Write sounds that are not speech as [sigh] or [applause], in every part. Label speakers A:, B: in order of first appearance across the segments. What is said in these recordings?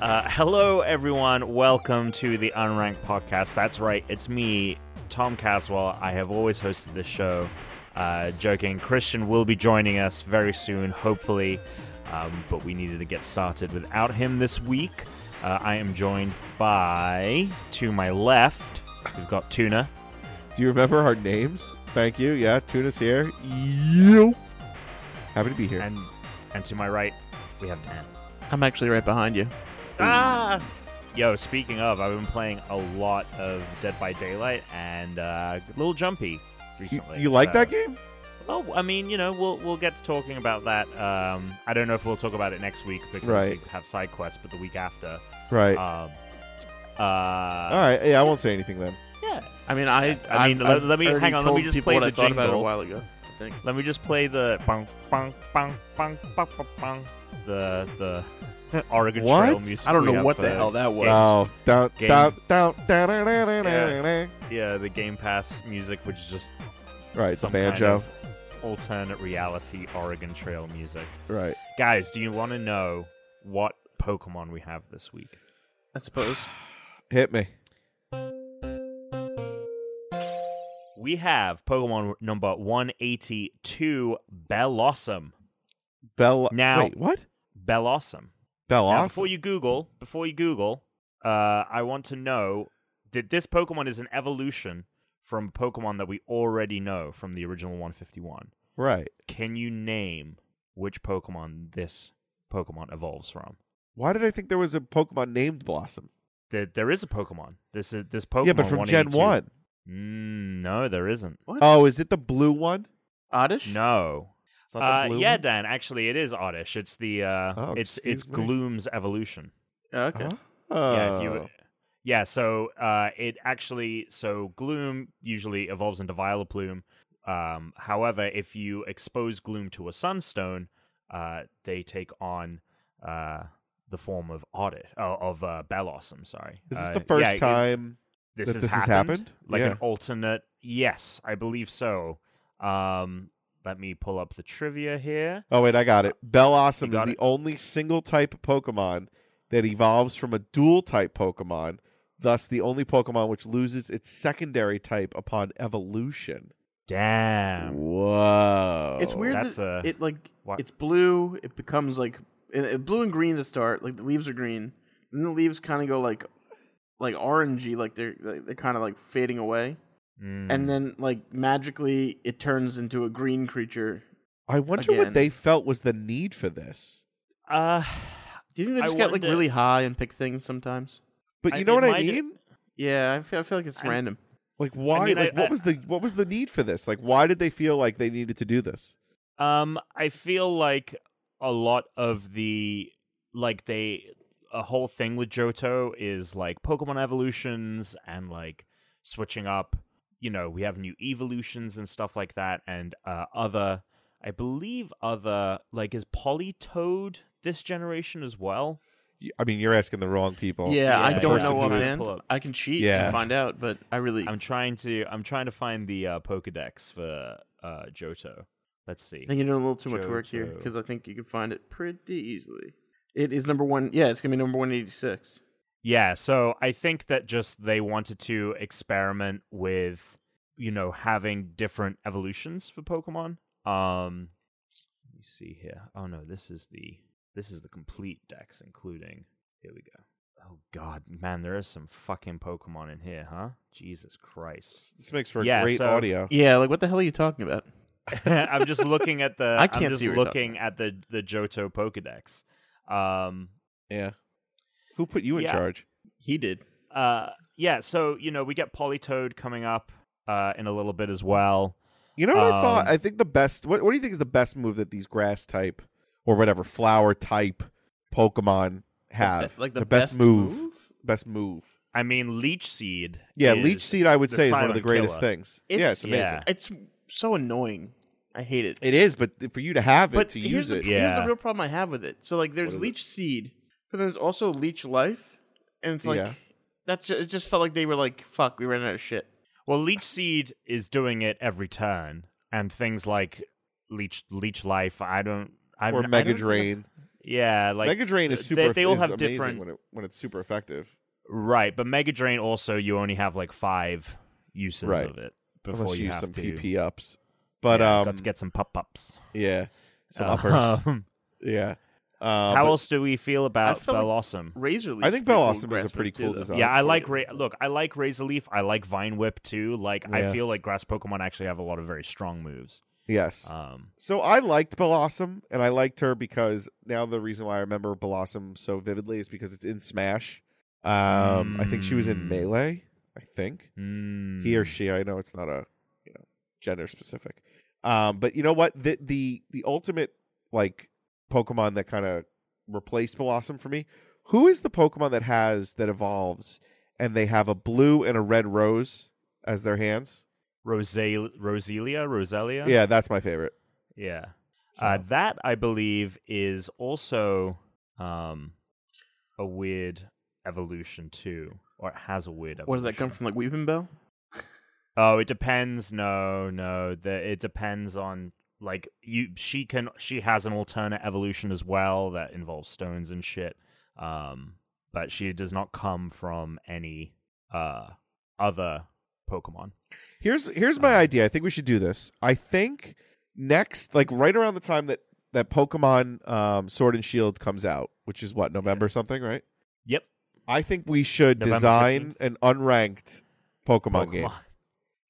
A: Uh, hello, everyone. Welcome to the Unranked podcast. That's right, it's me, Tom Caswell. I have always hosted this show. Uh, joking, Christian will be joining us very soon, hopefully. Um, but we needed to get started without him this week. Uh, I am joined by, to my left, we've got Tuna.
B: Do you remember our names? Thank you. Yeah, Tuna's here. You. Happy to be here.
A: And and to my right, we have Dan.
C: I'm actually right behind you.
A: Ah! Yo, speaking of, I've been playing a lot of Dead by Daylight and uh, Little Jumpy
B: You,
A: recently.
B: you like
A: so-
B: that game?
A: Oh, I mean, you know, we'll we'll get to talking about that. Um, I don't know if we'll talk about it next week because
B: Right.
A: we have side quests, but the week after.
B: Right.
A: Um, uh,
B: All right. Yeah, I won't say anything then.
A: Yeah.
C: I mean, I.
A: I mean,
C: I've-
A: let- uh, let me-
C: I've already
A: hang on, let me
C: told
A: just
C: people
A: play
C: what I
A: the
C: thought about it a
A: jingle.
C: while ago. I think.
A: Let me just play the bong, bong, bong, bong, bong, bong, bong, the the [laughs] Oregon Trail
B: What?
A: music.
C: I don't
A: we
C: know
A: have
C: what
A: for
C: the hell that was.
B: Oh, down,
A: Game.
B: down, down, down, down, down, down, down, down.
A: Yeah, the Game Pass music, which is just
B: Right. The
A: some
B: banjo.
A: Kind of alternate reality Oregon Trail music.
B: Right.
A: Guys, do you want to know what Pokemon we have this week?
C: I suppose.
B: Hit me.
A: We have Pokemon number 182, Bellossom.
B: Bell.
A: Now-
B: Wait. What?
A: Bellossom.
B: Bell.
A: Now, before you Google, before you Google, uh, I want to know that this Pokemon is an evolution from a Pokemon that we already know from the original 151.
B: Right.
A: Can you name which Pokemon this Pokemon evolves from?
B: Why did I think there was a Pokemon named Blossom?
A: There, there is a Pokemon. This is this Pokemon.
B: yeah, but from Gen
A: 182.
B: One.
A: Mm, no, there isn't.
C: What?
B: Oh, is it the blue one?
C: Oddish?
A: No.
B: It's not
A: Uh,
B: the blue
A: yeah,
B: one?
A: Dan. Actually, it is Oddish. It's the uh,
B: Oh,
A: it's it's
B: excuse me.
A: Gloom's evolution.
C: Oh, okay.
B: Oh.
A: Yeah, if you, yeah. So uh, it actually so Gloom usually evolves into Vileplume. Um, however, if you expose Gloom to a Sunstone, uh, they take on uh, the form of Oddish uh, of uh, Bellossom. Sorry,
B: Is this
A: Uh,
B: the first
A: yeah, it-
B: time
A: this,
B: that
A: has,
B: this has
A: happened?
B: happened?
A: Like
B: Yeah.
A: an alternate? Yes, I believe so. Um, let me pull up the trivia here.
B: Oh wait, I got it. Bellossom
A: You got
B: is
A: it?
B: the only single type Pokemon that evolves from a dual type Pokemon, thus the only Pokemon which loses its secondary type upon evolution.
A: Damn.
B: Whoa.
C: It's weird
A: Oh. That's uh,
C: that
A: a-
C: it like
A: what?
C: it's blue. It becomes like it, it- blue and green to start. Like the leaves are green, and the leaves kind of go like like orangey, like they're like, they're kind of like fading away.
A: Mm.
C: And then like magically, it turns into a green creature.
B: I wonder what
C: Again.
B: they felt was the need for this.
A: uh,
C: Do you think
A: I
C: they just get like
A: wonder-
C: really high and pick things sometimes?
B: But
A: I-
B: you know
A: it
B: what I
A: might-
B: mean?
C: Yeah, I feel, I feel like it's
A: I'm-
C: random.
B: Like why
A: mean, I-
B: like what
A: I-
B: was the what was the need for this? Like why did they feel like they needed to do this?
A: [sighs] um, I feel like a lot of the like they a whole thing with Johto is like Pokemon evolutions and like switching up. You know, we have new evolutions and stuff like that, and uh, other. I believe other like is Polytoad this generation as well.
B: Y- I mean, you're asking the wrong people.
C: yeah, I
A: yeah,
C: don't
B: yeah.
C: know
B: Person who
A: is
C: offhand.
A: pull up.
C: I can cheat
B: Yeah.
C: and find out, but I really
A: I'm trying to I'm trying to find the uh, Pokedex for uh, Johto. Let's see.
C: I think you're doing a little too much work here
A: Jojo.
C: because I think you can find it pretty easily. It is number one. Yeah, it's gonna be number one eighty six.
A: Yeah, so I think that just they wanted to experiment with, you know, having different evolutions for Pokemon. Um let me see here. Oh no, this is the this is the complete dex including. Here we go. Oh god, man, there is some fucking Pokemon in here, huh? Jesus Christ. [laughs]
C: [laughs]
B: This this makes for
A: Yeah,
B: great
A: so-
B: audio.
C: Yeah, like what the hell are you talking about?
A: I'm just looking at the
C: I
A: I'm
C: can't
A: just
C: see what you're talking
A: looking at the the Johto Pokédex. Um
B: Yeah. Who put you in
A: Yeah.
B: charge?
C: He did.
A: uh yeah, so you know, we get Politoed coming up uh in a little bit as well.
B: You know what I thought?
A: Um,
B: I think the best. What, what do you think is the best move that these grass type or whatever flower type Pokemon have?
C: like the,
B: Their best, move. Best move.
A: I mean, leech seed.
B: Yeah,
A: is-
B: Leech Seed. I would
A: the
B: say is one of the
A: silent
B: greatest
A: killer.
B: things.
C: It's,
B: yeah, it's amazing.
A: yeah.
C: It's so annoying. I hate it.
B: It is, but th- for you to have it
C: but
B: to
C: here's
B: use
C: the
B: it,
A: Yeah.
C: here's the real problem I have with it. So like,
B: What
C: there's
B: is
C: leech seed, but then there's also leech life, and it's like
B: Yeah.
C: that's ju- it. Just felt like they were like, fuck, we ran out of shit.
A: Well, leech seed is doing it every turn, and things like leech leech life. I don't. I
B: or
A: don't- I don't
B: Mega
A: think I've-
B: Drain.
A: Yeah, like
B: Mega Drain is
A: they-
B: super.
A: they all
B: is
A: have
B: amazing
A: different-
B: when, it, when it's super effective.
A: right, but Mega Drain also you only have like five uses
B: Right.
A: of it before
B: Unless you,
A: you
B: use
A: have
B: some
A: to.
B: PP ups, but
A: yeah,
B: um,
A: got to get some pop ups.
B: yeah, some uppers.
A: [laughs]
B: Yeah. Uh,
A: how
B: but
A: else do we feel about
C: feel like-
A: Bellossom?
C: Razor Leaf.
B: I think Bell Awesome is a pretty cool design.
A: yeah, I
C: Oh,
A: like
C: yeah.
A: Ra- look. I like Razor Leaf. I like Vine Whip too. Like I
B: Yeah.
A: feel like Grass Pokemon actually have a lot of very strong moves.
B: Yes.
A: Um,
B: So I liked Blossom, and I liked her because now the reason why I remember Blossom so vividly is because it's in Smash. Um, I think she was in
A: Mm.
B: Melee. I think
A: mm,
B: he or she. I know it's not a you know gender specific. Um, but you know what? The the the ultimate like Pokemon that kind of replaced Blossom for me. Who is the Pokemon that has that evolves and they have a blue and a red rose as their hands?
A: Rosal- Roselia, Roselia.
B: Yeah, that's my favorite.
A: yeah. Uh, that I believe is also um, a weird evolution too, or it has a weird. Evolution.
C: What does that come from? Like Weeping Bell?
A: Oh, it depends. No, no, the, it depends on like you. She can. She has an alternate evolution as well that involves stones and shit. Um, but she does not come from any uh other Pokemon.
B: Here's here's my
A: Um,
B: idea. I think we should do this. I think next, like right around the time that that Pokemon um, Sword and Shield comes out, which is what November something, right?
A: Yep.
B: I think we should
A: November
B: design an unranked Pokemon, game.
A: [laughs]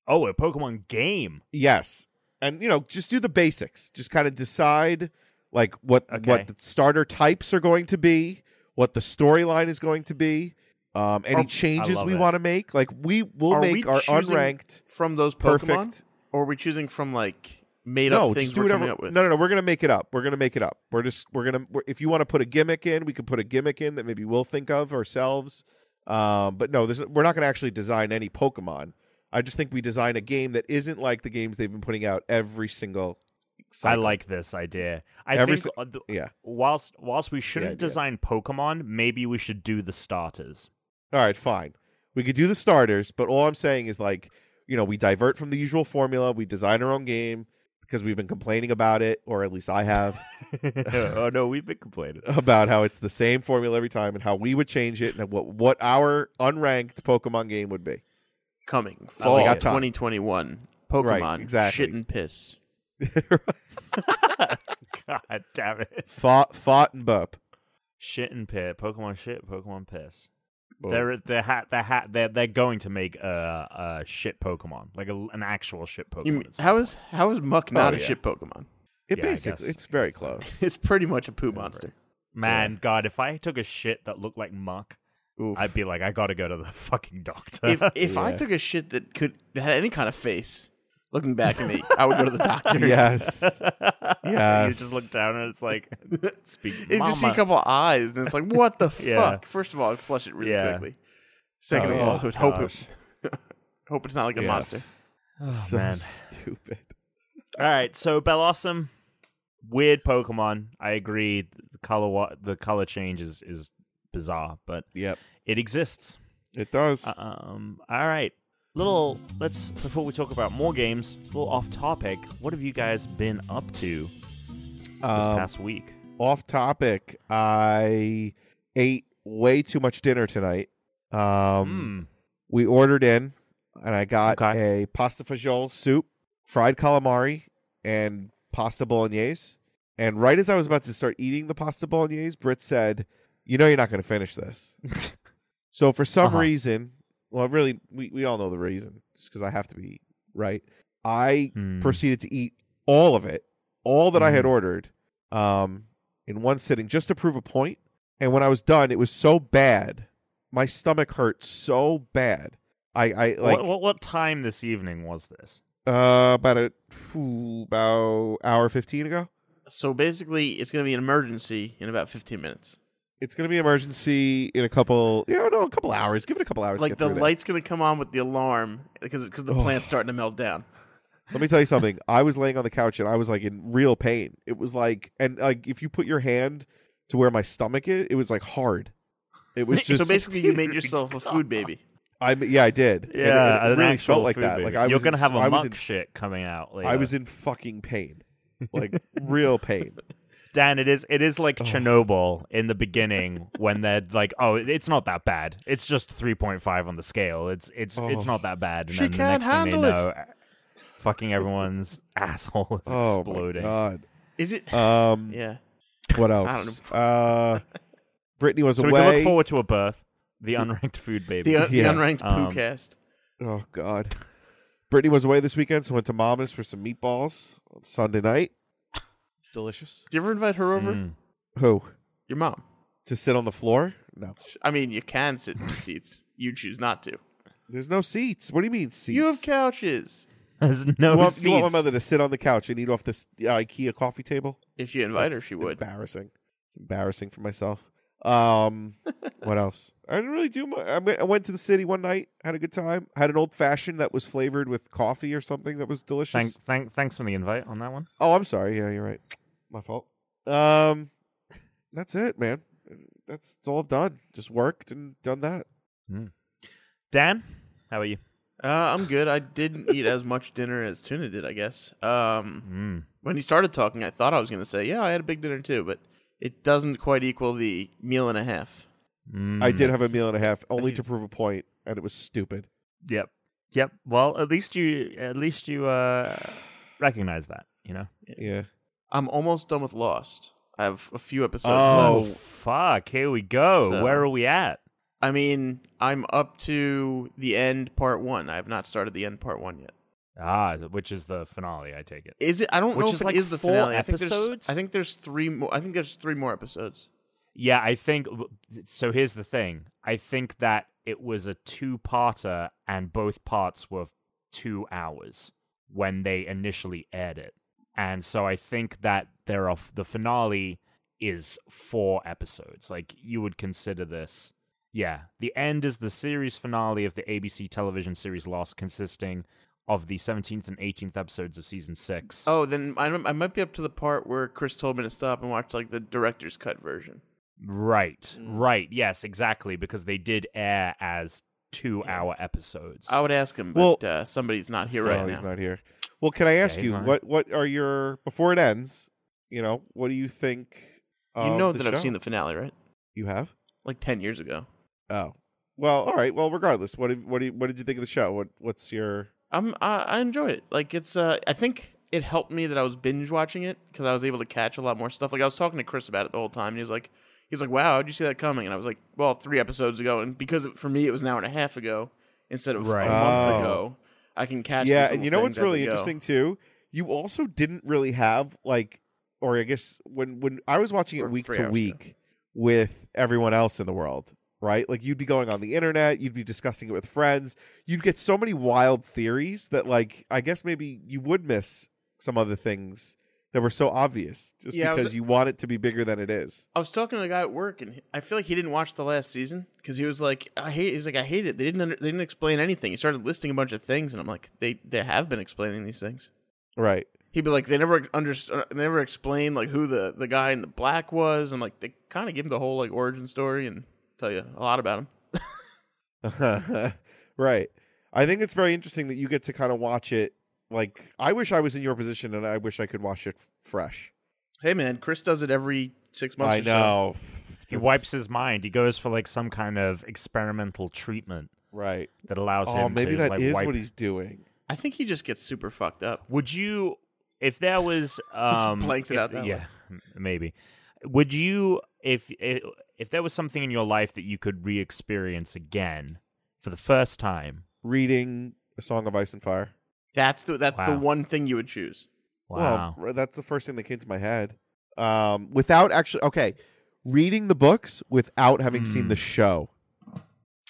A: Oh, a Pokemon game.
B: Yes, and you know, just do the basics. Just kind of decide like what
A: Okay.
B: what the starter types are going to be, what the storyline is going to be, um, any
C: Are-
B: changes
A: love
B: we
A: it.
B: want to make. Like we will
C: Are we
B: make our
C: choosing
B: unranked
C: From those Pokemon?
B: perfect.
C: Or are we choosing from like made
B: no,
C: up things
B: just do
C: we're
B: whatever.
C: coming up with?
B: No, no, no. We're gonna make it up. We're gonna make it up. We're just we're gonna. We're, if you want to put a gimmick in, we could put a gimmick in that maybe we'll think of ourselves. Um, but no, there's, we're not gonna actually design any Pokemon. I just think we design a game that isn't like the games they've been putting out every single.
A: I
B: cycle.
A: like this idea. I
B: Every
A: think uh, th-
B: Yeah.
A: whilst whilst we shouldn't
B: idea.
A: design Pokemon, maybe we should do the
B: [laughs]
A: starters. [laughs]
B: All right, fine. We could do the starters, but all I'm saying is like, you know, we divert from the usual formula. We design our own game because we've been complaining about it, or at least I have.
A: oh no, we've been complaining. [laughs]
B: about how it's the same formula every time and how we would change it and what what our unranked Pokemon game would be.
C: Coming. Fall
A: got
B: time.
C: 2021. Pokemon.
B: Right, exactly.
C: Shit and piss.
A: God damn it.
B: Fought, fought and burp.
A: Shit and pit. Pokemon shit. Pokemon piss.
B: Boom.
A: They're they're hat they're hat they're they're going to make a a shit Pokemon like a, an actual shit Pokemon.
C: You mean-
A: at some
C: how is how is Muck not a
B: Oh, yeah.
C: shit Pokemon? [laughs]
B: It
A: yeah, I
B: basically
A: guess.
B: it's very
A: Guess so.
B: close.
C: It's pretty much a poo monster.
A: man God if I took a shit that looked like muck
B: Oof.
A: I'd be like [laughs] I gotta go to the [laughs] fucking doctor. [laughs]
B: [laughs]
C: If if I
B: Yeah.
C: took a shit that could that had any kind of face, looking back at me, I would go
B: [laughs]
C: to the doctor.
B: yes.
A: [laughs] you
B: Yes.
A: just look down and it's
C: [laughs]
A: like speak.
C: You just see a
A: mama.
C: couple of eyes, and it's like,
B: [laughs]
C: what the
A: Yeah.
C: fuck? First of all, I'd flush it really
A: Yeah.
C: quickly. Second
B: Oh,
C: of
B: yeah.
C: all, I would hope
A: Gosh.
C: it, [laughs] hope it's not like a
B: Yes.
C: monster.
A: Oh,
B: so
A: man.
B: stupid.
A: All right, so Bellossom, weird Pokemon. I agree. The color wa- the color change is, is bizarre, but
B: Yep.
A: it exists.
B: It does.
A: Um, all right. Little, let's, before we talk about more games, a little off topic, what have you guys been up to this
B: Um,
A: past week?
B: off topic. I ate way too much dinner tonight. Um we ordered in and I got
A: Okay.
B: a pasta fagioli soup, fried calamari, and pasta bolognese. And right as I was about to start eating the pasta bolognese, Britt said, You know, you're not going to finish this.
A: [laughs]
B: so for some
A: Uh-huh.
B: reason, well, really, we, we all know the reason, just because I have to be right. I
C: Mm.
A: Hmm.
B: proceeded to eat all of it, all that I had
A: Mm.
B: ordered, um, in one sitting just to prove a point. And when I was done, it was so bad. My stomach hurt so bad. I, I like
A: what, what, what time this evening was this?
B: uh about a phew, about hour fifteen ago.
C: So basically, it's going to be an emergency in about 15 minutes.
B: It's gonna be emergency in a couple. Yeah, no, a couple hours. Give it a couple hours. to
C: like
B: get
C: the
B: through that.
C: light's going to come on with the alarm because because the
B: Oh.
C: plant's starting to
B: [laughs]
C: melt down.
B: Let me tell you something. I was laying on the couch and I was like in real pain. It was like, and like if you put your hand to where my stomach is, it was like hard. It was just
C: [laughs] so basically, you made
B: [laughs]
A: Dude,
C: yourself a food baby.
B: I mean, yeah, I did. And it-
A: Yeah,
B: and it,
A: an
B: really
A: actual
B: felt like
A: food
B: that.
A: baby.
B: Like I was
A: You're gonna
B: in-
A: have a
B: I
A: muck
B: was in,
A: shit coming out later. [laughs]
B: I was in fucking pain, like real pain.
A: Dan, it is it is like
B: Oh.
A: Chernobyl in the beginning [laughs] when they're like, oh, it's not that bad. It's just three point five on the scale. It's it's it's
B: Oh.
A: not that bad. And
D: She
A: then the
D: can't
A: next thing they
D: handle it.
A: know, Fucking everyone's [laughs] asshole is
B: Oh
A: exploding.
B: my
C: Is it?
B: [laughs] god. Um,
C: Yeah.
B: what
C: don't
B: else?
A: [laughs]
B: Uh, Brittany was
A: So we can
B: away.
A: look forward to a birth, the unranked food baby. [laughs]
C: The, uh,
B: Yeah.
C: the unranked
A: Um,
C: poo cast.
B: Oh God. Brittany was away this weekend, so went to Mama's for some meatballs on Sunday night. Delicious.
C: Do you ever invite her over?
A: Mm.
B: Who?
C: Your mom.
B: To sit on the floor? No.
C: I mean, you can sit in the seats. You choose not to.
B: There's no seats. What do you mean seats?
C: You have couches.
A: There's no
B: You want,
A: seats.
B: you want my mother to sit on the couch and eat off this uh, IKEA coffee table?
C: If you invite her,
B: That's
C: she would.
B: Embarrassing. It's embarrassing for myself. Um, what else? I didn't really do much. I, went- I went to the city one night, had a good time, had an old fashioned that was flavored with coffee or something that was delicious.
A: Thank, thank, thanks for the invite on that one.
B: Oh, I'm sorry. Yeah, you're right. My fault. Um, that's it, man. That's, that's all I've done. Just worked and done that.
A: Dan, how about you?
C: Uh, I'm good. I didn't eat as much dinner as Tuna did, I guess. Um,
A: Mm.
C: when he started talking, I thought I was going to say, yeah, I had a big dinner too, but it doesn't quite equal the meal and a half.
B: I
A: Mm.
B: did have a meal and a half, only to
C: Jeez.
B: prove a point, and it was stupid.
A: Yep. Yep. Well, at least you at least you uh recognize that, you know.
B: Yeah.
C: I'm almost done with Lost. I have a few episodes
B: Oh.
C: left.
A: fuck. Here we go.
C: So-
A: Where are we at?
C: I mean, I'm up to the end part one. I have not started the end part one yet.
A: Ah, which is the finale, I take it.
C: Is it? I don't
A: Which
C: know
A: is
C: if it
A: like
C: is the
A: four
C: finale. I think
A: episodes?
C: there's. I think there's three more. I think there's three more episodes.
A: Yeah, I think so here's the thing. I think that it was a two-parter and both parts were 2 hours when they initially aired it. And so I think that there are the finale is 4 episodes. Like you would consider this Yeah, the end is the series finale of the ABC television series Lost consisting of the 17th and 18th episodes of season 6.
C: Oh, then I, don't- I might be up to the part where Chris told me to stop and watch like the director's cut version.
A: Right.
B: Mm.
A: Right. Yes, exactly. Because they did air as two hour episodes.
B: Oh,
C: I would ask him,
B: Well-
C: but uh, somebody's not here
B: no,
C: right
B: Oh, he's
C: now.
B: not here. Well, can I ask
A: he's
B: you
A: not here.
B: what what are your before it ends? You know, what do you think?
C: You
B: of
C: know
B: the
C: that I've
B: Oh, show?
C: seen the finale, right?
B: You have.
C: Like ten years ago.
B: Oh. Well, all right. Well, regardless, what did, what do you, what did you think of the show? What what's your
C: I'm I, I enjoyed it. Like it's uh I think it helped me that I was binge watching it because I was able to catch a lot more stuff. Like I was talking to Chris about it the whole time, and he was like, he's like, "Wow, how'd you see that coming?" And I was like, "Well, three episodes ago," and because it, for me it was an hour and a half ago instead of
A: Right.
C: a month
B: Oh.
C: ago, I can catch.
B: yeah
C: these
B: and
C: little
B: you know what's
C: things as
B: really
C: they go.
B: interesting too you also didn't really have like or i guess when when i was watching
C: Or
B: it week
C: three
B: to
C: hours,
B: week with everyone else in the world right like you'd be going on the internet you'd be discussing it with friends you'd get so many wild theories that like i guess maybe you would miss some other things that were so obvious just
C: Yeah, I was-
B: because you want it to be bigger than it is
C: I was talking to the guy at work, and he- I feel like he didn't watch the last season because he was like, "I hate." He's like, "I hate it." They didn't. Under, they didn't explain anything. He started listing a bunch of things, and I'm like, "They they have been explaining these things."
B: right
C: He'd be like, "They never understood. They never explained like who the the guy in the black was." I'm like, they kind of give him the whole like origin story and tell you a lot about him.
B: [laughs] right. I think it's very interesting that you get to kind of watch it. Like, I wish I was in your position, and I wish I could watch it f- fresh.
C: Hey man, Chris does it every six months.
B: I
C: or so.
B: know.
A: he wipes his mind. He goes for like some kind of experimental treatment
B: Right.
A: that allows
B: Oh,
A: him
B: maybe
A: to
B: that is
A: like wipe.
B: what he's doing.
C: I think he just gets super fucked up.
A: Would you, if there
B: [laughs]
A: was, um,
C: blanks it
A: if-
C: out that way.
A: yeah, m- maybe. Would you, if if if there was something in your life that you could re-experience again for the first time?
B: Reading A Song of Ice and Fire.
C: That's the that's the
A: Wow.
C: one thing you would choose.
A: Wow.
B: Well, r- that's the first thing that came to my head. Um, without actually, okay, reading the books without having seen
A: Hmm.
B: the show.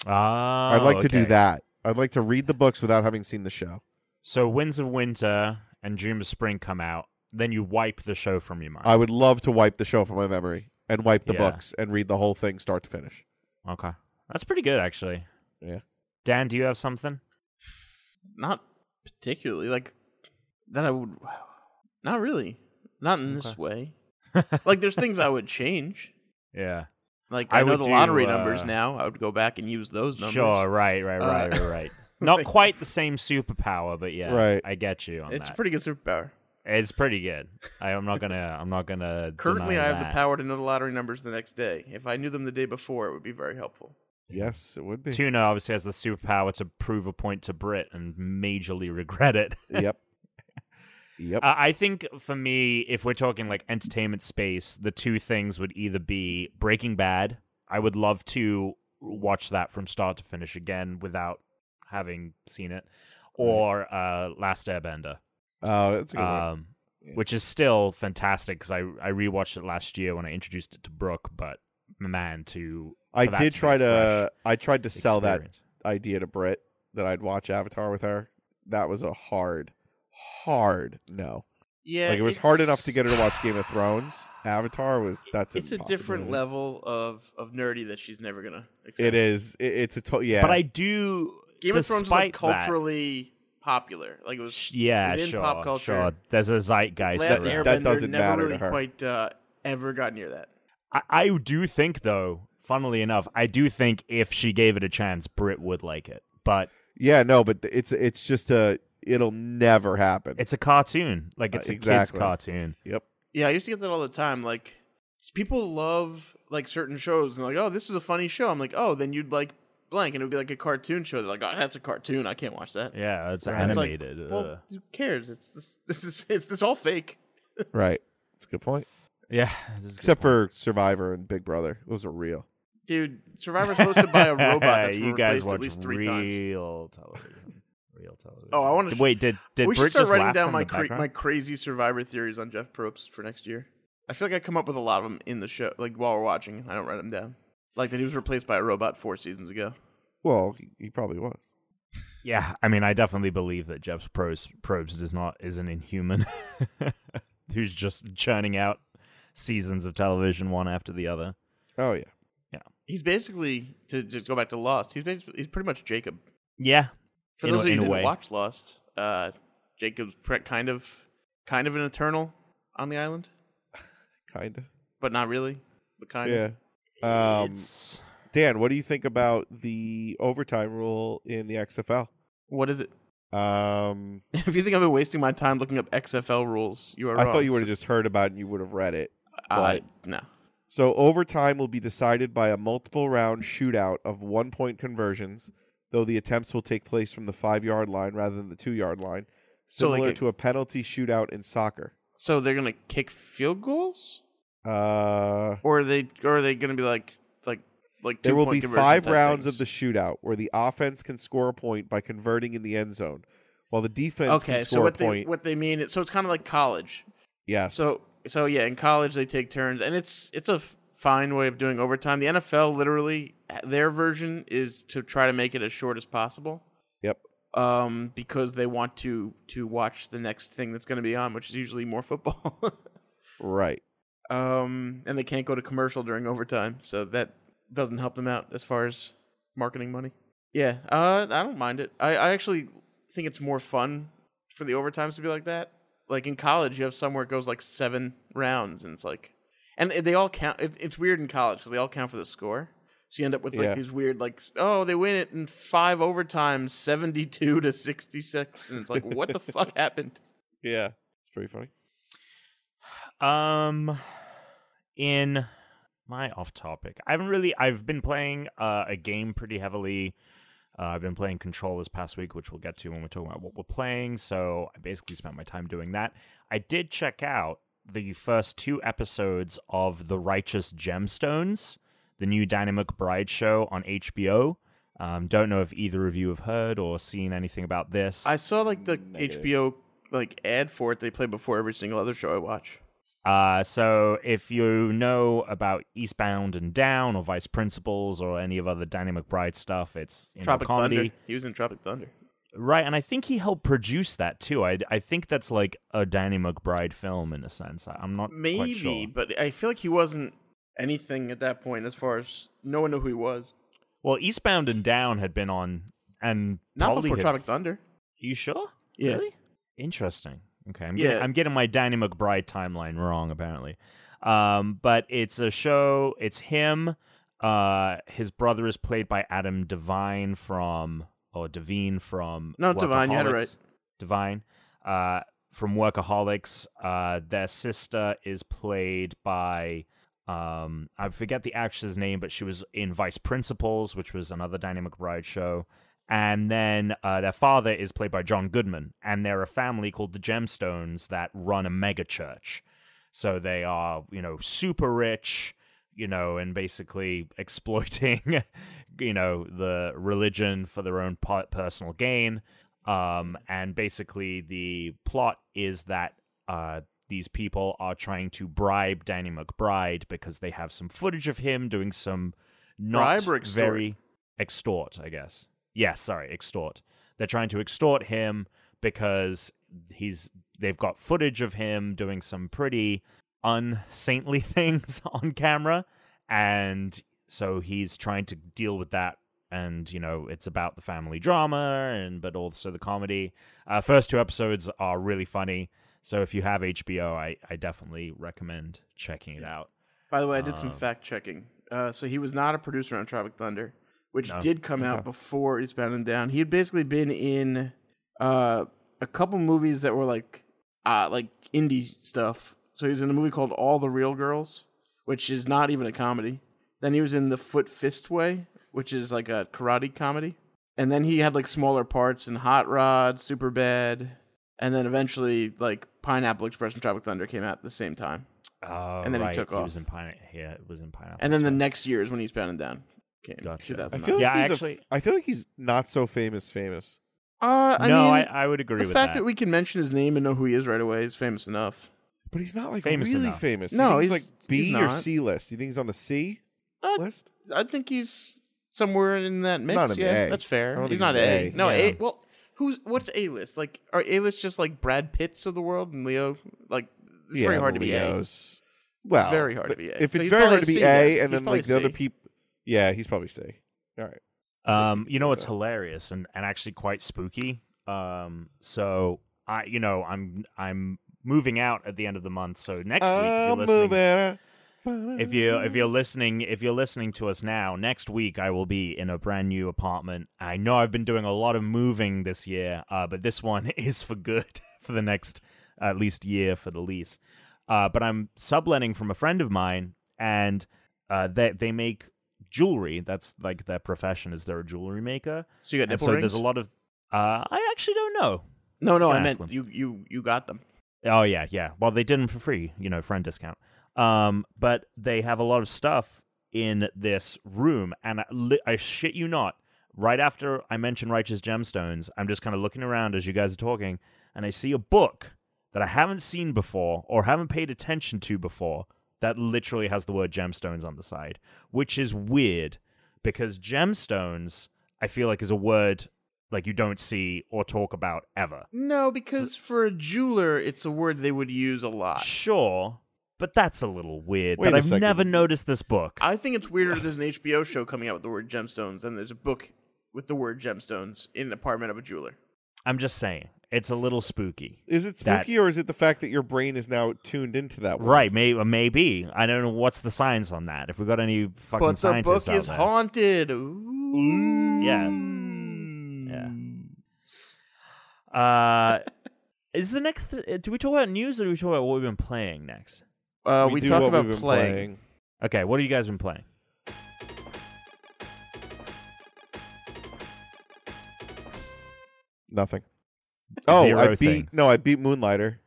A: ah,
B: I'd like to do
A: okay.
B: that. I'd like to read the books without having seen the show.
A: So Winds of Winter and Dream of Spring come out, then you wipe the show from your mind.
B: I would love to wipe the show from my memory and wipe the
A: Yeah.
B: books and read the whole thing start to finish.
A: okay. That's pretty good actually.
B: Yeah.
A: Dan, do you have something?
C: Not particularly like that. I would. [sighs] Not really. Not in
B: [laughs]
C: this way. Like there's things I would change.
A: yeah.
C: Like
A: I
C: I, know
A: would
C: the
A: do,
C: lottery numbers
A: uh,
C: now. I would go back and use those numbers.
A: Sure, right, right, right,
C: Uh,
B: [laughs]
A: right, right. Not quite the same superpower, but yeah.
B: Right.
A: I get you on
C: it's a
A: that.
C: pretty good superpower.
A: It's pretty good. I, I'm not gonna. I'm not gonna.
C: Currently,
A: deny
C: I have the
A: that.
C: power to know the lottery numbers the next day. If I knew them the day before, it would be very helpful.
B: Yes, it would be.
A: Tuna obviously has the superpower to prove a point to Brit and majorly regret it. [laughs]
B: yep. Yep.
A: Uh, I think for me, if we're talking like entertainment space, the two things would either be Breaking Bad. I would love to watch that from start to finish again without having seen it, or uh, Last Airbender,
B: oh, that's Mm-hmm. a good one.
A: um,
B: Yeah.
A: which is still fantastic because I I rewatched it last year when I introduced it to Brooke, but man, to
B: I
A: for that
B: did
A: be a
B: try to.
A: fresh
B: I tried to sell that
A: experience.
B: idea to Brit that I'd watch Avatar with her. That was a hard, hard no.
C: Yeah,
B: like it was
C: it's-
B: hard enough to get her to watch Game of Thrones. Avatar was that's
C: It's a
B: impossible.
C: different level of of nerdy that she's never gonna. Accept.
B: It is. It, it's a to- yeah.
A: But I do.
C: Game of Thrones is
A: despite
C: like
A: that-
C: culturally popular. Like it was.
A: Yeah,
C: within
A: sure,
C: pop culture.
A: sure. There's a zeitgeist. around.
C: Last
B: that
C: Airbender
B: doesn't
C: never
B: matter to
C: really
B: her.
C: quite uh, ever got near that.
A: I, I do think though, funnily enough, I do think if she gave it a chance, Brit would like it. But
B: yeah, no, but th- it's it's just a. It'll never happen.
A: it's a cartoon. Like
B: Uh,
A: it's a kid's
B: exactly.
A: cartoon.
B: yep.
C: Yeah, I used to get that all the time. Like s- people love like certain shows and like, oh, this is a funny show. I'm like, oh, then you'd like blank, and it would be like a cartoon show. They're like, oh, that's a cartoon. I can't watch that.
A: Yeah, it's
B: Right.
C: And it's like,
A: animated. Ugh.
C: well, who cares? It's this, [laughs] it's this, it's this all fake.
B: Right. It's a good point.
A: yeah. this is good.
B: Except for Survivor and Big Brother, those are real.
C: Dude, Survivor's supposed
B: [laughs]
C: to buy
A: [laughs]
C: a robot that's been
A: you guys
C: replaced
A: watch
C: at least three times.
A: real television. Real television.
C: Oh, I wanna-
A: wait. Did did
C: we should
A: Brit
C: start
A: just
C: writing
A: laugh
C: down
A: from
C: my
A: the
C: cra- my
A: background?
C: crazy Survivor theories on Jeff Probst for next year. I feel like I come up with a lot of them in the show, like while we're watching. I don't write them down. Like that he was replaced by a robot four seasons ago.
B: Well, he, he probably was.
A: Yeah, I mean, I definitely believe that Jeff's probes probes does not is an inhuman [laughs] who's just churning out seasons of television one after the other.
B: Oh yeah.
C: He's basically to just go back to Lost. He's basi- he's pretty much Jacob.
A: Yeah,
C: For
A: In
C: those
A: a-
C: of you
A: in
C: who
A: a
C: didn't
A: way.
C: watch Lost, uh, Jacob's pre- kind of kind of an eternal on the island,
B: Kinda.
C: but not really. But kind of.
B: Yeah. Um,
A: it's
B: Dan, what do you think about the overtime rule in the XFL?
C: What is it? [laughs]
B: Um,
C: If you think I've been wasting my time looking up XFL rules, you are
B: I
C: wrong.
B: thought you would have just heard about it and you would have read it.
C: Uh, no.
B: So overtime will be decided by a multiple round shootout of one point conversions, though the attempts will take place from the five yard line rather than the two yard line,
C: So, like
B: similar
C: a-
B: to a penalty shootout in soccer.
C: So they're gonna kick field goals,
B: Uh,
C: or are they or are they gonna be like like like
B: there will
C: two-point
B: be
C: conversion
B: five
C: type
B: rounds
C: things?
B: of the shootout where the offense can score a point by converting in the end zone, while the defense
C: okay.
B: can
C: So
B: score
C: what
B: a
C: they
B: point.
C: what they mean? is- So it's kind of like college.
B: yes.
C: So so yeah, in college they take turns, and it's it's a f- fine way of doing overtime. The NFL literally uh, their version is to try to make it as short as possible.
B: Yep.
C: Um, because they want to to watch the next thing that's going to be on, which is usually more football. [laughs]
B: right.
C: um, and they can't go to commercial during overtime, so that doesn't help them out as far as marketing money. Yeah, uh, I don't mind it. I, I actually think it's more fun for the overtimes to be like that. Like in college, you have somewhere it goes like seven rounds, and it's like, and they all count. It, it's weird in college because they all count for the score. So you end up with like
B: Yeah.
C: these weird like oh they win it in five overtimes seventy two to sixty six and it's like what the [laughs] fuck happened
B: Yeah. It's pretty funny.
A: Um, in my off topic, I haven't really. I've been playing uh, a game pretty heavily. Uh, I've been playing Control this past week, which we'll get to when we're talking about what we're playing. So I basically spent my time doing that. I did check out the first two episodes of The Righteous Gemstones, the new Dynamic Bride show on HBO. Um, don't know if either of you have heard or seen anything about this.
C: I saw like the
A: Mm,
B: Negative.
C: HBO like ad for it they play before every single other show I watch.
A: Uh, so if you know about Eastbound and Down or Vice Principals or any of other Danny McBride stuff, it's you know,
C: Tropic
A: comedy.
C: Thunder. He was in Tropic Thunder.
A: Right, and I think he helped produce that too. I, I think that's like a Danny McBride film in a sense. I, I'm not
C: Maybe,
A: quite sure.
C: but I feel like he wasn't anything at that point as far as no one knew who he was.
A: Well, Eastbound and Down had been on, and
C: Not
A: probably
C: before
A: had-
C: Tropic Thunder.
A: You sure?
C: Yeah.
A: Really? Interesting. Okay, I'm
C: Yeah.
A: getting, I'm getting my Danny McBride timeline wrong apparently, um, but it's a show. It's him. Uh, his brother is played by Adam Devine from or Devine from
C: No, Devine, you had it
A: Workaholics.
C: right.
A: Devine. Uh, from Workaholics. Uh, their sister is played by um, I forget the actress's name, but she was in Vice Principals, which was another Danny McBride show. And then uh, their father is played by John Goodman, and they're a family called the Gemstones that run a mega church. So they are, you know, super rich, you know, and basically [laughs] exploiting, you know, the religion for their own po- personal gain. Um, and basically, the plot is that uh, these people are trying to bribe Danny McBride because they have some footage of him doing some not
C: Bribe or extort?
A: very extort, I guess. Yeah, sorry, extort. They're trying to extort him because he's they've got footage of him doing some pretty unsaintly [laughs] things on camera and so he's trying to deal with that and you know it's about the family drama and but also the comedy uh, first two episodes are really funny so if you have hbo i, I definitely recommend checking it out
C: By the way, I did some
A: Um,
C: fact checking. Uh, so he was not a producer on Tropic Thunder, which
A: No.
C: did come out
B: Okay.
C: before Eastbound and Down. He had basically been in uh, a couple movies that were like uh, like indie stuff. So he was in a movie called All the Real Girls, which is not even a comedy. Then he was in The Foot Fist Way, which is like a karate comedy. And then he had like smaller parts in Hot Rod, Super Bad, and then eventually like Pineapple Express and Tropic Thunder came out at the same time.
A: oh,
C: And then he
A: right,
C: took
A: was
C: off.
A: in pine yeah it was in pineapple
C: And then the
A: Express.
C: next year is when he's bound and down. Came,
A: Gotcha.
C: 2009.
B: I feel like
A: Yeah,
B: he's a-
A: actually-
B: I feel like he's not so famous. Famous.
C: uh, I
A: no
C: mean,
A: I, I would agree
C: the
A: with
C: fact
A: that
C: that we can mention his name and know who he is right away is famous enough.
B: But he's not like
A: Famous
B: really
A: enough.
B: famous. Do you
C: No,
B: think
C: he's-
B: he's, like B
C: he's
B: or
C: not.
B: C list. Do you think he's on the C
C: Uh,
B: list?
C: I think he's somewhere in that mix.
B: Not an
C: yeah,
B: A.
C: that's
B: I
C: fair.
B: don't
C: He's,
B: think
C: not
B: he's
C: A.
B: A.
C: No,
A: Yeah.
C: A. Well, who's what's A list? Like, are A list just like Brad Pitts of the world and Leo? Like, it's very hard to be A.
B: Leos. Well,
C: Very hard to
B: but
C: be A.
B: If
C: So
B: it's
C: he's
B: very
C: probably
B: hard
C: a
B: to be
C: C
B: A,
C: then. He's
B: and then
C: probably
B: like the other
C: C.
B: people, yeah, he's probably C. All right.
A: Um, you know what's
B: Yeah.
A: hilarious and, and actually quite spooky. Um, so I, you know, I'm I'm moving out at the end of the month. So next week, if you're
B: I'm
A: listening,
B: moving.
A: if you if you're listening, if you're listening to us now, next week I will be in a brand new apartment. I know I've been doing a lot of moving this year, uh, but this one [laughs] is for good for the next at least year for the lease. Uh, but I'm subletting from a friend of mine, and uh, they they make jewelry. That's like their profession is they're a jewelry maker.
C: So you
A: And
C: got nipple
A: so
C: rings?
A: there's a lot of. Uh, I actually don't know.
C: no, no,
A: Yeah,
C: I meant
A: Aslan.
C: you, you, you got them.
A: Oh yeah, yeah. Well, they did them for free, you know, friend discount. Um, but they have a lot of stuff in this room, and I, li- I shit you not. Right after I mention righteous gemstones, I'm just kind of looking around as you guys are talking, and I see a book that I haven't seen before or haven't paid attention to before that literally has the word gemstones on the side, which is weird because gemstones I feel like is a word like you don't see or talk about ever.
C: No, because for a jeweler, it's a word they would use a lot.
A: Sure, but that's a little weird.
B: Wait
A: that
B: a
A: I've
B: second.
A: never noticed this book.
C: I think it's weirder there's an HBO show coming out with the word gemstones than there's a book with the word gemstones in an apartment of a jeweler.
A: I'm just saying, it's a little spooky.
B: Is it
A: That-
B: spooky or is it the fact that your brain is now tuned into that? One?
A: Right, may, maybe. I don't know what's the science on that. If we got any fucking
C: But the
A: scientists
C: book
A: out
C: is
A: there.
C: haunted. Ooh.
A: Yeah. Yeah. Uh, is the next? uh, Do we talk about news or do we talk about what we've been playing next?
C: Uh,
B: we,
C: we
B: do
C: talk
B: what
C: about
B: we've been
C: playing.
B: playing.
A: Okay, what have you guys been playing?
B: Nothing. Oh, I
A: Zero
B: beat
A: thing.
B: no, I beat Moonlighter.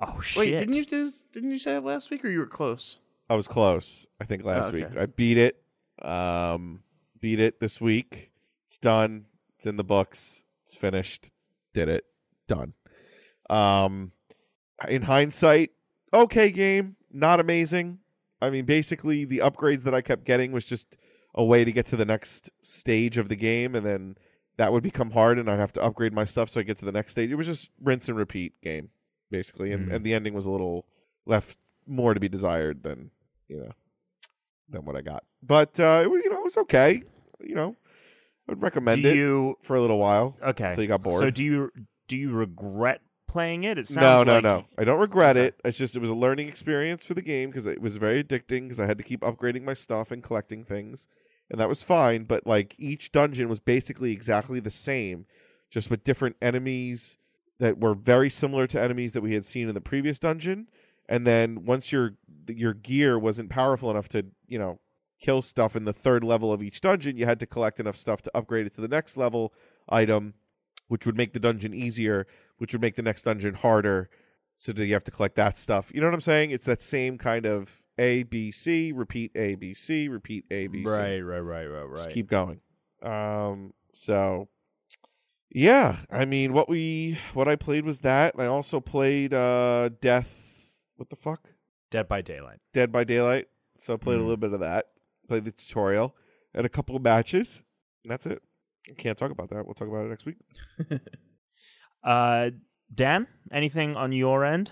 A: Oh shit!
C: Wait, didn't you do? Didn't you say that last week, or you were close?
B: I was close. I think last
C: okay.
B: week I beat it. Um, beat it this week. It's done. It's in the books. It's finished. Did it. Done. Um, in hindsight, okay game. Not amazing. I mean, basically the upgrades that I kept getting was just a way to get to the next stage of the game, and then that would become hard, and I'd have to upgrade my stuff so I get to the next stage. It was just rinse and repeat game, basically, and,
A: Mm.
B: and the ending was a little left more to be desired than you know than what I got. But uh, it, wa- you know, it was okay. You know, I would recommend
A: do
B: it
A: you?
B: for a little while
A: Okay.
B: until you got bored.
A: So do you? Do you regret playing it? It sounds
B: no, no,
A: like-
B: no. I don't regret
A: Okay.
B: it. It's just it was a learning experience for the game because it was very addicting because I had to keep upgrading my stuff and collecting things, and that was fine. But like each dungeon was basically exactly the same, just with different enemies, that were very similar to enemies that we had seen in the previous dungeon. And then once your your gear wasn't powerful enough to you know kill stuff in the third level of each dungeon, you had to collect enough stuff to upgrade it to the next level item, which would make the dungeon easier, which would make the next dungeon harder. So that you have to collect that stuff. You know what I'm saying? It's that same kind of A B C repeat A B C repeat A B C.
A: Right, right, right, right,
B: Just
A: right.
B: keep going. Um, so yeah, I mean, what we what I played was that, and I also played uh Death. What the fuck?
A: Dead by Daylight.
B: Dead by Daylight. So I played a
A: Mm.
B: little bit of that. Played the tutorial and a couple of matches. And that's it. I can't talk about that. We'll talk about it next week.
A: Uh, Dan, anything on your end?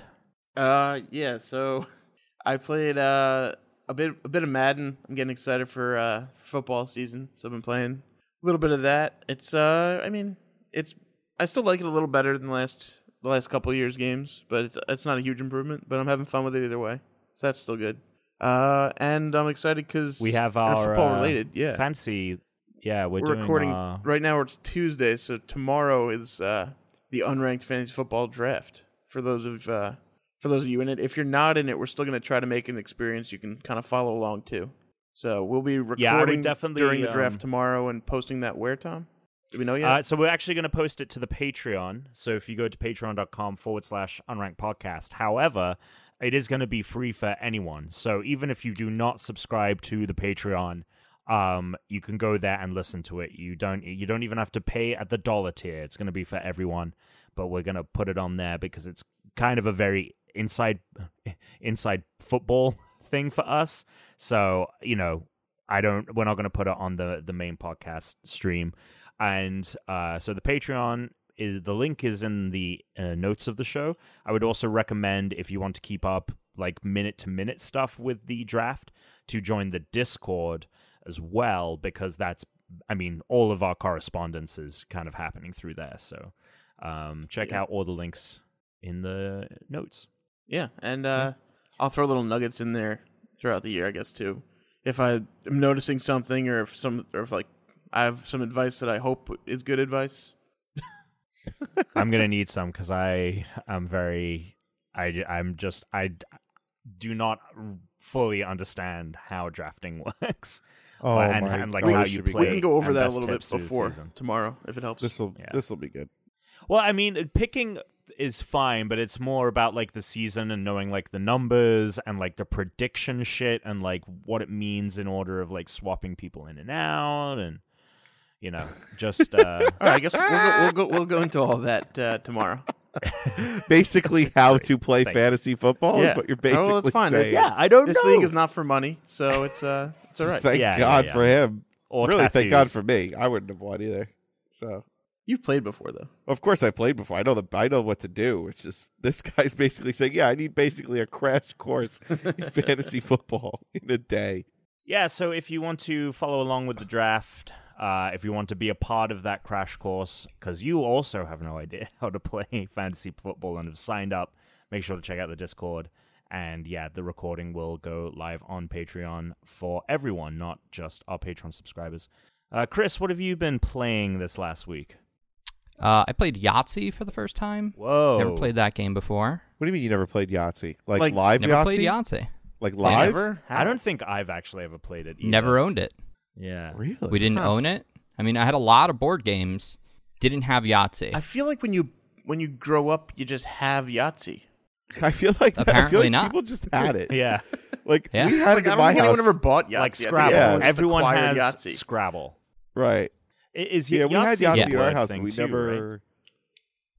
C: Uh, yeah. So [laughs] I played uh a bit a bit of Madden. I'm getting excited for uh football season, so I've been playing a little bit of that. It's uh, I mean, it's I still like it a little better than the last the last couple of years games, but it's it's not a huge improvement. But I'm having fun with it either way, so that's still good. Uh, and I'm excited because
A: We have our
C: football
A: uh,
C: related, yeah.
A: Fancy, yeah, we're,
C: we're
A: doing,
C: recording
A: uh,
C: right now. It's Tuesday, so tomorrow is uh, the unranked fantasy football draft. For those of uh, for those of you in it, if you're not in it, we're still going to try to make an experience you can kind of follow along to. So we'll be recording
A: Yeah, I would definitely,
C: during the draft
A: um,
C: tomorrow and posting that where Tom? Do we know yet?
A: Uh, so we're actually going to post it to the Patreon. So if you go to patreon.com forward slash unranked podcast, however, it is going to be free for anyone. So even if you do not subscribe to the Patreon, um, you can go there and listen to it. You don't you don't even have to pay at the dollar tier. It's going to be for everyone, but we're going to put it on there because it's kind of a very inside [laughs] inside football [laughs] thing for us. So you know, I don't. We're not going to put it on the the main podcast stream, and uh, so the Patreon is the link is in the uh, notes of the show. I would also recommend if you want to keep up like minute to minute stuff with the draft to join the Discord as well because that's I mean all of our correspondence is kind of happening through there. So um, check
C: Yeah.
A: out all the links in the notes.
C: yeah, and uh, I'll throw little nuggets in there throughout the year, I guess too. If I am noticing something, or if some, or if like I have some advice that I hope is good advice.
A: I'm gonna need some because I am very I I'm just I d- do not fully understand how drafting [laughs] works.
B: Oh,
A: and,
B: my
A: and like
B: God,
A: how
B: this
A: you
B: should be
A: play.
C: we can go over
A: and
C: that a
A: best
C: little bit
A: tips through the
C: before
A: season.
C: tomorrow if it helps.
B: This will
A: Yeah.
B: this will
A: [laughs]
B: be good.
A: Well, I mean, uh, picking is fine, but it's more about like the season and knowing like the numbers and like the prediction shit and like what it means in order of like swapping people in and out and you know just uh
C: All right, I guess we'll go, we'll go we'll go into all that uh, tomorrow.
A: [laughs]
B: Basically, how to play
A: Thank you.
B: fantasy football
C: Yeah.
B: is what you're
C: Oh,
B: basically
C: well, it's fine.
A: [laughs]
B: saying.
A: yeah, I don't
C: This
A: know.
C: league is not for money, so it's uh it's all right.
B: Oh, Thank
A: Yeah, yeah,
B: God
A: yeah.
B: for him.
A: or
B: really, thank God
A: tattoos.
B: for me. I wouldn't have won either. So,
C: You've played before though.
B: of course, I played before. I know the I know what to do. It's just this guy's basically saying, "Yeah, I need basically a crash course
A: [laughs]
B: [laughs] in fantasy football in a day."
A: Yeah, so if you want to follow along with the draft, uh, if you want to be a part of that crash course, because you also have no idea [laughs] how to play fantasy football and have signed up, make sure to check out the Discord. And yeah, the recording will go live on Patreon for everyone, not just our Patreon subscribers. Uh, Chris, what have you been playing this last week?
D: Uh, I played Yahtzee for the first time.
A: Whoa.
D: Never played that game before.
B: What do you mean you never played Yahtzee? Like,
C: Like,
B: live
D: Never
B: Yahtzee?
D: played Yahtzee.
B: Like live?
C: Never? How?
A: I don't think I've actually ever played it. Either.
D: Never owned it.
A: Yeah.
B: Really?
D: We didn't
C: Huh.
D: own it. I mean, I had a lot of board games. Didn't have Yahtzee.
C: I feel like when you when you grow up, you just have Yahtzee.
B: [laughs] I feel like I feel
D: Apparently
B: like
D: not.
B: people just had
A: [laughs]
B: it.
A: Yeah.
B: Like
D: Yeah.
B: we had
C: Like,
B: it
C: I
B: in
C: don't
B: my
C: think
B: house.
C: anyone ever bought [laughs] Yahtzee.
A: like
C: I think
A: Scrabble.
C: everyone just
A: Everyone
C: acquired
A: has
C: Yahtzee.
A: Scrabble.
B: right?
A: I- Is
B: Yeah, we had
A: Yahtzee's
B: Yahtzee
A: a
B: in our
A: word
B: house,
A: thing
B: but we
A: too, right?
B: never.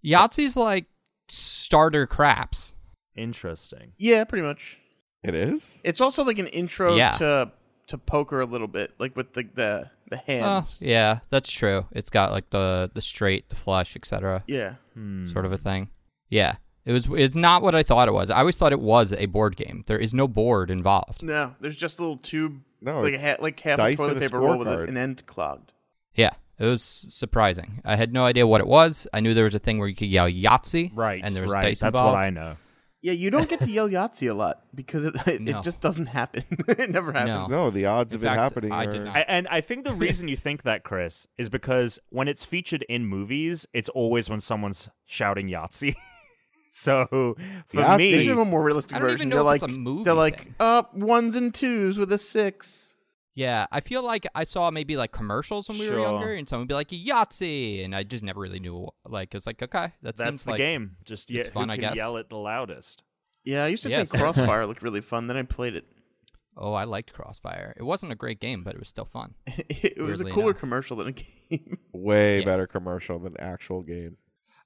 D: Yahtzee's like starter craps.
A: Interesting.
C: yeah, pretty much.
B: It is.
C: It's also like an intro
D: Yeah.
C: to to poker a little bit, like with the the, the
D: Oh,
C: hands.
D: yeah, that's true. It's got like the the straight, the flush, etc.
C: yeah.
A: Mm.
D: Sort of a thing. Yeah, it was. It's not what I thought it was. I always thought it was a board game. There is no board involved.
C: No, there's just a little tube,
B: No,
C: like
B: it's
C: ha- like half a
B: dice and
C: toilet
B: a
C: paper roll with
B: scorecard.
C: an end clogged.
D: Yeah, it was surprising. I had no idea what it was. I knew there was a thing where you could yell Yahtzee.
A: Right.
D: and there was
A: right.
D: dice
A: That's
D: involved.
A: what I know.
C: Yeah, you don't get to yell Yahtzee a lot because it [laughs] it,
D: No.
C: it just doesn't happen. [laughs] it never happens.
B: No, the odds
D: In
B: of it
D: fact,
B: happening.
D: I did
B: are-
D: not.
A: I, and I think the reason you think that, Chris, is because when it's featured in movies, it's always when someone's shouting Yahtzee. [laughs] so for
B: Yahtzee.
A: me,
C: They should have a more realistic
D: I don't even
C: version.
D: know
C: they're
D: if
C: like
D: it's a movie
C: they're like
D: thing.
C: up ones and twos with a six.
D: Yeah, I feel like I saw maybe like commercials when we
A: Sure.
D: were younger, and someone would be like Yahtzee, and I just never really knew. what- Like, it was like, okay, that
A: that's
D: seems
A: the
D: like
A: game. Just yeah,
D: it's fun,
A: who
D: I
A: can
D: guess.
A: yell it the loudest.
C: Yeah, I used to
D: Yes.
C: think
D: [laughs]
C: Crossfire looked really fun. Then I played it. [laughs]
D: Oh, I liked Crossfire. It wasn't a great game, but it was still fun.
C: it was
D: Weirdly
C: a cooler
D: enough.
C: commercial than a [laughs] game.
B: way
D: Yeah.
B: better commercial than actual game.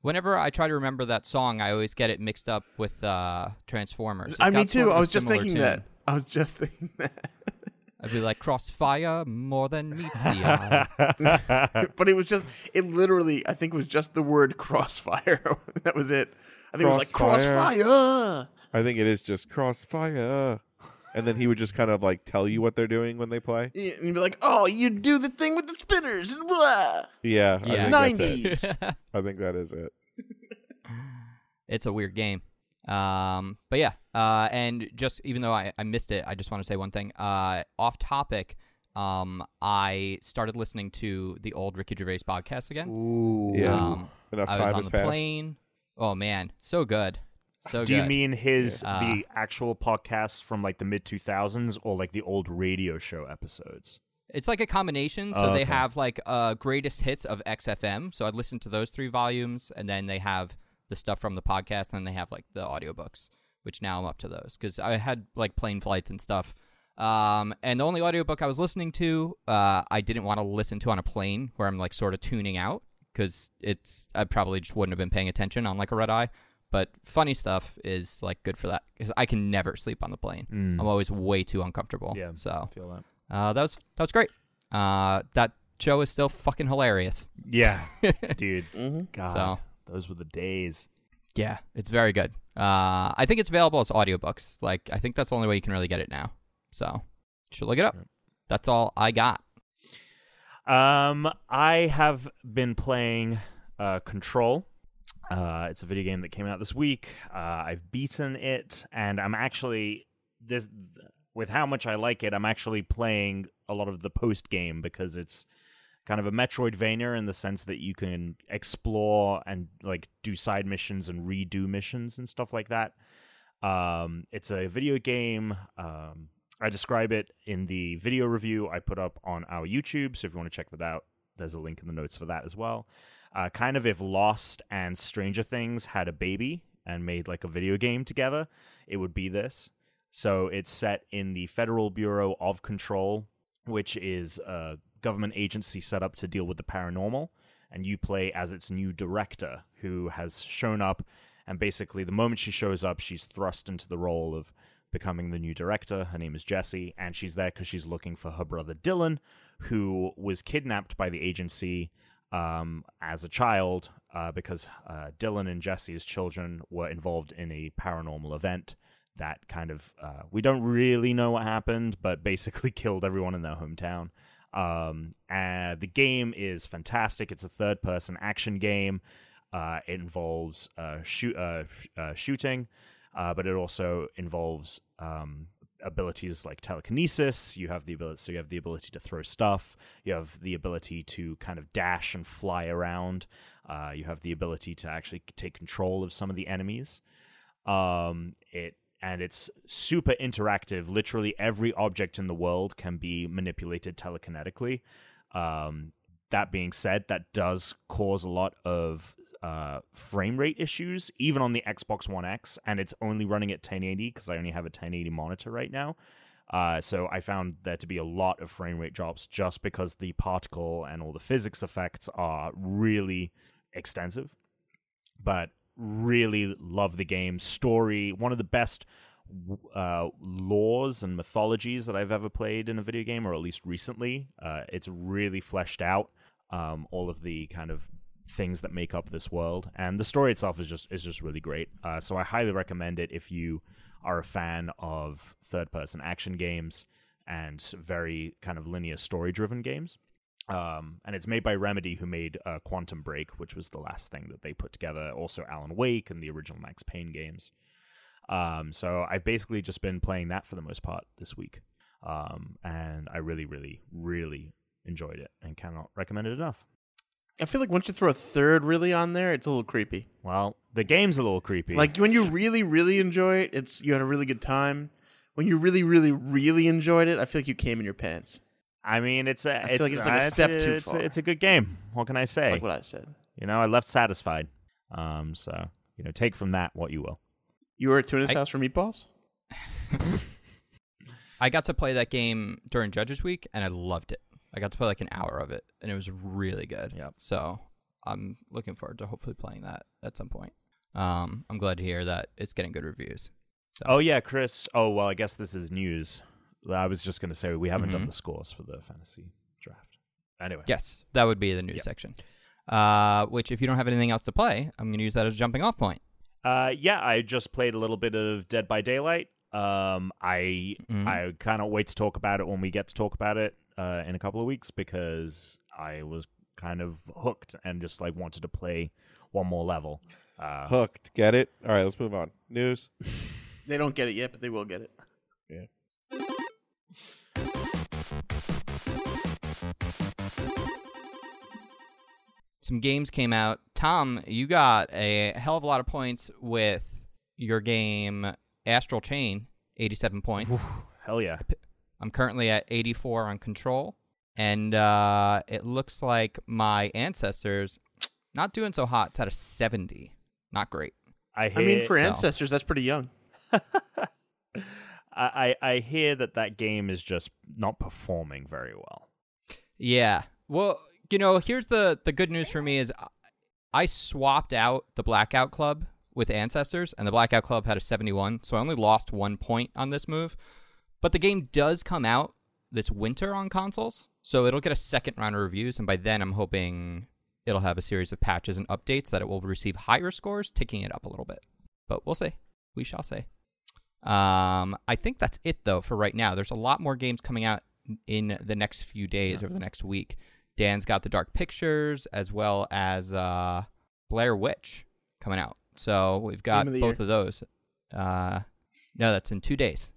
D: Whenever I try to remember that song, I always get it mixed up with uh, Transformers. It's
C: I me
D: got sort
C: too.
D: of
C: I
D: a
C: was just
D: similar
C: thinking
D: tune.
C: that. I was just [laughs] thinking
A: Uh,
C: that.
D: I'd be like Crossfire more than meets the
C: [laughs]
D: eye.
C: but it was just it literally I think was just the word crossfire. [laughs] that was it. I
B: Crossfire.
C: think it was like crossfire.
B: I think it is just crossfire. And then he would just kind of like tell you what they're doing when they play.
C: Yeah, And you'd be like, "Oh, you do the thing with the spinners and blah."
B: Yeah. I
D: Yeah.
B: think that's it.
C: Nineties.
D: [laughs]
B: I think that is it.
D: it's a weird game. Um, but yeah, uh, and just even though I, I missed it, I just want to say one thing. Uh, off topic, um, I started listening to the old Ricky Gervais podcast again.
A: Ooh.
B: Yeah.
D: Um,
B: Enough
D: I was
B: time
D: on
B: has
D: the
B: passed.
D: plane. Oh man, so good, so
A: Do
D: good.
A: you mean his
D: Yeah.
A: the actual podcasts from like the mid two thousands or like the old radio show episodes?
D: It's like a combination. So
A: Oh,
D: they
A: okay.
D: have like uh, greatest hits of XFM. So I'd listen to those three volumes, and then they have the stuff from the podcast, and then they have like the audiobooks, which now I'm up to those because I had like plane flights and stuff. Um, and the only audiobook I was listening to, uh, I didn't want to listen to on a plane where I'm like sort of tuning out because it's I probably just wouldn't have been paying attention on like a red eye. But funny stuff is like good for that because I can never sleep on the plane. I'm always way too uncomfortable.
A: Mm. Yeah.
D: So
A: I feel that.
D: uh, that was that was great. Uh, that show is still fucking hilarious. [laughs]
A: Yeah, dude.
C: Mm-hmm.
A: God,
D: So.
A: those were the days.
D: Yeah, it's very good. Uh, I think it's available as audiobooks. Like I think that's the only way you can really get it now. So you should look it up. That's all I got.
A: Um, I have been playing uh, Control. Uh, it's a video game that came out this week. Uh, I've beaten it, and I'm actually this with how much I like it. I'm actually playing a lot of the post game because it's kind of a Metroidvania in the sense that you can explore and like do side missions and redo missions and stuff like that. Um, it's a video game. Um, I describe it in the video review I put up on our YouTube. So if you want to check that out, there's a link in the notes for that as well. Uh, kind of if Lost and Stranger Things had a baby and made like a video game together, it would be this. So it's set in the Federal Bureau of Control, which is a government agency set up to deal with the paranormal. And you play as its new director who has shown up. And basically, the moment she shows up, she's thrust into the role of becoming the new director. Her name is Jessie, and she's there because she's looking for her brother Dylan, who was kidnapped by the agency um, as a child uh, because uh, Dylan and Jessie, as children, were involved in a paranormal event that kind of uh, we don't really know what happened, but basically [laughs] killed everyone in their hometown. Um, and the game is fantastic. It's a third-person action game. Uh, it involves uh, shoot, uh, sh- uh, shooting, uh, but it also involves um, abilities like telekinesis. You have the ability, so you have the ability to throw stuff. You have the ability to kind of dash and fly around. Uh, you have the ability to actually take control of some of the enemies um it and it's super interactive literally every object in the world can be manipulated telekinetically um that being said that does cause a lot of uh frame rate issues even on the Xbox One X and it's only running at 1080 cuz I only have a 1080 monitor right now uh, so I found there to be a lot of frame rate drops just because the particle and all the physics effects are really extensive but really love the game. Story, one of the best uh, laws and mythologies that I've ever played in a video game, or at least recently. Uh, it's really fleshed out um, all of the kind of things that make up this world, and the story itself is just is just really great. Uh, so I highly recommend it if you are a fan of third person action games and s- very kind of linear story driven games um, and it's made by Remedy, who made uh, Quantum Break, which was the last thing that they put together. Also, Alan Wake and the original Max Payne games. Um, so I've basically just been playing that for the most part this week, um, and I really, really, really enjoyed it and cannot recommend it enough.
C: I feel like once you throw a third really on there, it's a little creepy.
A: Well, the game's a little creepy.
C: Like when you really, really enjoy it, it's you had a really good time. When you really, really, really enjoyed it, I feel like you came in your pants.
A: I mean, it's a.
C: feel like it's like a
A: uh,
C: step too
A: it's
C: far.
A: A, it's a good game. What can I say?
C: Like what I said.
A: you know, I left satisfied. Um, so you know, take from that what you will.
C: You were at Tuna's
D: I-
C: house for meatballs?
D: I got to play that game during Judges Week, and I loved it. I got to play like an hour of it, and it was really good.
A: Yep.
D: So I'm looking forward to hopefully playing that at some point. Um, I'm glad to hear that it's getting good reviews. So
A: Oh yeah, Chris. Oh well, I guess this is news. I was just gonna say we haven't done
D: Mhm.
C: Mm-hmm.
A: the scores for the fantasy draft. Anyway,
D: yes, that would be the news
A: Yep.
D: section. Uh, which if you don't have anything else to play, I'm going to use that as a jumping off point.
A: Uh, yeah, I just played a little bit of Dead by Daylight. Um, I
D: Mhm.
A: I cannot wait to talk about it when we get to talk about it uh, in a couple of weeks because I was kind of hooked and just like wanted to play one more level. Uh,
B: Hooked. Get it? All right, let's move on. News.
C: They don't get it yet, but they will get it.
D: Some games came out. Tom, you got a hell of a lot of points with your game Astral Chain, 87 points.
A: hell yeah!
D: I'm currently at 84 on control, and uh, it looks like my ancestors not doing so hot. It's at a 70. Not great.
A: I
C: I
A: hear,
C: mean, for
D: so.
C: ancestors, that's pretty young.
A: I, I I hear that that game is just not performing very well.
D: Yeah. Well, you know, here's the the good news for me is I- I swapped out the Blackout Club with Ancestors, and the Blackout Club had a 71, so I only lost one point on this move. But the game does come out this winter on consoles, so it'll get a second round of reviews, and by then I'm hoping it'll have a series of patches and updates that it will receive higher scores, ticking it up a little bit. But we'll see. We shall see. Um, I think that's it though for right now. There's a lot more games coming out in the next few days over the next week. Dan's got the Dark Pictures as well as uh, Blair Witch coming out. So we've got
C: Game of the
D: both of those. Uh, no, that's in two days.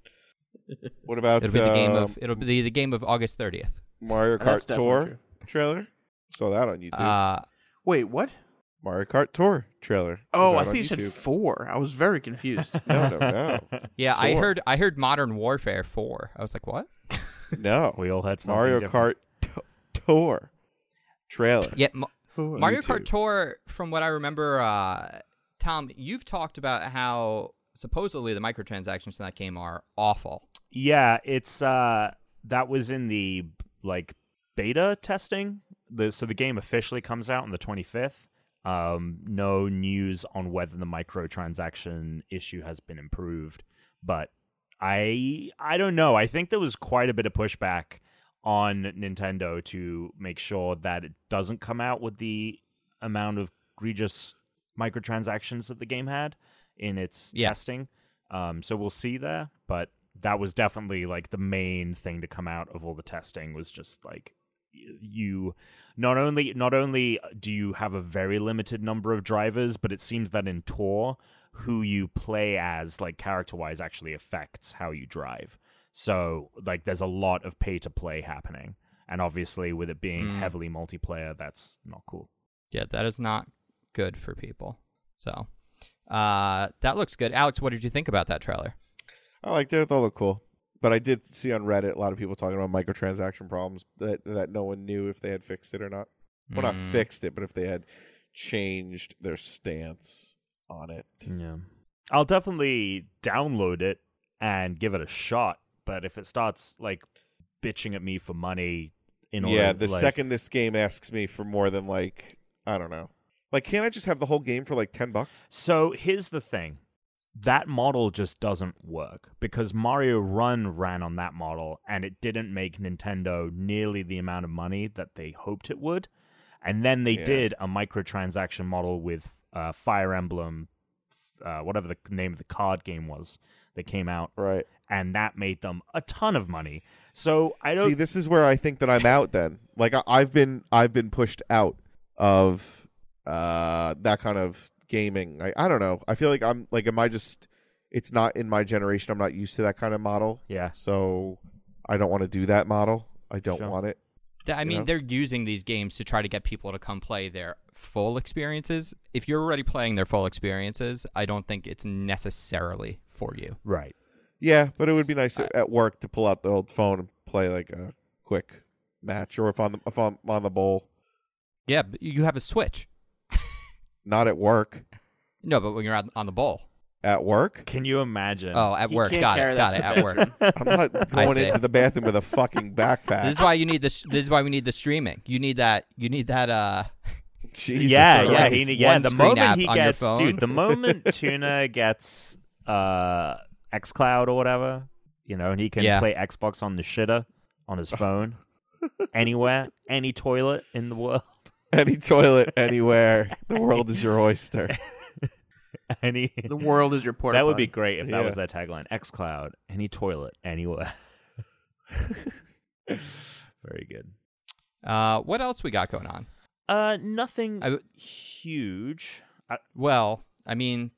B: What about
D: It'll be the game
B: uh,
D: of it'll be the game of August 30th.
B: Mario
C: And that's
B: Kart
C: definitely
B: Tour
C: true.
B: trailer? Saw that on YouTube.
D: Uh,
C: Wait, what?
B: Mario Kart Tour trailer.
C: Oh,
B: Is
C: I
B: out on
C: think you said
B: YouTube.
C: [laughs] four. I was very confused.
B: No, no, no.
D: yeah, I
B: Sure.
D: heard I heard Modern Warfare 4. I was like, what? [laughs]
B: No.
A: We all had something
B: Mario
A: different.
B: Kart t- Tour trailer.
D: Yeah, Ma-
C: [laughs] Who-
D: Mario
B: YouTube.
D: Kart Tour, from what I remember, uh, Tom, you've talked about how supposedly the microtransactions in that game are awful.
A: Yeah, it's uh that was in the like beta testing. The so the game officially comes out on the 25th. Um no news on whether the microtransaction issue has been improved, but I I don't know. I think there was quite a bit of pushback on Nintendo to make sure that it doesn't come out with the amount of egregious microtransactions that the game had in its
D: Yeah.
A: testing. Um, so we'll see there, but that was definitely like the main thing to come out of all the testing was just like y- you not only not only uh, do you have a very limited number of drivers, but it seems that in Tor, who you play as like character wise actually affects how you drive. So like there's a lot of pay to play happening, and obviously with it being
D: Mm.
A: heavily multiplayer, that's not cool.
D: Yeah, that is not good for people. So uh, that looks good. Alex, what did you think about that trailer?
B: I liked it. It all looked cool. But I did see on Reddit a lot of people talking about microtransaction problems that, that no one knew if they had fixed it or not. Well, not
D: Mm.
B: fixed it, but if they had changed their stance on it.
A: Yeah. I'll definitely download it and give it a shot, but if it starts like bitching at me for money in order
B: yeah, the
A: like-
B: second this game asks me for more than like I don't know, like can't I just have the whole game for like ten bucks?
A: So here's the thing. That model just doesn't work because Mario Run ran on that model and it didn't make Nintendo nearly the amount of money that they hoped it would. And then they
B: Yeah.
A: did a microtransaction model with uh, Fire Emblem, uh, whatever the name of the card game was that came out,
B: Right.
A: and that made them a ton of money. So I don't
B: See, this is where I think that I'm out. Then, like I- I've been I've been pushed out of uh that kind of gaming. I I don't know. I feel like I'm like am I just it's not in my generation. I'm not used to that kind of model.
A: Yeah.
B: So I don't want to do that model. I don't
A: Sure.
B: want it.
D: Th- I
B: you
D: mean,
B: know?
D: they're using these games to try to get people to come play their full experiences. If you're already playing their full experiences, I don't think it's necessarily for you.
A: Right.
B: Yeah, but it would be nice to- at work to pull out the old phone and play like a quick match, or if on the if I'm on the bowl,
D: Yeah, but you have a Switch.
B: not at work,
D: No, but when you're on, on the bowl.
A: [laughs]
B: at work.
A: Can you imagine?
B: Uh,
D: Oh, at
C: He
D: work.
C: can't
D: Got
C: carry
D: it.
C: that
D: Got
C: to
D: it.
C: the
D: At
B: [laughs]
D: work.
C: bathroom. [laughs]
B: I'm not
D: I
B: going
D: see.
B: into the bathroom with a
A: [laughs]
B: fucking backpack.
D: This is why you need this. This is why we need the streaming. You need that. You need that. Uh,
B: Jesus
A: yeah, yeah,
B: Christ.
A: he,
D: Christ.
A: yeah.
D: One
A: The
D: screen
A: moment
D: app
A: he
D: on your
A: gets,
D: phone.
A: dude, the moment
D: [laughs]
A: Tuna gets uh, XCloud or whatever, you know, and he can
D: Yeah.
A: play Xbox on the shitter on his
D: [laughs]
A: phone, anywhere, any toilet in the world, [laughs]
B: any toilet, anywhere, the world is your oyster.
A: any.
C: The world is your porta.
A: That would be
C: potty.
A: great if that was
B: Yeah.
A: their tagline: XCloud, any toilet,
D: [laughs]
A: anywhere. [laughs] Very good.
D: uh, what else we got going on?
A: Uh, nothing
D: I w-
A: huge. I,
D: Well, I mean,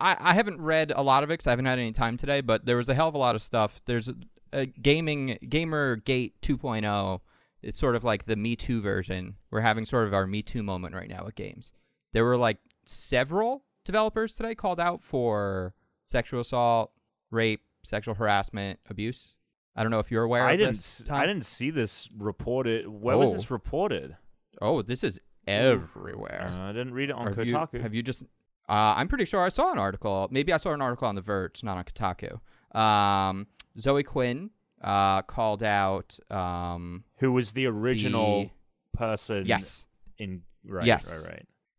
D: I, I haven't read a lot of it 'cause I haven't had any time today, but there was a hell of a lot of stuff. There's a, a gaming gamer gate 2.0. oh. It's sort of like the Me Too version. We're having sort of our Me Too moment right now with games. There were like several developers today called out for sexual assault, rape, sexual harassment, abuse. I don't know if you're aware
A: I
D: of
A: didn't.
D: this.
A: s-
D: Tom.
A: I didn't see this reported. Where was
D: Oh.
A: this reported?
D: Oh, this is everywhere.
A: Uh, I didn't read it on
D: Or have
A: Kotaku.
D: You, have you just? Uh, I'm pretty sure I saw an article. Maybe I saw an article on The Verge, not on Kotaku. Um, Zoe Quinn uh, called out. Um,
A: Who was the
D: the-
A: original person?
D: yes.
A: In right.
D: Yes.
A: Right.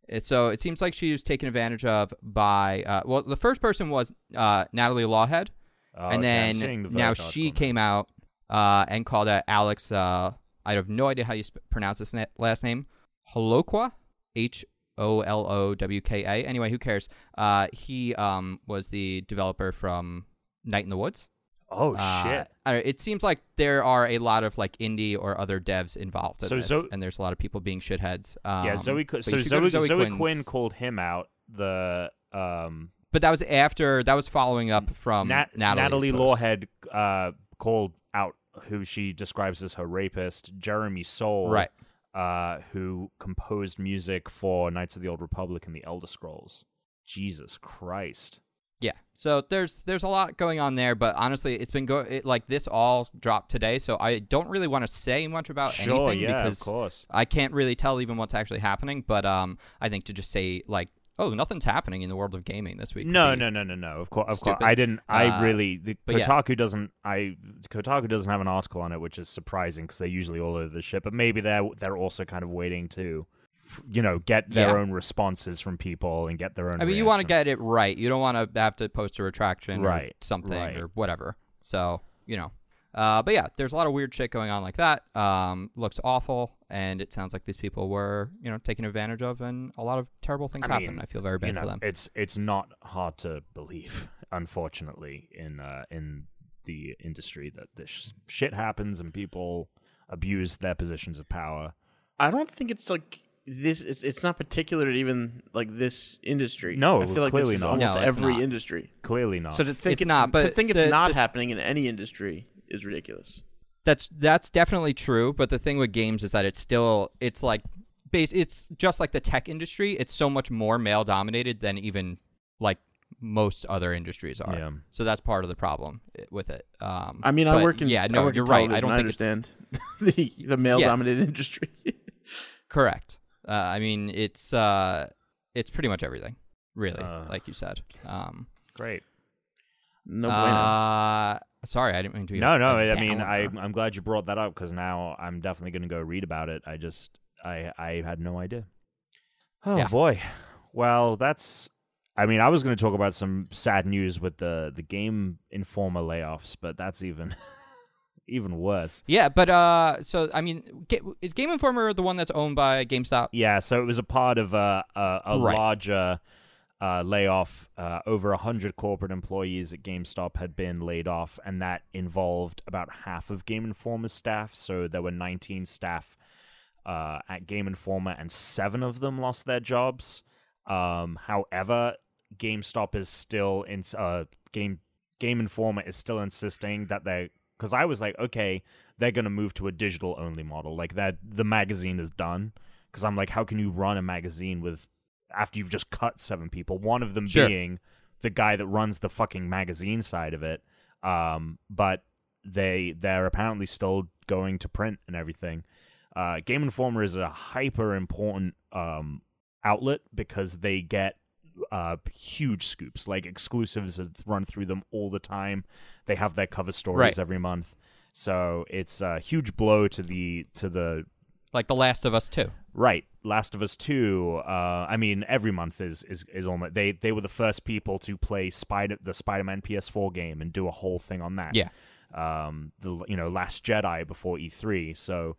A: Right.
D: Uh, So it seems like she was taken advantage of by. Uh, well, the first person was uh, Natalie Lawhead,
A: Oh, okay, I'm
D: and
A: seeing
D: then
A: the
D: now
A: Verge article
D: she came out uh, and called out Alex. Uh, I have no idea how you sp- pronounce this na- last name. Holokwa, H O L O W K A. Anyway, who cares? Uh, he um, was the developer from Night in the Woods.
A: Oh
D: Uh,
A: shit!
D: I don't know, it seems like there are a lot of like indie or other devs involved in
A: So
D: this,
A: Zo-
D: and there's a lot of people being shitheads. Um,
A: yeah, Zoe. Co-
D: but
A: So
D: you should go
A: Zoe,
D: to
A: Zoe, Quinn
D: Quinn's-
A: called him out. The um,
D: But that was after that was following up from
A: Nat- Natalie
D: Natalie's post.
A: Lawhead uh, called out who she describes as her rapist, Jeremy Soule,
D: right?
A: Uh, who composed music for Knights of the Old Republic and the Elder Scrolls. Jesus Christ!
D: Yeah. So there's there's a lot going on there, but honestly, it's been go it, like this all dropped today, so I don't really want to say much about
A: sure,
D: anything
A: yeah,
D: because
A: of course.
D: I can't really tell even what's actually happening. But um, I think to just say like, oh, nothing's happening in the world of gaming this week. would
A: No,
D: be-
A: no, no, no, no. Of course, of course.
D: stupid.
A: I didn't. I
D: Uh,
A: really. The,
D: but yeah.
A: Kotaku doesn't. I Kotaku doesn't have an article on it, which is surprising because they're usually all over the ship. But maybe they're they're also kind of waiting to, you know, get their
D: Yeah.
A: own responses from people and get their own.
D: I mean, you want to
A: reaction.
D: get it right. You don't want to have to post a retraction
A: Right,
D: or something
A: right.
D: or whatever. So, you know. Uh, but yeah, there's a lot of weird shit going on like that. Um, looks awful, and it sounds like these people were, you know, taken advantage of, and a lot of terrible things
A: I
D: happened.
A: mean,
D: I feel very bad
A: you know,
D: for them.
A: It's it's not hard to believe, [laughs] unfortunately, in uh, in the industry that this shit happens and people abuse their positions of power.
C: I don't think it's like this. It's, it's not particular to even like this industry.
A: No,
C: I feel like
A: clearly
C: this is
A: not.
C: almost
D: No, it's
C: every
D: not.
C: industry.
A: Clearly not.
C: So to think
D: It's
C: it-
D: not,
C: to
D: but
C: think it's
D: the-
C: not
D: the-
C: happening in any industry is ridiculous.
D: That's that's definitely true, but the thing with games is that it's still it's like base it's just like the tech industry, it's so much more male dominated than even like most other industries are.
A: Yeah.
D: So that's part of the problem i- with it. Um
C: I mean, I
D: but
C: work in.
D: Yeah,
C: I
D: no,
C: work in
D: you're right. I
C: television,
D: don't think it's
C: understand [laughs] the the male dominated industry. [laughs]
D: correct. Uh, I mean, it's uh it's pretty much everything, really,
A: Uh.
D: like you said. Um
A: great.
C: no bueno.
D: uh, sorry, I didn't mean to be
A: No, no.
D: a
A: I I mean,
D: downer.
A: I, I'm glad you brought that up because now I'm definitely going to go read about it. I just, I, I had no idea. Oh
D: Yeah.
A: boy. Well, that's. I mean, I was going to talk about some sad news with the the game informer layoffs, but that's even, [laughs] even worse.
D: Yeah, but uh so I mean, ga- is Game Informer the one that's owned by GameStop?
A: Yeah. So it was a part of a a, a
D: Right.
A: larger. Uh, layoff. Uh, over 100 corporate employees at GameStop had been laid off, and that involved about half of Game Informer's staff. So there were 19 staff uh, at Game Informer, and seven of them lost their jobs. Um, however, GameStop is still in uh, game Game Informer is still insisting that they because I was like, okay, they're gonna move to a digital only model. Like that, the magazine is done. Because I'm like, how can you run a magazine with after you've just cut seven people? One of them
D: Sure.
A: being the guy that runs the fucking magazine side of it. Um, but they they're apparently still going to print and everything. Uh, Game Informer is a hyper important um, outlet because they get uh, huge scoops, like exclusives that run through them all the time. They have their cover stories
D: Right.
A: every month, so it's a huge blow to the to the
D: like The Last of Us Two.
A: Right, Last of Us Two. Uh, I mean, every month is is is almost they they were the first people to play Spider the Spider Man PS4 game and do a whole thing on that.
D: Yeah.
A: Um, the you know Last Jedi before E3, so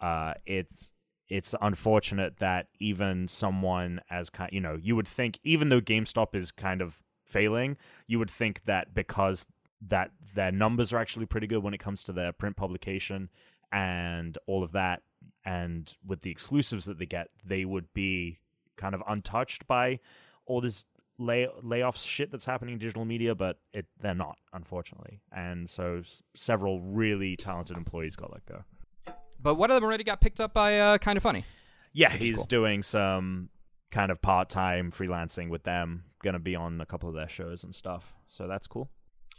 A: uh, it's it's unfortunate that even someone as kind you know you would think even though GameStop is kind of failing, you would think that because that their numbers are actually pretty good when it comes to their print publication and all of that and with the exclusives that they get, they would be kind of untouched by all this lay layoffs shit that's happening in digital media, but it they're not, unfortunately. And so s- several really talented employees got let go.
D: But one of them already got picked up by uh, Kind of Funny.
A: Yeah,
D: Which is
A: he's
D: cool.
A: doing some kind of part time freelancing with them. Going to be on a couple of their shows and stuff, so that's cool.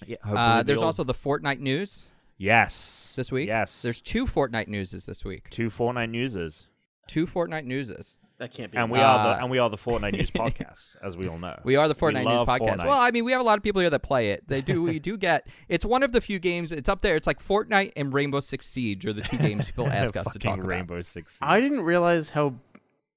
A: Yeah,
D: Uh, there's also the Fortnite news
A: yes
D: this week.
A: Yes,
D: There's two Fortnite newses this week.
A: two Fortnite newses,
D: Two Fortnite newses.
C: That can't be.
A: and we
D: Uh,
A: are the and we are the Fortnite [laughs] News podcast, as we all know.
D: We are the Fortnite News
A: love
D: podcast.
A: Fortnite.
D: Well, I mean, we have a lot of people here that play it. They do. We do get. It's one of the few games. It's up there. It's like Fortnite and Rainbow Six Siege are the two games
A: [laughs]
D: people ask us to
A: Fucking
D: talk about.
A: Rainbow Six. Siege.
C: I didn't realize how.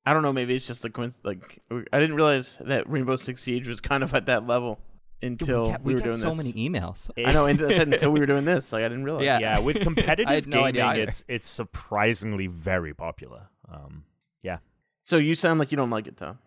C: I don't know. Maybe it's just a coincidence. Like I didn't realize that Rainbow Six Siege was kind of at that level until
D: we get, we
C: were
D: get
C: doing
D: so
C: this.
D: many emails.
C: I know. And I said until we were doing this, like I didn't realize.
D: [laughs] Yeah.
A: yeah, with
D: [laughs] I
A: competitive
D: had no idea
A: gaming,
D: either.
A: it's it's surprisingly very popular. Um, yeah,
C: So you sound like you don't like it, [laughs] Tom.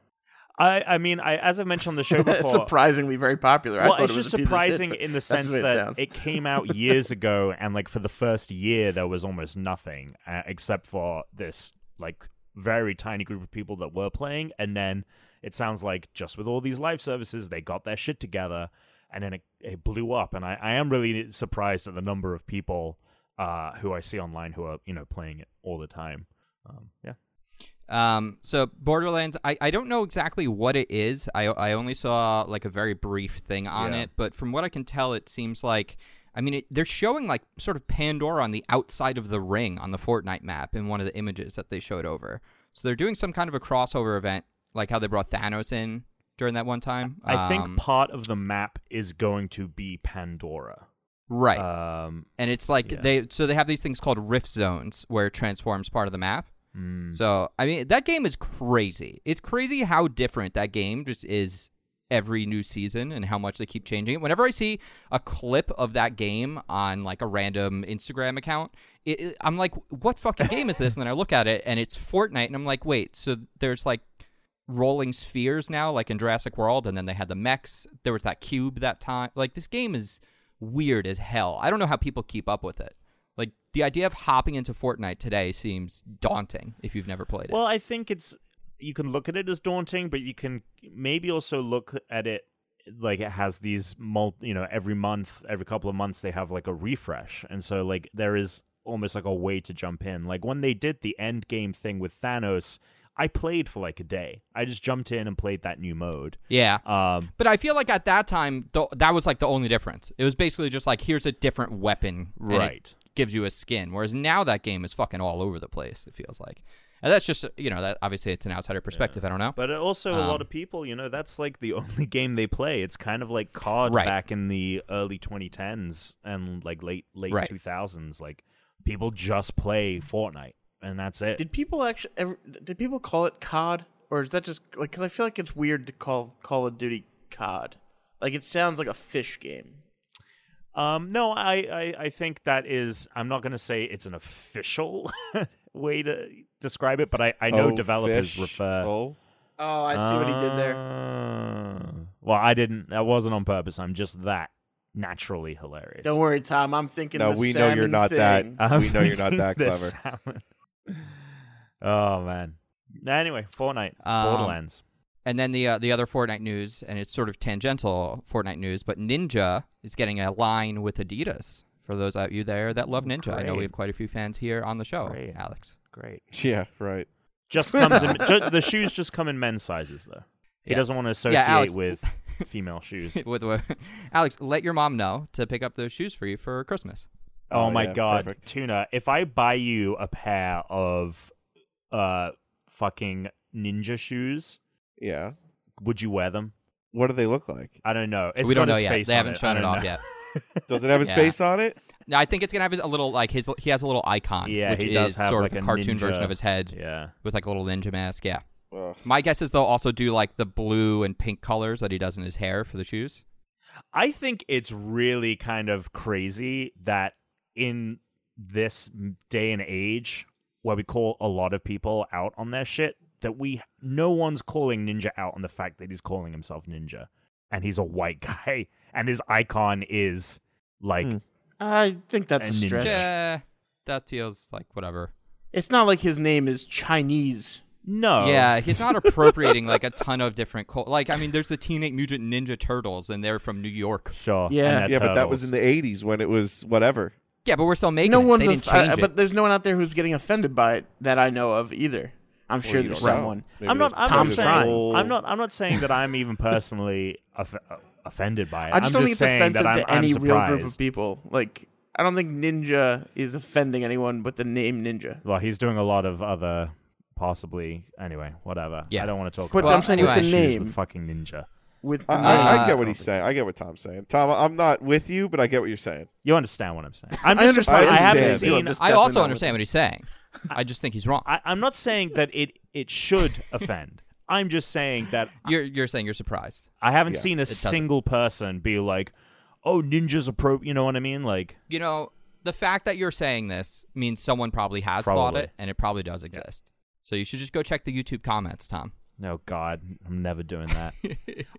A: I I mean, I as I've mentioned on the
D: [laughs]
A: show before,
C: It's surprisingly very popular. I
A: Well,
C: thought
A: it's
C: it was
A: just
C: a piece of shit,
A: surprising
C: but
A: in the
C: that's
A: sense
C: way it
A: that
C: sounds.
A: it came
C: [laughs]
A: out years ago, and like for the first year, there was almost nothing uh, except for this like very tiny group of people that were playing. And then it sounds like just with all these live services, they got their shit together, and then it, it blew up. And I, I am really surprised at the number of people uh, who I see online who are you know playing it all the time. Um, yeah,
D: Um, so Borderlands, I, I don't know exactly what it is. I I only saw like a very brief thing on
A: Yeah.
D: it, but from what I can tell, it seems like I mean it, they're showing like sort of Pandora on the outside of the ring on the Fortnite map in one of the images that they showed over. So they're doing some kind of a crossover event, like how they brought Thanos in during that one time.
A: I
D: Um,
A: think part of the map is going to be Pandora.
D: right,
A: Um,
D: and it's like
A: yeah.
D: they so they have these things called rift zones where it transforms part of the map.
A: mm.
D: So I mean, that game is crazy. It's crazy how different that game just is every new season and how much they keep changing it. Whenever I see a clip of that game on like a random Instagram account, it, it- I'm like, what fucking game is this? And then I look at it and it's Fortnite, and I'm like, wait, so there's like rolling spheres now, like in Jurassic World, and then they had the mechs. There was that cube that time. Like this game is weird as hell. I don't know how people keep up with it. Like the idea of hopping into Fortnite today seems daunting if you've never played it.
A: Well, I think it's you can look at it as daunting, but you can maybe also look at it like it has these mul you know every month, every couple of months they have like a refresh, and so like there is almost like a way to jump in. Like when they did the end game thing with Thanos, I played for like a day. I just jumped in and played that new mode.
D: yeah.
A: Um,
D: But I feel like at that time, th- that was like the only difference. It was basically just like, here's a different weapon. and it
A: Right.
D: gives you a skin. Whereas now that game is fucking all over the place, it feels like. And that's just, you know, that obviously it's an outsider perspective. I don't know.
A: But also, a
D: Um,
A: lot of people, you know, that's like the [laughs] only game they play. It's kind of like COD
D: Right.
A: back in the early 2010s and like late late
D: Right.
A: 2000s. Like people just play Fortnite, and that's it.
C: Did people actually? Ever, did people call it COD, or is that just like? Because I feel like it's weird to call Call of Duty COD. Like it sounds like a fish game.
A: um, no, I, I I think that is. I'm not going to say it's an official [laughs] way to describe it, but [laughs] I I know
B: Oh,
A: developers
B: fish.
A: refer.
B: Oh.
C: Oh, I see what he did there.
A: Ah. Well, I didn't. That wasn't on purpose. I'm just that naturally hilarious.
C: Don't worry, Tom. I'm thinking.
B: No,
C: the
B: we know you're
C: salmon
B: not
C: thing.
B: that.
A: I'm
B: we know you're
A: [laughs]
B: not
A: thinking
B: that
A: Um, the
B: clever.
A: salmon. Oh man. Anyway, Fortnite,
D: Um,
A: Borderlands.
D: And then the uh, the other Fortnite news, and it's sort of tangential Fortnite news, but Ninja is getting a line with Adidas. For those out you there that love Ninja, I know we
A: Great.
D: have quite a few fans here on the show.
A: Great.
D: Alex,
A: Great.
B: Yeah, right.
A: Just
D: [laughs]
A: comes in ju- the shoes just come in men's sizes though. He
D: Yeah.
A: doesn't want to associate
D: Yeah, Alex-
A: with female shoes.
D: [laughs] with, with Alex, let your mom know to pick up those shoes for you for Christmas.
A: Oh,
B: Oh,
A: my
B: yeah,
A: god,
B: perfect.
A: Tuna! If I buy you a pair of uh fucking ninja shoes,
B: Yeah.
A: would you wear them?
B: What do they look like?
A: I don't know. It's
D: we
A: got
D: don't know
A: his
D: yet;
A: face
D: they
A: on
D: haven't
A: it.
D: shown
A: I
D: it
A: don't know.
D: off yet.
B: Does it have his
D: Yeah.
B: face on it?
D: No, I think it's gonna have his, a little like his he has a little icon,
A: Yeah,
D: which
A: he
D: is
A: does have,
D: sort
A: like,
D: of
A: a
D: a cartoon version
A: ninja-
D: of his head
A: Yeah.
D: with like a little ninja mask. Yeah,
B: Ugh.
D: my guess is they'll also do like the blue and pink colors that he does in his hair for the shoes.
A: I think it's really kind of crazy that in this day and age where we call a lot of people out on their shit, that we no one's calling Ninja out on the fact that he's calling himself Ninja and he's a white guy [laughs] and his icon is like
B: Hmm.
C: I think that's
A: And
C: a stretch.
D: Yeah, that feels like whatever.
C: It's not like his name is Chinese.
A: no.
D: Yeah, he's not appropriating like a ton of different col- like I mean, there's the Teenage Mutant Ninja Turtles, and they're from New York.
A: Sure. and
C: Yeah.
A: they're
B: Yeah, but that was in
A: turtles.
B: the '80s when it was whatever.
D: Yeah, but we're still making
C: no
D: it.
C: one's
D: they didn't
C: aff- I-
D: change
C: I-
D: it.
C: but there's no one out there who's getting offended by it that I know of either. I'm
B: Or
C: sure
B: you
C: there's
B: don't know.
C: someone.
B: Maybe
A: I'm not.
B: there's-
A: I'm not,
B: maybe
C: Tom's
B: there's
A: saying,
B: an old-
A: I'm not. I'm not saying that I'm even personally [laughs] off- offended by it.
C: I just
A: I'm
C: don't
A: just
C: think
A: saying
C: it's offensive
A: that I'm,
C: to any
A: I'm
C: real group of
A: surprised.
C: people. Like I don't think Ninja is offending anyone with the name Ninja.
A: Well, he's doing a lot of other possibly. Anyway, whatever.
D: Yeah.
A: I don't want to talk
C: But
A: about
D: I'm saying with
A: issues
D: the
C: name.
A: with fucking ninja.
C: With
B: I,
C: the
B: I- I
A: Ah.
D: Uh,
B: get what he's saying. I get what Tom's saying. Tom, I'm not with you, but I get what you're saying.
A: You understand what I'm saying? I'm
C: I
A: just
C: understand.
A: I haven't
B: Understand.
A: seen.
C: I'm just-
D: I
C: definitely
D: also
C: not
D: understand what
C: [laughs]
D: he's saying. I just think he's wrong.
A: I, I'm not saying that it it should [laughs] offend. I'm just saying that
D: You're you're saying you're surprised.
A: I haven't
B: Yes,
A: seen a
D: it doesn't.
A: single person be like, "Oh, ninjas are pro." You know what I mean? Like,
D: You know, the fact that you're saying this means someone probably has thought
A: Probably.
D: it, and it probably does exist. So you should just go check the YouTube comments, Tom.
A: no, God, I'm never doing that.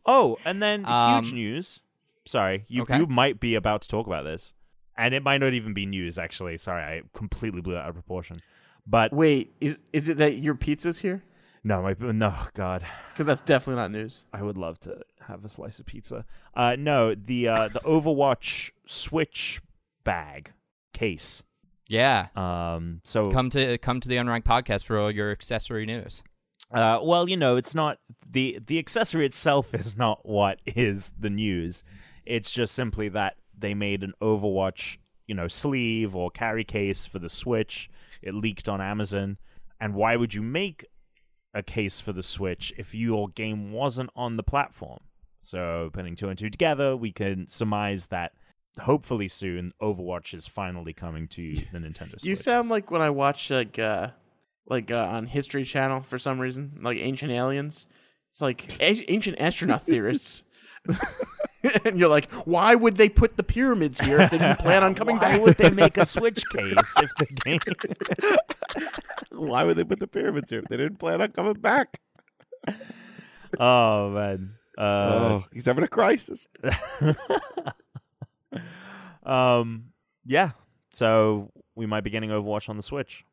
A: oh, and then
D: Um,
A: huge news. Sorry, you
D: okay.
A: you might be about to talk about this, and it might not even be news. Actually, sorry, I completely blew it out of proportion. But
C: Wait, is is it that your pizza's here?
A: no, my no, God.
C: Because that's definitely not news.
A: I would love to have a slice of pizza. Uh, no, the uh, the Overwatch Switch bag case.
D: Yeah.
A: Um, so,
D: Come to come to the Unranked podcast for all your accessory news.
A: uh, well, you know, it's not the the accessory itself [laughs] is not what is the news. It's just simply that they made an Overwatch, you know, sleeve or carry case for the Switch. It leaked on Amazon, and why would you make a case for the Switch if your game wasn't on the platform? So, putting two and two together, we can surmise that hopefully soon Overwatch is finally coming
C: [laughs]
A: to the Nintendo Switch.
C: You sound like when I watch like uh like uh, on History Channel for some reason, like ancient aliens. It's like a- ancient astronaut [laughs] theorists. and you're like, why would they put the pyramids here if they didn't plan on [laughs]
A: [laughs]
C: coming
A: Why
C: back?
A: would they make a
C: [laughs]
A: Switch case if the game?
B: Why would they put the pyramids here if they didn't plan on coming back?
A: Oh man. Uh,
B: oh, he's having a crisis. Oh.
A: [laughs] Um. Yeah. So we might be getting Overwatch on the Switch.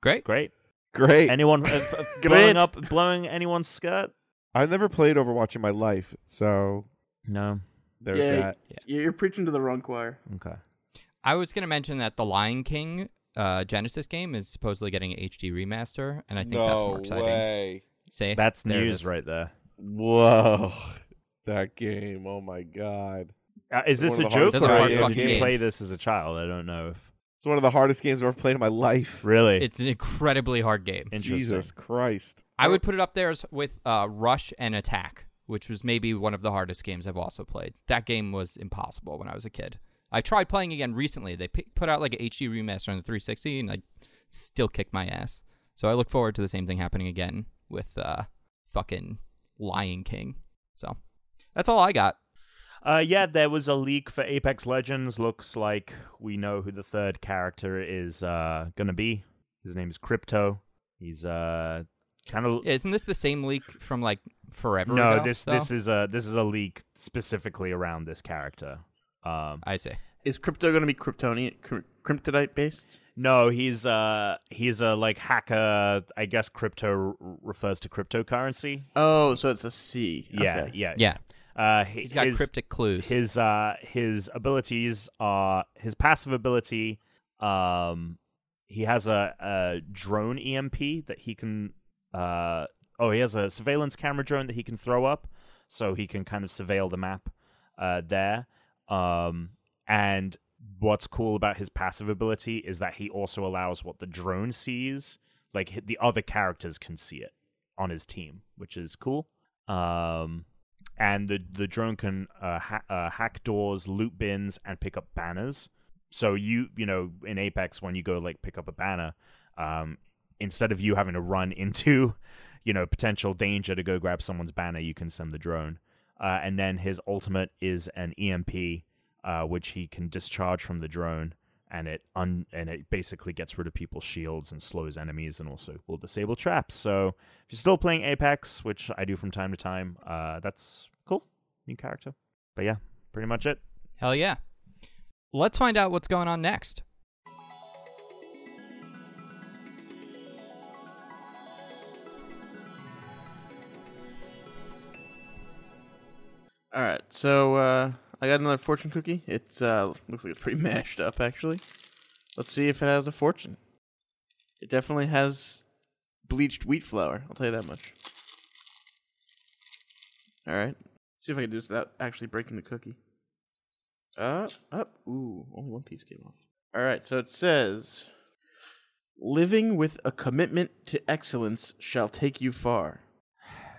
D: Great.
A: Great.
B: Great. [laughs]
A: Anyone uh, uh,
C: Great.
A: blowing up, blowing anyone's skirt?
B: I've never played Overwatch in my life, so
A: No.
B: there's
C: Yay.
B: that.
C: You're preaching to the wrong choir.
A: Okay.
D: I was gonna mention that the Lion King uh, Genesis game is supposedly getting an HD remaster, and I think that's more exciting.
B: way.
D: See,
A: That's
D: There it
A: news
D: is.
A: right there.
B: Whoa. That game. Oh my god.
A: Uh, is this
B: One
A: a
B: of the hardest
A: joke or
D: part
A: did
D: of
A: you
D: games.
A: play this as a child? I don't know. If...
B: It's one of the hardest games I've ever played in my life.
A: Really?
D: It's an incredibly hard game.
A: Interesting.
B: Jesus Christ.
D: I would put it up there as- with uh, Rush and Attack, which was maybe one of the hardest games I've also played. That game was impossible when I was a kid. I tried playing again recently. They p- put out like an HD remaster on the 360, and I still kicked my ass. So I look forward to the same thing happening again with uh, fucking Lion King. So that's all I got.
A: Uh, yeah, there was a leak for Apex Legends. Looks like we know who the third character is uh, gonna be. His name is Crypto. He's uh, kind of
D: Isn't this the same leak from like forever
A: no.
D: ago,
A: This
D: though?
A: this is a this is a leak specifically around this character. Um,
D: I see.
C: Is crypto going to be Kryptonian? Cr- Kryptonite based?
A: No, he's uh he's a like hacker. I guess crypto r- refers to cryptocurrency.
C: Oh, so it's a C.
A: Yeah,
C: Okay.
A: yeah,
D: Yeah,
A: Uh,
D: he's got
A: his,
D: cryptic clues.
A: His uh his abilities are his passive ability. Um, he has a, a drone EMP that he can. Uh oh, he has a surveillance camera drone that he can throw up, so he can kind of surveil the map. Uh, there. Um, and what's cool about his passive ability is that he also allows what the drone sees, like hi- the other characters can see it on his team, which is cool. Um, and the the drone can uh, ha- uh, hack doors, loot bins, and pick up banners. So you you know in Apex when you go like pick up a banner, um, instead of you having to run [laughs] into you know potential danger to go grab someone's banner, you can send the drone. Uh, and then his ultimate is an EMP, uh, which he can discharge from the drone, and it un- and it basically gets rid of people's shields and slows enemies, and also will disable traps. So if you're still playing Apex, which I do from time to time, uh, that's cool. New character, but yeah, pretty much it.
D: Hell yeah. Let's find out what's going on next.
C: All right. So uh, I got another fortune cookie. It uh, looks like it's pretty [laughs] mashed up, actually. Let's see if it has a fortune. It definitely has bleached wheat flour. I'll tell you that much. All right. See if I can do this without actually breaking the cookie. Up, up. Ooh, only one piece came off. All right. So it says, "Living with a commitment to excellence shall take you far."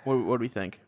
C: What, what do we think?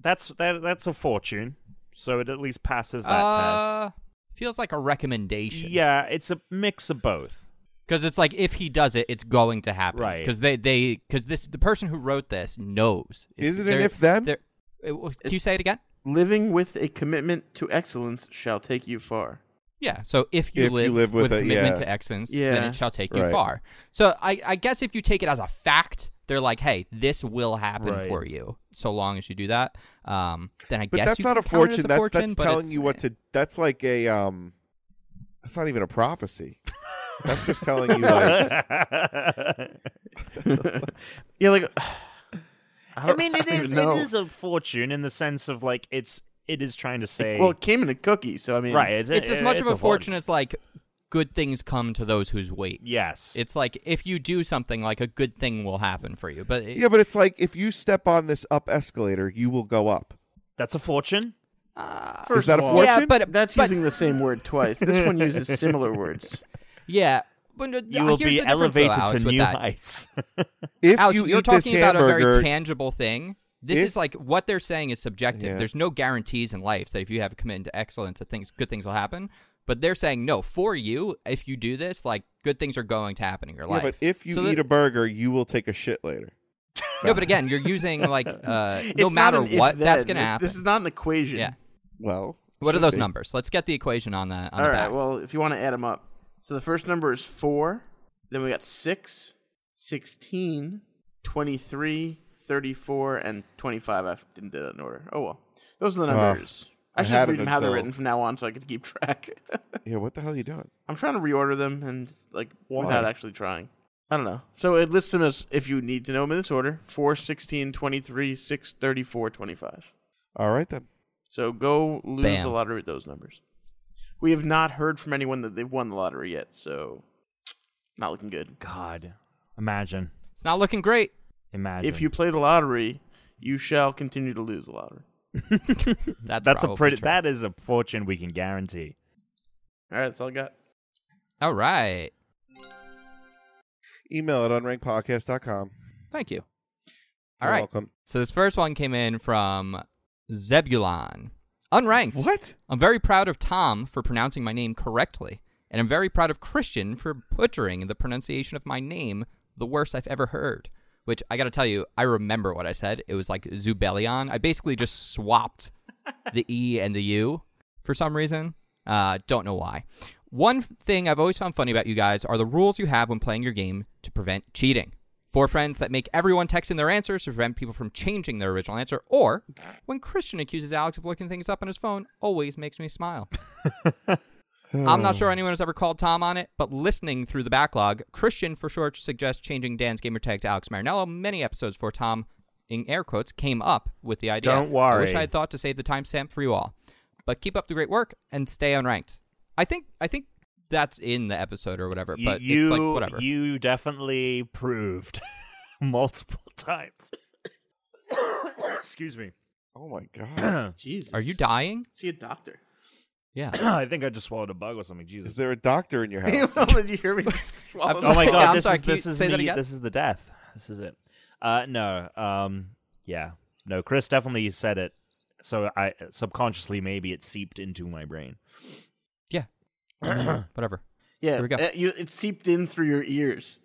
A: That's that, that's a fortune, so it at least passes that
D: uh, feels like a
A: test.
D: recommendation.
A: Yeah, it's a mix of both. [laughs]
D: because it's like if he does it, it's going to happen.
A: Right.
D: Because they they because this the person who wrote this knows. It's-
B: Is it an
D: they're-
B: if then?
D: they're- it- well, Can you say it again?
C: Living with a commitment to excellence shall take you far.
D: Yeah. So if you,
B: If you
D: live,
B: live with
D: with
B: a-
D: commitment
B: yeah.
D: to excellence, then
C: Yeah.
D: it shall take you
B: Right.
D: far. So I, I guess if you take it as a fact, they're like, hey, this will happen
A: Right.
D: for you so long as you do that. Um, then I
B: but
D: guess
B: that's
D: you
B: not
D: can
B: a
D: count it
B: fortune.
D: as
B: That's
D: fortune,
B: that's
D: but
B: telling
D: it's-
B: you what to. That's like a um. That's not even a
D: [laughs]
B: prophecy. That's just telling you. Like,
C: yeah, like [sighs]
A: [laughs] I mean, it
C: don't
A: is
C: even know.
A: it is a fortune in the sense of like it's it is trying to say
C: well, it came in a cookie, so I mean,
A: right. It's,
D: it's as much
A: it's
D: of a fortune as like good things come to those whose wait.
A: Yes,
D: It's like if you do something, like a good thing will happen for you. But it,
B: yeah, but it's like if you step on this up escalator, you will go up.
A: that's a fortune.
C: First
B: Is that
C: of
B: a
C: all,
B: fortune?
D: yeah, but
C: That's
D: but,
C: using the same word twice. This one
D: [laughs]
C: uses similar words.
D: yeah. But no,
A: You will
D: here's
A: be
D: the difference, though,
A: elevated
D: Alex,
A: to
D: with
A: new
D: that.
A: heights. [laughs]
B: If
D: Ouch,
B: you
D: are
B: eat this
D: talking about a
B: hamburger,
D: very tangible thing. This
B: If-
D: is like what they're saying is subjective.
B: Yeah.
D: There's no guarantees in life that if you have a commitment to excellence, that things good things will happen. But they're saying no for you. If you do this, like good things are going to happen in your
B: yeah,
D: life.
B: but if you
D: So
B: eat
D: that-
B: a burger, you will take a shit later.
D: [laughs] no, but again, you're using like uh,
C: It's
D: no
C: not
D: matter
C: an if
D: what, that's
C: then.
D: going
C: This-
D: to happen.
C: This is not an equation.
D: Yeah.
B: Well,
D: what are
B: should
D: those
B: be.
D: numbers? Let's get the equation on that. On
C: All
D: the
C: right.
D: back.
C: Well, if you want to add them up, so the first number is four. Then we got six, 16, 23, 34, and twenty-five. I didn't do that in order. Oh well, those are the
B: Wow.
C: numbers. I
B: I
C: should
B: had
C: just read
B: it
C: them how they're
B: until-
C: written from now on, so I could keep track. [laughs]
B: Yeah, what the hell are you doing?
C: I'm trying to reorder them and like
B: Why?
C: without actually trying. I don't know. So it lists them as if you need to know them in this order 4, 16, 23, 6, 34, 25.
B: All right then.
C: So go lose
D: Bam.
C: the lottery with those numbers. We have not heard from anyone that they've won the lottery yet, so not looking good.
A: God, imagine,
D: It's not looking great.
A: imagine.
C: If you play the lottery, you shall continue to lose the lottery.
D: That's,
A: that's a
D: probably
A: pretty
D: true.
A: that is a fortune we can guarantee.
C: All right, that's all I got.
D: All right.
B: Email at unrankedpodcast.com.
D: Thank you. All
B: You're
D: right.
B: Welcome.
D: So this first one came in from Zebulon, unranked.
B: What?
D: I'm very proud of Tom for pronouncing my name correctly, and I'm very proud of Christian for butchering the pronunciation of my name the worst I've ever heard. Which I gotta tell you, I remember what I said. It was like Zubelion. I basically just swapped the E and the U for some reason. Uh, don't know why. One f- thing I've always found funny about you guys are the rules you have when playing your game to prevent cheating. Four friends that make everyone text in their answers to prevent people from changing their original answer, or when Christian accuses Alex of looking things up on his phone, always makes me smile. I'm
A: Hmm.
D: not sure anyone has ever called Tom on it, but listening through the backlog, Christian for sure suggests changing Dan's gamer tag to Alex Marinello many episodes before Tom, in air quotes, came up with the idea.
A: Don't
D: I wish
A: worry.
D: I had thought to save the timestamp for you all. But keep up the great work and stay unranked. I think I think that's in the episode or whatever,
A: You-
D: but
A: you,
D: it's like whatever.
A: you definitely proved [laughs] multiple times. [coughs] Excuse me. [coughs]
B: Oh my
D: [clears throat]
B: god!
A: I
C: Jesus.
D: Are
A: [clears throat]
D: you dying?
C: See a doctor.
D: Yeah.
A: think I just swallowed a bug or something. Jesus.
B: Is there a doctor
D: [laughs]
B: in your house?
C: [laughs] Did you hear me? swallow
A: Oh my
D: Yeah,
A: god,
D: I'm
A: this
D: sorry,
A: is
D: can you
A: this is
D: say that
A: the
D: again?
A: this is the death. This is it. Uh no. Um yeah. No, Chris definitely said it. So I subconsciously maybe it seeped into my brain. [coughs]
D: [coughs] I mean, whatever.
C: Yeah,
D: Here we go.
C: uh, you, it seeped in through your ears.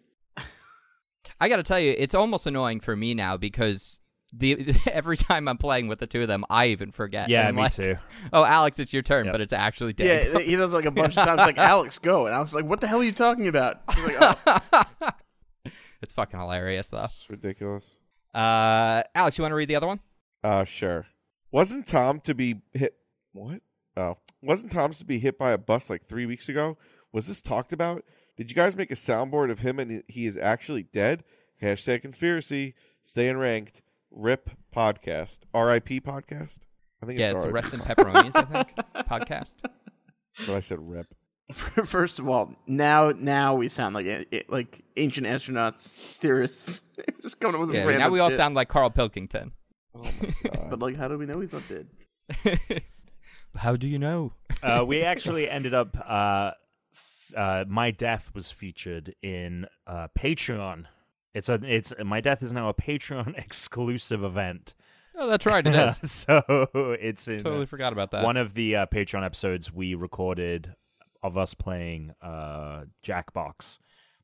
D: I got to tell you, it's almost annoying for me now because the [laughs] every time I'm playing with the two of them, I even forget.
A: yeah,
D: And I'm
A: me
D: like,
A: too.
D: [laughs] Oh, Alex, it's your turn,
A: Yep.
D: but it's actually Dan.
C: Yeah, he does like a bunch of times. Like Alex, go, and I was like, "What the hell are you talking about?" He's like, "Oh,
D: [laughs] it's fucking hilarious though.
B: It's ridiculous.
D: Uh, Alex, you want to read the other one?
B: Uh, sure. Wasn't Tom to be hit? What? Oh, wasn't Tom's to be hit by a bus like three weeks ago? Was this talked about? Did you guys make a soundboard of him and he- he is actually dead? Hashtag conspiracy. Stay ranked. Rip podcast. R.I.P. podcast. I think
D: yeah,
B: it's,
D: it's a
B: RIP,
D: Rest in Pepperonis, I think, podcast.
B: but I said rip.
C: "Oh, [laughs] First of all, now now we sound like a- a- like ancient astronauts, theorists, [laughs] just coming up with
D: Yeah,
C: random.
D: now we all
C: shit.
D: sound like Carl Pilkington.
B: Oh my
C: But
B: god.
C: like, how do we know he's not dead?
D: How do you know?
A: uh, we actually ended up. Uh, f- uh, my death was featured in uh, Patreon. It's a. It's my death is now a Patreon [laughs] exclusive event.
D: Oh, that's right, it
A: [laughs]
D: is.
A: so it's in
D: totally forgot about that.
A: one of the uh, Patreon episodes we recorded of us playing uh, Jackbox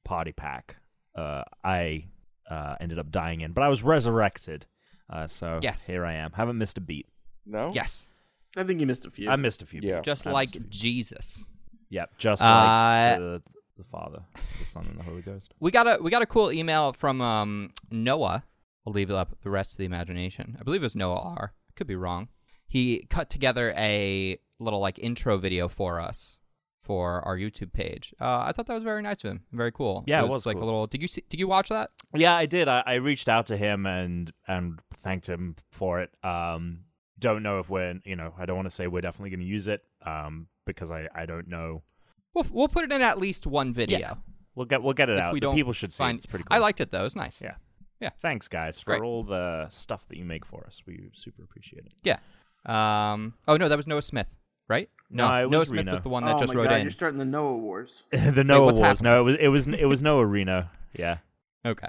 A: Party Pack. Uh, I uh, ended up dying in, but I was resurrected. Uh, so
D: Yes.
A: here I am. Haven't missed a beat.
B: No.
D: yes,
C: I think you missed a few.
A: I missed a few.
B: Yeah.
A: beats.
D: just
A: I missed a few.
D: like Jesus.
A: Yep, just
D: Uh,
A: like the, the Father, the Son, and the Holy Ghost.
D: We got a we got a cool email from um, Noah. I'll leave it up the rest to the imagination. I believe it was Noah R. I could be wrong. He cut together a little like intro video for us for our YouTube page. Uh, I thought that was very nice of him. Very cool.
A: Yeah, it was
D: like
A: cool.
D: a little. Did you see, did you watch that?
A: Yeah, I did. I, I reached out to him and and thanked him for it. Um, don't know if we're you know I don't want to say we're definitely going to use it. Um, because I I don't know.
D: We'll we'll put it in at least one video.
A: Yeah. We'll get we'll get it
D: If
A: out.
D: we
A: The
D: don't
A: people should see.
D: Fine.
A: it. It's pretty cool.
D: I liked it though. It was nice.
A: Yeah.
D: Yeah.
A: Thanks, guys,
D: great.
A: for all the stuff that you make for us. We super appreciate it.
D: Yeah. Um. Oh no, that was Noah Smith, right?
A: No, it was
D: Noah Smith
A: Reno.
D: was the one that
C: oh
D: just
C: my
D: wrote
C: god,
D: in.
C: you're starting the Noah Wars.
A: [laughs] the Noah
D: what's
A: Wars. No, it was it was it was Noah Reno. Yeah.
D: Okay.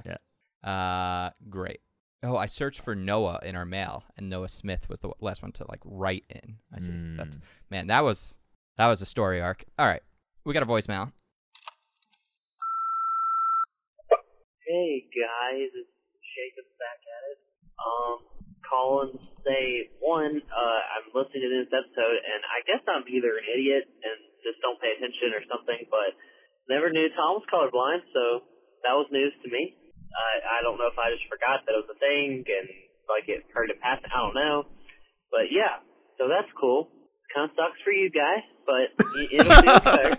D: Uh, great. Oh, I searched for Noah in our mail, and Noah Smith was the w- last one to like write in. I see. That's
A: Mm.
D: man, that was that was a story arc. All right, we got a voicemail.
E: Hey guys, it's Jacob back at it. Um, calling to say one, uh, I'm listening to this episode, and I guess I'm either an idiot and just don't pay attention or something, but never knew Tom was colorblind, so that was news to me. I I don't know if I just forgot that it was a thing and like it heard it pass. I don't know, but yeah, so that's cool. Kind of sucks for you guys, but it- it'll be okay.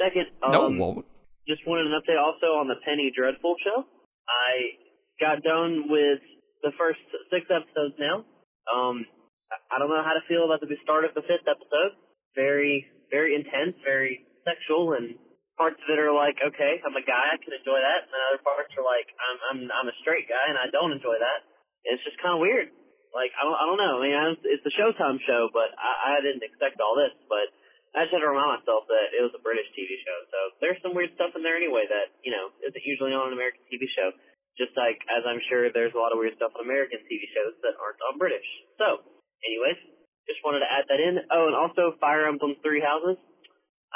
E: Second, um,
D: no, it won't.
E: just wanted an update also on the Penny Dreadful show. I got done with the first six episodes now. Um, I- I don't know how to feel about the start of the fifth episode. Very, very intense, very sexual, and parts of it are like, okay, I'm a guy, I can enjoy that, and then other parts are like, I'm, I'm, I'm a straight guy, and I don't enjoy that. And it's just kind of weird. Like, I don't, I don't know. I mean, I, it's a Showtime show, but I, I didn't expect all this, but I just had to remind myself that it was a British TV show, so there's some weird stuff in there anyway that, you know, isn't usually on an American TV show. Just like, as I'm sure there's a lot of weird stuff on American TV shows that aren't on British. So, anyways, just wanted to add that in. Oh, and also Fire Emblem Three Houses.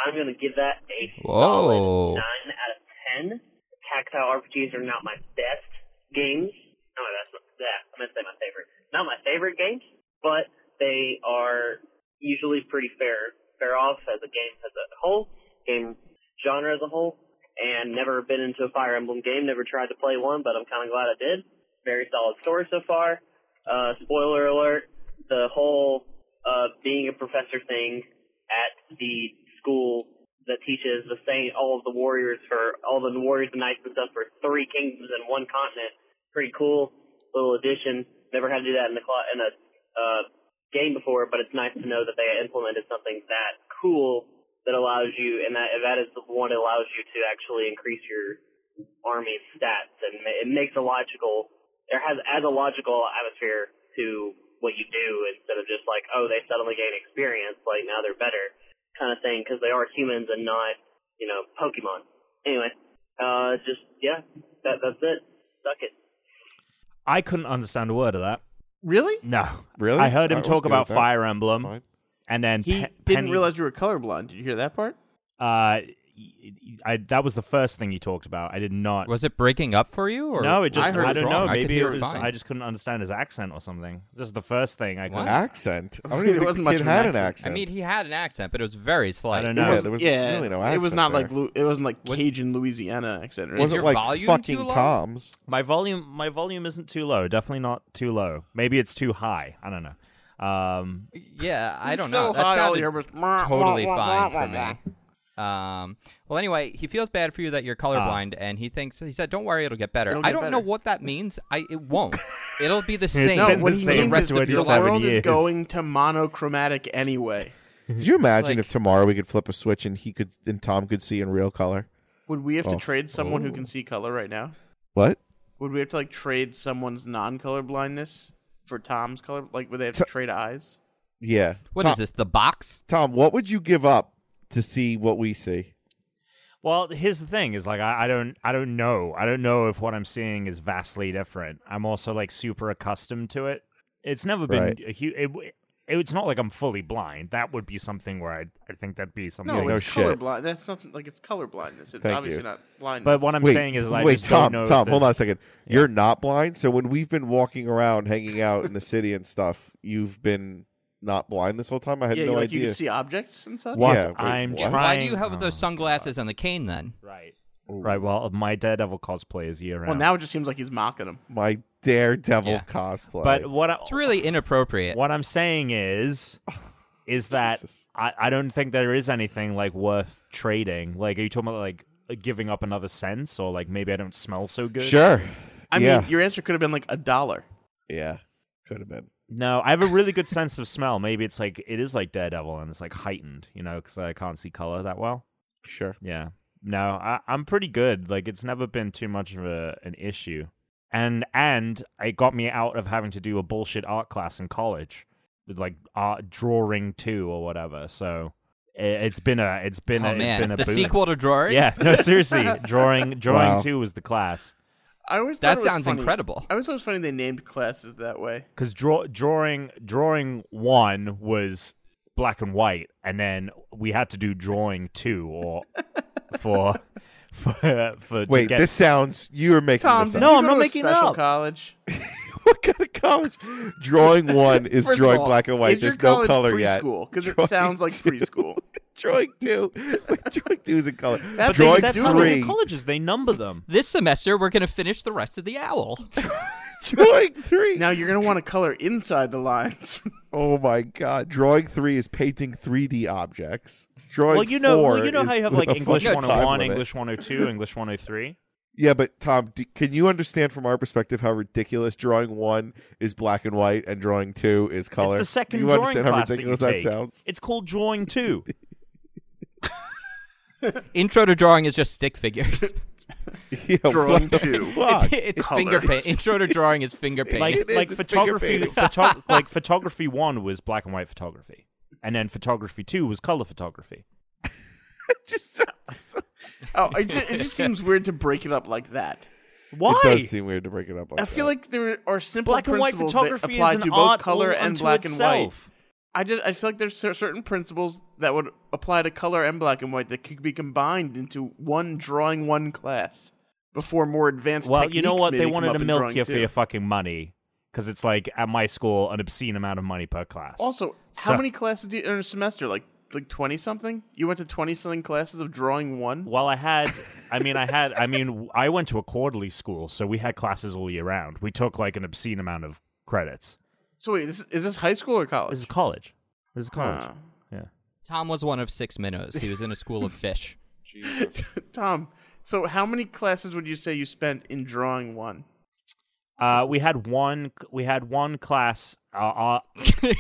E: I'm gonna give that a
D: Whoa.
E: solid nine out of ten. Tactile RPGs are not my best games. No, that's not that. I meant to say my favorite. Not my favorite games, but they are usually pretty fair fair off as a game as a whole, game genre as a whole, and never been into a Fire Emblem game, never tried to play one, but I'm kind of glad I did. Very solid story so far. Uh, spoiler alert: the whole uh, being a professor thing at the school that teaches the same all of the warriors for all the warriors and knights and stuff for three kingdoms and one continent. Pretty cool little addition. Never had to do that in the cl- in a uh, game before, but it's nice to know that they implemented something that cool that allows you, and that that is the one that allows you to actually increase your army stats, and ma- it makes a logical, it has adds a logical atmosphere to what you do instead of just like, oh, they suddenly gain experience, like now they're better, kind of thing, because they are humans and not, you know, Pokemon. Anyway, uh, just yeah, that that's it. Suck it.
A: I couldn't understand a word of that.
C: Really?
A: No,
B: Really?
A: I heard him
B: Alright, let's
A: talk
B: go
A: about
B: with that.
A: Fire Emblem,
B: Fine.
A: and then Pe-
C: He didn't
A: Penny-
C: realize you were colorblind. Did you hear that part?
A: Uh, I, that was the first thing he talked about. I did not.
D: Was it breaking up for you? Or
A: no, it just.
C: I heard
A: I,
C: it
A: don't
C: wrong.
A: know.
D: I could
A: Maybe
D: hear
A: it
D: it
A: was.
D: fine.
A: I just couldn't understand his accent or something. Just the first thing I could.
D: What?
B: Accent.
C: [laughs]
B: I don't even
C: There
B: think
C: wasn't
B: the
C: much
B: kid
C: of an
B: had an
C: accent.
B: accent.
D: I mean, he had an accent, but it was very slight.
A: I don't
B: Yeah,
A: know.
B: there was
C: yeah,
B: really no
C: it was
B: accent
C: not
B: there.
C: like Lu- it wasn't like
D: Was-
C: Cajun Louisiana accent. Or
D: Was
C: anything.
B: wasn't
D: your
B: like
D: volume too
B: fucking
C: [laughs]
D: low?
B: Tom's.
A: My volume. My volume isn't too low. Definitely not too low. Maybe it's too high. I don't know. Um,
D: Yeah, I don't
C: so
D: know. That
C: high, all
D: sounded
C: you heard was,
D: totally fine for me. Um, well, anyway, he feels bad for you that you're colorblind, and he thinks he said, "Don't worry, it'll get better."
C: It'll
D: I
C: get
D: don't
C: better.
D: know what that means. I
A: [laughs]
D: it won't. It'll be the
A: It's
D: same.
C: No,
A: been
C: what
A: the
C: he
A: same rest
C: means is
A: of
C: the
A: 27
C: world is
A: years.
C: going to monochromatic anyway.
B: Could you imagine
D: Like-
B: if tomorrow we could flip a switch and he could and Tom could see in real color?
C: Would we have
B: Oh.
C: to trade someone who
B: Ooh.
C: can see color right now?
B: What?
C: Would we have to like trade someone's non-color blindness for Tom's color? Like, would they have to
B: T-
C: trade eyes?
B: Yeah.
D: What
B: Tom,
D: is this? The box?
B: Tom, what would you give up to see what we see?
A: well, here's the thing: is like I, I don't. I don't know. I don't know if what I'm seeing is vastly different. I'm also like super accustomed to it. It's never been
B: Right.
A: a huge. It, it, it's not like I'm fully blind. That would be something where I. I think that'd be something.
C: No,
A: I
B: no
C: it's
B: "Oh, shit.
C: colorblind. That's not like it's color blindness. It's
B: Thank
C: obviously
B: you.
C: not blindness.
A: But what I'm
B: wait,
A: saying is, I
B: wait,
A: just
B: Tom,
A: don't know if
B: Tom,
A: the-
B: hold on a second. You're not blind, so when we've been walking around, hanging out in the city and stuff, you've been not blind this whole time. I had
C: yeah,
B: no
C: you, like you
B: idea.
C: can see objects and such.
A: What
B: Yeah, wait,
A: I'm
B: what?
A: trying.
D: Why do you have
A: oh,
D: those sunglasses and the cane then?
A: Right. Right. Well, my Daredevil cosplay is year round.
C: Well, now it just seems like he's mocking him.
B: My daredevil
D: Yeah.
B: cosplay.
A: but what I,
D: It's really inappropriate.
A: what I'm saying
B: [laughs]
A: is, is that
B: Jesus.
A: I, I don't think there is anything like worth trading. Like, are you talking about like giving up another sense, or like maybe I don't smell so good?
B: sure.
C: I
B: yeah.
C: mean, your answer could have been like a dollar.
B: yeah. Could have been.
A: No, I have a really good sense of smell. Maybe it's like it is like Daredevil, and it's like heightened, you know, because I can't see color that well.
B: Sure.
A: Yeah. No, I, I'm pretty good. Like it's never been too much of a an issue, and and it got me out of having to do a bullshit art class in college with like art drawing too or whatever. So it, it's been a it's been a
D: oh
A: it's
D: man,
A: been a
D: the
A: boon.
D: sequel to Drury.
A: Yeah, no, seriously,
D: [laughs]
A: drawing drawing
B: Wow.
A: two was the class
C: I always thought
D: that
C: it was
D: sounds
C: funny.
D: incredible.
C: I always thought it was funny they named classes that way.
A: because draw drawing drawing one was black and white, and then we had to do drawing two or for [laughs] for for to
B: Wait,
A: get-
B: this sounds. You are making
C: Tom,
B: this
C: did
B: up.
A: No,
C: you
A: I'm
C: go
A: not
C: to a
A: making it
C: special
A: up.
C: College.
B: [laughs] what kind of college? Drawing one is
C: [laughs] First of
B: drawing
C: all,
B: black and white.
C: Is
B: There's
C: your
B: no
C: college
B: color yet.
C: preschool? Because it
B: Drawing
C: sounds like
B: two.
C: preschool.
B: Drawing two. [laughs] Wait, drawing two is in color.
C: But
A: But
B: drawing
A: that's how they do
B: three. [laughs]
A: colleges they number them.
D: This semester, we're gonna finish the rest of
A: [laughs]
D: the owl.
B: drawing three.
C: Now you're gonna want to color inside the lines.
A: [laughs]
B: oh my god. Drawing three is painting 3D objects. Drawing
A: well, you know,
B: four
A: well, you know how
B: is
A: you have
B: with
A: like
B: a
A: English
B: fucking time
A: 101,
B: limit.
A: English 102, English 103.
B: Yeah, but Tom, do, can you understand from our perspective how ridiculous drawing one is black and white and drawing two is color?
A: It's the second
B: do you
A: drawing
B: understand how
A: class
B: ridiculous
A: that you take.
B: sounds?
A: It's called drawing two.
D: Intro to drawing is just
A: [laughs]
D: stick figures. it's
B: [laughs] Yeah,
C: Drawing
B: what the
C: two.
B: fuck?
D: [laughs] it's finger paint. Intro to drawing is finger paint.
A: like
B: It is,
A: like
B: it's finger
A: photography,
B: painting.
A: photo- like photography one was black and white photography, and then photography two was color photography.
B: It just sounds so-
C: oh, it just, it just seems weird to break it up like that.
A: [laughs] Why?
B: It does seem weird to break it up. Like
C: I feel
B: that.
C: like there are simple
A: black and white
C: principles that
A: photography
C: apply
A: is an
C: to
A: art
C: both color
A: all
C: and
A: unto
C: black and white.
A: itself.
C: I just I feel like there's cer- certain principles that would apply to color and black and white that could be combined into one drawing one class before more advanced.
A: Well, you know
C: techniques
A: what?
C: may
A: They
C: come
A: wanted
C: up
A: to
C: in
A: milk
C: drawing
A: you for
C: too.
A: your fucking money because it's like at my school an obscene amount of money per class.
C: Also, how
A: So-
C: many classes do you in a semester? Like like twenty something? You went to twenty something classes of drawing one?
A: Well, I had, I mean, I had, I mean, I went to a quarterly school, so we had classes all year round. We took like an obscene amount of credits.
C: So wait, this, is this high school or college? Uh,
A: This is college. This is college.
C: Huh.
A: Yeah.
D: Tom was one of six minnows. He was in
A: [laughs]
D: a school of fish. [laughs]
B: Jesus.
C: Tom, so how many classes would you say you spent in drawing one?
A: Uh, we had one. We had one class. Uh, uh,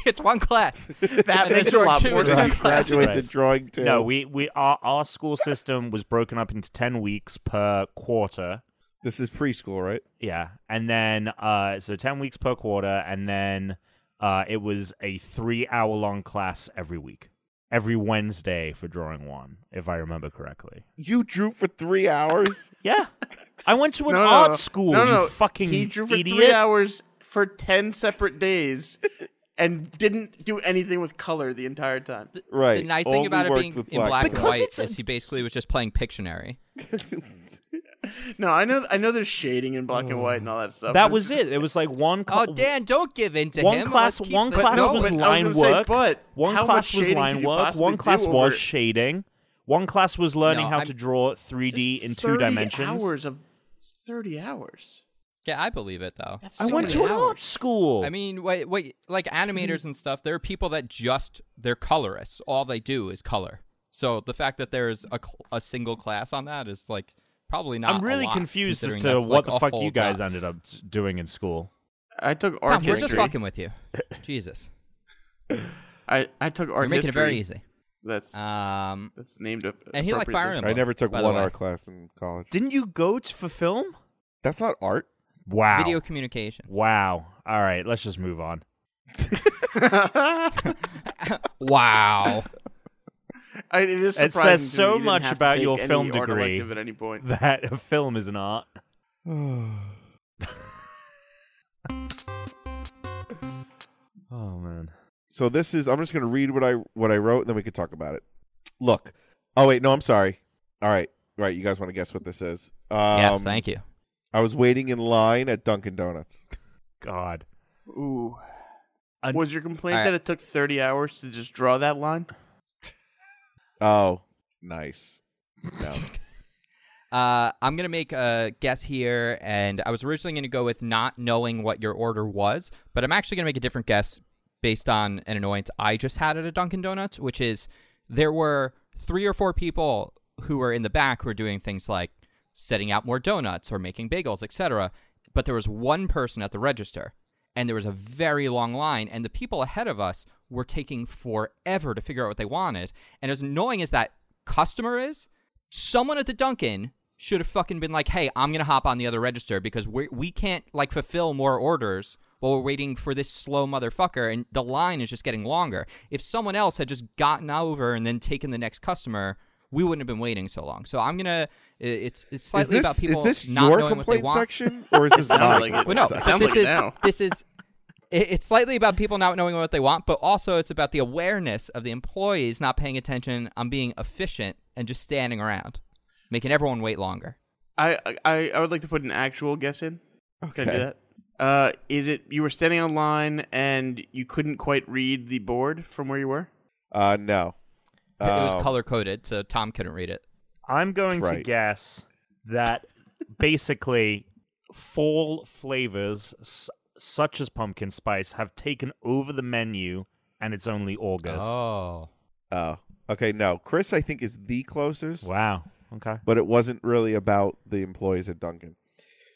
D: it's one class.
C: That
D: And
C: makes a
D: there were
C: lot
D: two
B: [laughs]
C: more
D: of them.
C: sense.
B: Graduate
A: Right.
B: the drawing too.
A: no, we we our our school system was broken up into ten weeks per quarter.
B: this is preschool, right?
A: Yeah, and then uh, so ten weeks per quarter, and then uh, it was a three-hour-long class every week, every Wednesday for drawing one, if I remember correctly.
B: You drew for three hours.
A: Yeah, I went to an
C: [laughs] No, no,
A: art
C: no.
A: school.
C: No, no,
A: you fucking
C: He drew for
A: idiot.
C: three hours for ten separate days, and didn't do anything with color the entire time.
B: right.
D: The nice
B: Only
D: thing about it
B: worked
D: being
B: with
D: in black and
B: and
D: white
C: it's a-
D: is he basically was just playing Pictionary.
C: No, I know, I know. There's shading in black and white and all that stuff. but
A: That
C: it's
A: was
C: just-
A: it. It was like one.
D: Oh,
A: cla-
D: Dan, don't give in to
A: one
D: him.
A: class
D: Let's keep
A: one
D: this
A: class
C: No,
A: was
C: but I was
A: line
C: gonna say,
A: work
C: but
A: one
C: how
A: class
C: much
A: was
C: shading could
A: line
C: you
A: work
C: possibly
A: one
C: do
A: class was
C: over-
A: shading one class was learning
D: No,
A: how
D: I'm-
A: to draw 3d
C: Just
A: in two
C: 30
A: dimensions
C: Hours of thirty hours.
D: Yeah, I believe it though.
C: That's
A: i
C: so
A: went
C: many
A: to an
C: hours.
A: art school
D: I mean, wait, wait, like animators and stuff. There are people that just they're colorists. All they do is color. So the fact that there is a, cl- a single class on that is like probably not.
A: i'm
D: a
A: really
D: lot,
A: confused as to
D: considering that's,
A: what
D: like,
A: the
D: a
A: fuck
D: whole
A: you guys
D: job.
A: ended up doing in school
C: I took art
D: Tom, we're
C: history.
D: just fucking with you. Jesus,
C: I, I took art
D: you're making
C: history.
D: it very easy.
C: That's
D: Um,
C: that's named up.
D: and he liked Fire Emblem.
B: I never took
D: by
B: one
D: the way.
B: art class in college.
A: didn't you go to, for film
B: That's not art.
A: wow
D: Video communications.
A: wow all right let's just move on
D: Wow.
C: I, [laughs] it is
A: It says
C: surprising to me
A: so
C: you didn't
A: much
C: have to
A: about
C: take
A: your
C: any
A: film
C: art
A: degree.
C: elective at any point.
A: [laughs] that a film is an
B: [sighs]
A: art oh man
B: so this is. I'm just going to read what I what I wrote, and then we could talk about it. Look. Oh wait, no, I'm sorry. All right, right. You guys want to guess what this is? Um,
D: yes, thank you.
B: I was waiting in line at Dunkin' Donuts.
A: god
C: Ooh.
A: An-
C: Was your complaint
D: All right.
C: that it took 30 hours to just draw that line?
B: Oh, nice. No.
D: [laughs] Uh, I'm gonna make a guess here, and I was originally gonna go with not knowing what your order was, but I'm actually gonna make a different guess based on an annoyance I just had at a Dunkin' Donuts, which is there were three or four people who were in the back who were doing things like setting out more donuts or making bagels, etc. But there was one person at the register, and there was a very long line, and the people ahead of us were taking forever to figure out what they wanted. And as annoying as that customer is, someone at the Dunkin' should have fucking been like, "Hey, I'm gonna hop on the other register because we we can't like fulfill more orders while we're waiting for this slow motherfucker, and the line is just getting longer." If someone else had just gotten over and then taken the next customer, we wouldn't have been waiting so long. So I'm gonna. i- It's it's
B: is
D: slightly
B: this
D: about people
B: is this
D: not
B: your
D: knowing what they
B: complaint
D: want.
B: section
D: [laughs]
B: or is this
C: Sounds
B: not?
C: like it.
D: Well, no,
C: Sounds
D: but this
C: like it
D: is
C: now.
D: this is it- it's slightly about people not knowing what they want, but also it's about the awareness of the employees not paying attention on being efficient and just standing around, making everyone wait longer.
C: I, I I would like to put an actual guess in. Can I do
B: Okay.
C: that? Uh, is it you were standing on line and you couldn't quite read the board from where you were?
B: Uh, no.
D: it was
B: Um,
D: color coded, so Tom couldn't read it.
A: I'm going to
B: Right.
A: guess that basically fall flavors s- such as pumpkin spice have taken over the menu and it's only August.
D: Oh,
B: Oh, okay. No, Chris, I think is the closest,
A: Wow. Okay.
B: but it wasn't really about the employees at Duncan.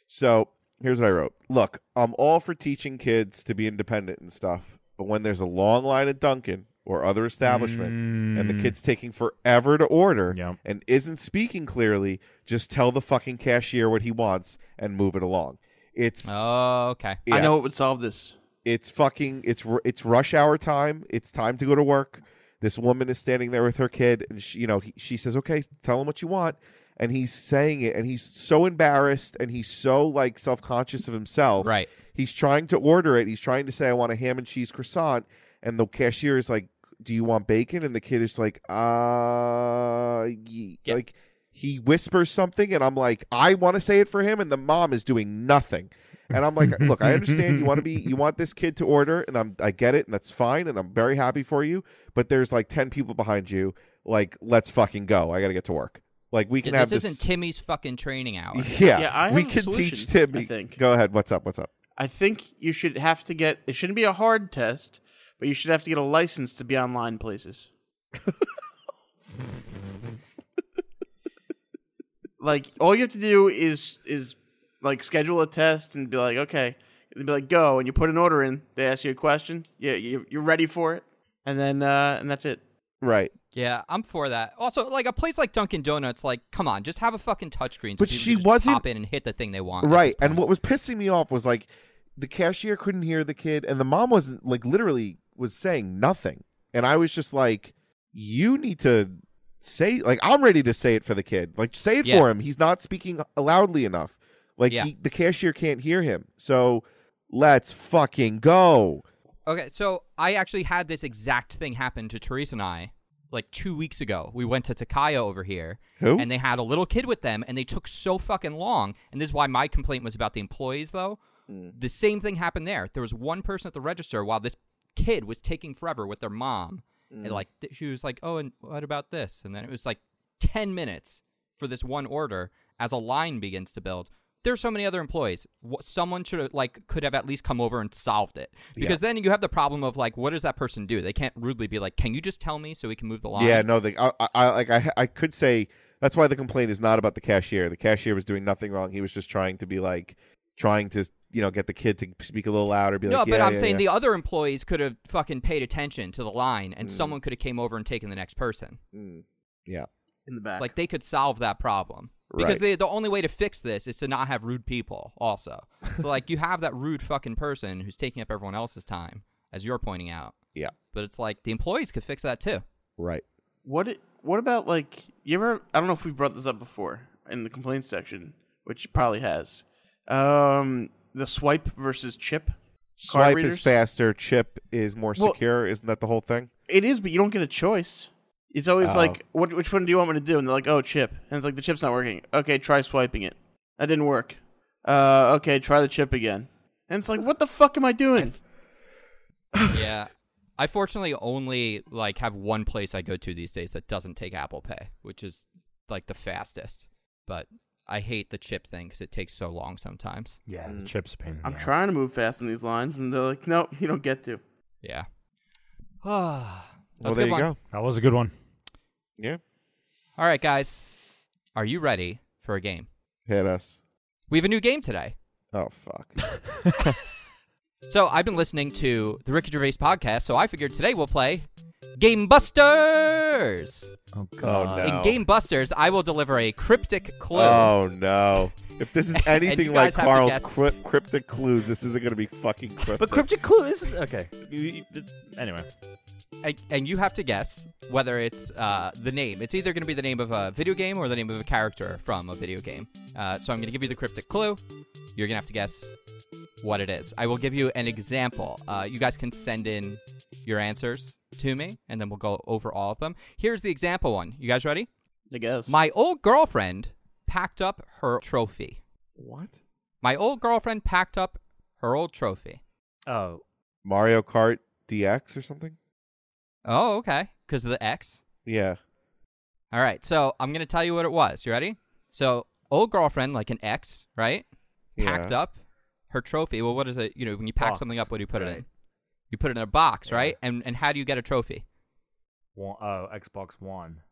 B: So here's what I wrote: Look, I'm all for teaching kids to be independent and stuff, but when there's a long line at Duncan or other establishment and the
A: Mm.
B: kid's taking forever to order
A: Yep.
B: and isn't speaking clearly, just tell the fucking cashier what he wants and move it along. It's
D: oh, okay.
C: I
B: yeah.
C: know it would solve this.
B: it's fucking it's ru- it's rush hour time it's time to go to work this woman is standing there with her kid and she, you know he, she says okay tell him what you want and he's saying it and he's so embarrassed and he's so like self-conscious of himself
D: Right.
B: he's trying to order it he's trying to say i want a ham and cheese croissant and the cashier is like do you want bacon and the kid is like uh ye-.
D: Yeah.
B: like he whispers something and i'm like i want to say it for him and the mom is doing nothing and i'm like look i understand you want to be you want this kid to order and i'm i get it and that's fine and i'm very happy for you but there's like 10 people behind you like let's fucking go i gotta get to work like we can
D: Yeah,
B: have
D: this,
B: this
D: isn't Timmy's fucking
B: [laughs]
D: training hour.
B: yeah,
C: Yeah, I
B: we
C: have a
B: can
C: solution,
B: teach Tim.
C: I think.
B: Go ahead. What's up? What's up?
C: I think you should have to get. It shouldn't be a hard test, but you should have to get a license to be on line places. [laughs] Like all you have to do is is like schedule a test and be like, okay, and be like, go, and you put an order in. They ask you a question, yeah, you, you're ready for it, and then uh, and that's it.
B: Right.
D: Yeah, I'm for that. Also, like a place like Dunkin' Donuts, like, come on, just have a fucking touchscreen. So
B: But
D: people
B: she
D: can just
B: wasn't-
D: pop in and hit the thing they want. at
B: Right.
D: this
B: And what was pissing me off was like the cashier couldn't hear the kid and the mom wasn't like literally was saying nothing. And I was just like, you need to say like I'm ready to say it for the kid. Like say it
D: Yeah.
B: for him. He's not speaking loudly enough. Like
D: Yeah.
B: he, the cashier can't hear him. So let's fucking go.
D: Okay, so I actually had this exact thing happen to Teresa and I like two weeks ago. We went to Takaya over here,
B: Who?
D: and they had a little kid with them, and they took so fucking long. And this is why my complaint was about the employees, though.
B: Mm.
D: The same thing happened there. There was one person at the register while this kid was taking forever with their mom,
B: Mm.
D: and like th- she was like, "Oh, and what about this?" And then it was like ten minutes for this one order as a line begins to build. There's so many other employees. Wh- Someone should have, like could have at least come over and solved it because then you have the problem of like, what does that person do? They can't rudely be like, "Can you just tell me so we can move the line?"
B: Yeah, no, the, I, I- I like I I could say that's why the complaint is not about the cashier. The cashier was doing nothing wrong. He was just trying to be like trying to you know get the kid to speak a little louder. Be
D: No,
B: like,
D: but
B: yeah,
D: I'm
B: yeah,
D: saying
B: yeah.
D: the other employees could have fucking paid attention to the line,
B: Hmm.
D: and someone could have came over and taken the next person.
C: In the back,
D: Like they could solve that problem because
B: Right.
D: they, the only way to fix this is to not have rude people. Also, so like you have that rude fucking person who's taking up everyone else's time, as you're pointing out.
B: Yeah.
D: but it's like the employees could fix
B: [laughs]
D: that too.
B: right.
C: What it, what about like you ever? I don't know if we brought this up before in the complaints section, which it probably has. Um, the swipe versus chip. Card
B: Swipe
C: readers?
B: is faster. Chip is more
C: Well-
B: secure. Isn't that the whole thing?
C: It is, but you don't get a choice. It's always
B: Oh.
C: like, what, which one do you want me to do? And they're like, oh, chip. And it's like the chip's not working. Okay, try swiping it. That didn't work. Uh, okay, try the chip again. And it's like, what the fuck am I doing?
D: yeah, I fortunately only like have one place I go to these days that doesn't take Apple Pay, which is like the fastest. But I hate the chip thing because it takes so long sometimes.
A: Yeah,
B: Mm.
A: the chips pain.
C: I'm trying to move fast in these lines, and they're like, no, you don't get to.
D: [sighs] Yeah. Ah,
B: well, there you go.
A: That was a good one.
B: Yeah,
D: All right, guys, are you ready for a game?
B: hit us.
D: We have a new game today.
B: Oh fuck.
D: So I've been listening to the Ricky Gervais podcast, so I figured today we'll play Game Busters.
A: Oh
B: God. no.
D: In Game Busters, I will deliver a cryptic clue.
B: oh no. If this is
D: [laughs] And
B: anything
D: you
B: like
D: guys have to
B: Carl's
D: guess.
B: crypt- cryptic clues, this isn't going to be fucking cryptic.
A: But cryptic clue is okay. You- you- Anyway,
D: And, and you have to guess whether it's uh, the name. It's either going to be the name of a video game or the name of a character from a video game. Uh, so I'm going to give you the cryptic clue. You're going to have to guess what it is. I will give you an example. Uh, you guys can send in your answers to me, and then we'll go over all of them. Here's the example one. You guys ready?
C: I guess.
D: My old girlfriend packed up her trophy.
B: what?
D: My old girlfriend packed up her old trophy.
A: oh,
B: Mario Kart DX or something?
D: Oh, okay. Because of the X.
B: Yeah.
D: All right, so I'm gonna tell you what it was. You ready? So old girlfriend, like an ex, right? Packed
B: Yeah.
D: up her trophy. Well, what is it? You know, when you pack
A: Box,
D: something up, what do you put it
A: right.
D: in? You put it in a box,
A: Yeah.
D: right? And and how do you get a trophy?
A: one, oh, Xbox One.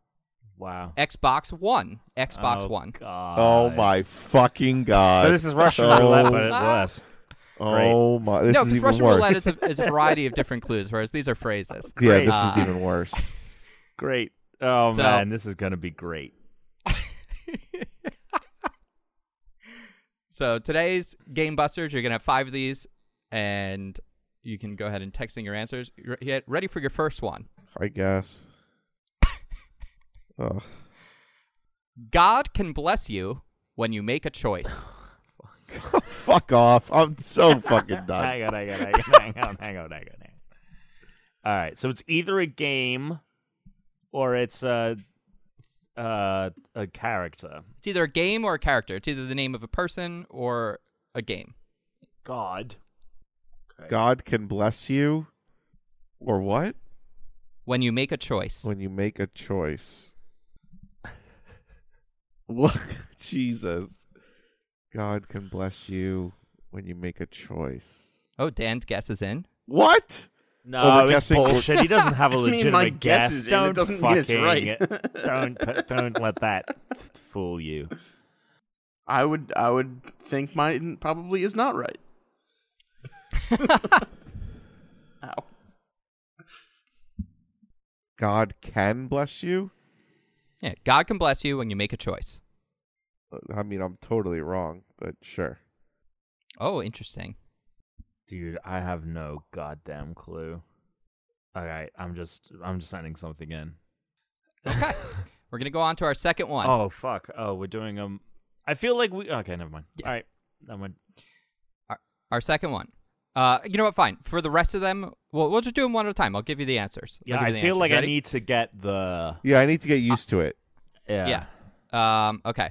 A: Wow.
D: Xbox One, Xbox
A: Oh,
D: One.
A: God.
B: Oh my fucking god.
A: So this is Russian
B: Oh.
A: roulette, but it's worse.
B: Oh my! This
D: no,
B: is
D: because
B: even
D: Russian
B: worse.
D: roulette is a, is a variety of different clues, whereas these are phrases.
B: [laughs] yeah,
A: great.
B: this
D: Uh,
B: is
D: [laughs]
B: even worse.
A: Great. Oh
D: So-
A: man, this is gonna be great.
D: So today's game busters, you're gonna have five of these, and you can go ahead and text in your answers. You're re- ready for your first one?
B: I
D: [laughs]
B: guess. Oh,
D: God can bless you when you make a choice.
B: [laughs] fuck off! I'm so fucking
C: Uh,
D: [laughs]
B: done.
A: Hang on, hang on, hang on, hang on, hang on, hang on. hang on. All right, so it's either a game or it's a uh, a character.
D: It's either a game or a character. It's either the name of a person or a game.
A: God.
B: God can bless you, or what?
D: When you make a choice.
B: When you make a choice. [laughs] What? Jesus. God can bless you when you make a choice.
D: Oh, Dan's guess is in.
B: What?
A: No, it's
B: guessing-
A: bullshit. He doesn't have a
C: [laughs] I
A: legitimate
C: mean, my
A: guess.
C: guess is in. It
A: don't
C: doesn't mean
A: fucking
C: it's right.
A: [laughs] don't put- don't let
C: [laughs]
A: that fool you.
C: I would I would think mine probably is not
D: [laughs]
C: right. Ow. [laughs]
B: God can bless you.
D: Yeah, God can bless you when you make a choice.
B: I mean, I'm totally wrong, but sure.
D: Oh, interesting.
A: Dude, I have no goddamn clue. All right, I'm just I'm just sending something in. [laughs]
D: Okay. We're going to go on to our second one.
A: Oh fuck. Oh, we're doing um I feel like we okay, never mind.
D: Yeah.
A: All right. Never mind.
D: Our second one. Uh, you know what? Fine. For the rest of them, we'll, we'll just do them one at a time. I'll give you the answers. I'll
A: Yeah,
D: give you
A: I
D: the
A: feel
D: answers.
A: like I
D: Ready?
A: need to get the
B: Yeah, I need to get used to it.
A: yeah.
D: Yeah. Um, okay.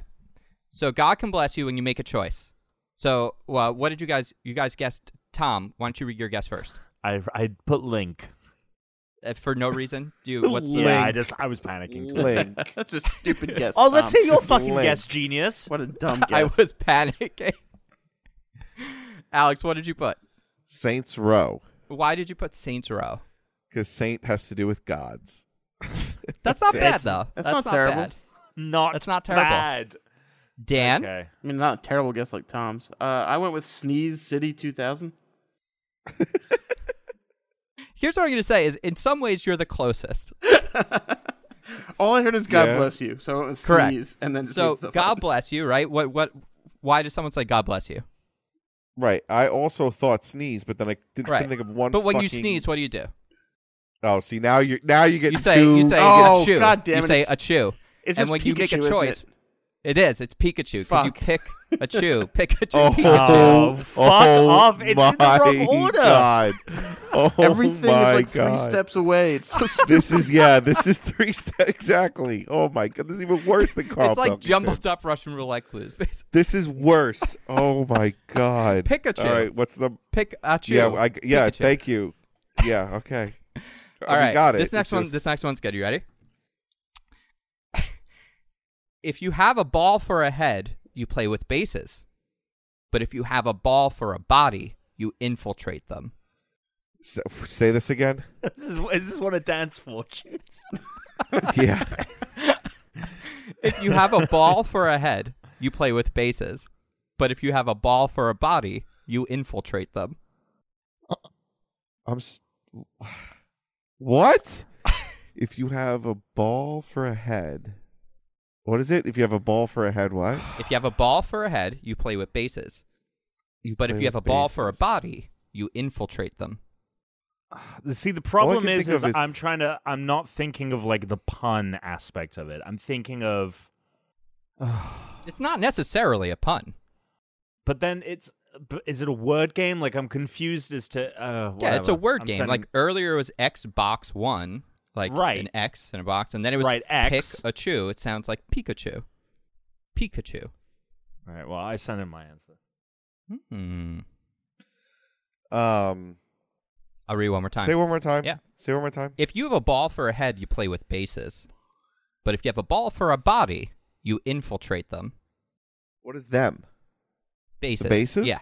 D: So God can bless you when you make a choice. So uh, what did you guys? You guys guessed Tom. Why don't you read your guess first?
A: I I put link.
D: Uh, for no reason. Do you? What's
A: [laughs]
D: the?
A: Yeah, I just I was panicking. too.
B: Link.
C: That's a stupid guess.
A: [laughs] Oh, let's
C: Tom.
A: hear your
B: just
A: fucking
B: link.
A: guess, genius.
D: [laughs]
C: What a dumb
D: I
C: guess.
D: was panicking. Alex, what did you put?
B: Saints Row,
D: Why did you put Saints Row?
B: because saint has to do with gods.
D: That's not bad
B: That's-
D: though.
C: that's not terrible.
D: bad.
A: Not
D: That's not terrible.
A: bad.
D: Dan,
A: Okay. [laughs]
C: I mean, not a terrible guess like Tom's. Uh, I went with Sneeze City 2000.
D: here's what I'm going to say: is in some ways you're
B: [laughs]
D: the closest.
C: All I heard is God
B: Yeah.
C: bless you. So it was
D: Correct.
C: Sneeze, and then
D: So
C: Sneeze the
D: God
C: fuck-
D: bless you, right? What? What? Why does someone say God bless you?
B: Right. I also thought sneeze, but then I didn't
D: Right.
B: think of one.
D: But when you
B: fucking-
D: sneeze, what do you do?
B: oh, see now you now you get
D: You say
B: two...
D: you say
C: Oh,
D: a chew.
C: God damn
D: you
C: it.
D: say a chew.
C: It's
D: and
C: just
D: when you make a
C: Pikachu, isn't
D: choice,
C: it?
D: it is. It's Pikachu because you
C: Fuck.
D: pick
C: [laughs]
D: a chew. Pikachu.
B: [laughs]
D: [laughs]
B: Oh,
D: Pikachu.
A: Oh, fuck
B: oh
A: off. It's in the wrong
B: my
A: order.
D: [laughs]
B: God. Oh,
C: everything
B: my
C: is like
B: God. [laughs]
C: three steps away. It's [laughs] so stupid.
B: This is yeah. This is three steps exactly. Oh my god, this is even worse than Carl.
D: It's like
B: Pilkington.
D: jumbled up Russian roulette clues. [laughs] basically.
B: This is worse. Oh my god.
D: Pikachu.
B: All right, what's the
D: pick a chew.
B: yeah? I, yeah,
D: Pikachu.
B: thank you. Yeah,
D: [laughs]
B: okay. Uh,
D: All right,
B: we got it.
D: This next
B: It's
D: one.
B: just-
D: This next one's good. You ready? if you have a ball for a head, you play with bases. But if you have a ball for a body, you infiltrate them.
B: S- Say this again. [laughs]
A: This is is this one of Dan's fortunes?
B: yeah.
D: If you have
B: [laughs]
D: a ball for a head, you play with bases. But if you have a ball for a body, you infiltrate them.
B: I'm. s
D: [laughs]
B: what? if you have a ball for a head, what is it? If you have a ball for a head, what?
D: If you have a ball for a head, you play with bases. But if
B: play
D: you have a
B: with
D: ball for a
B: bases.
D: body, you infiltrate them.
A: See, the problem
B: can
A: is,
B: think
A: is
B: of is-
A: I'm trying to. I'm not thinking of like the pun aspect of it. I'm thinking of,
D: It's not necessarily a pun.
A: but then it's. But is it a word game? Like I'm confused as to. Uh,
D: Yeah, it's a
A: whatever.
D: word
A: I'm
D: game.
A: sending-
D: Like earlier it was Xbox One, like
A: Right.
D: an X and a box, and then it was
A: Right, X.
D: pick a chew. It sounds like Pikachu. Pikachu.
A: All right. Well, I sent in my answer.
D: Hmm.
B: Um.
D: I'll read one more time.
B: Say one more time.
D: Yeah.
B: Say one more time.
D: if you have a ball for a head, you play with bases. But if you have a ball for a body, you infiltrate them.
B: What is them?
D: Bases.
B: bases?
D: Yeah.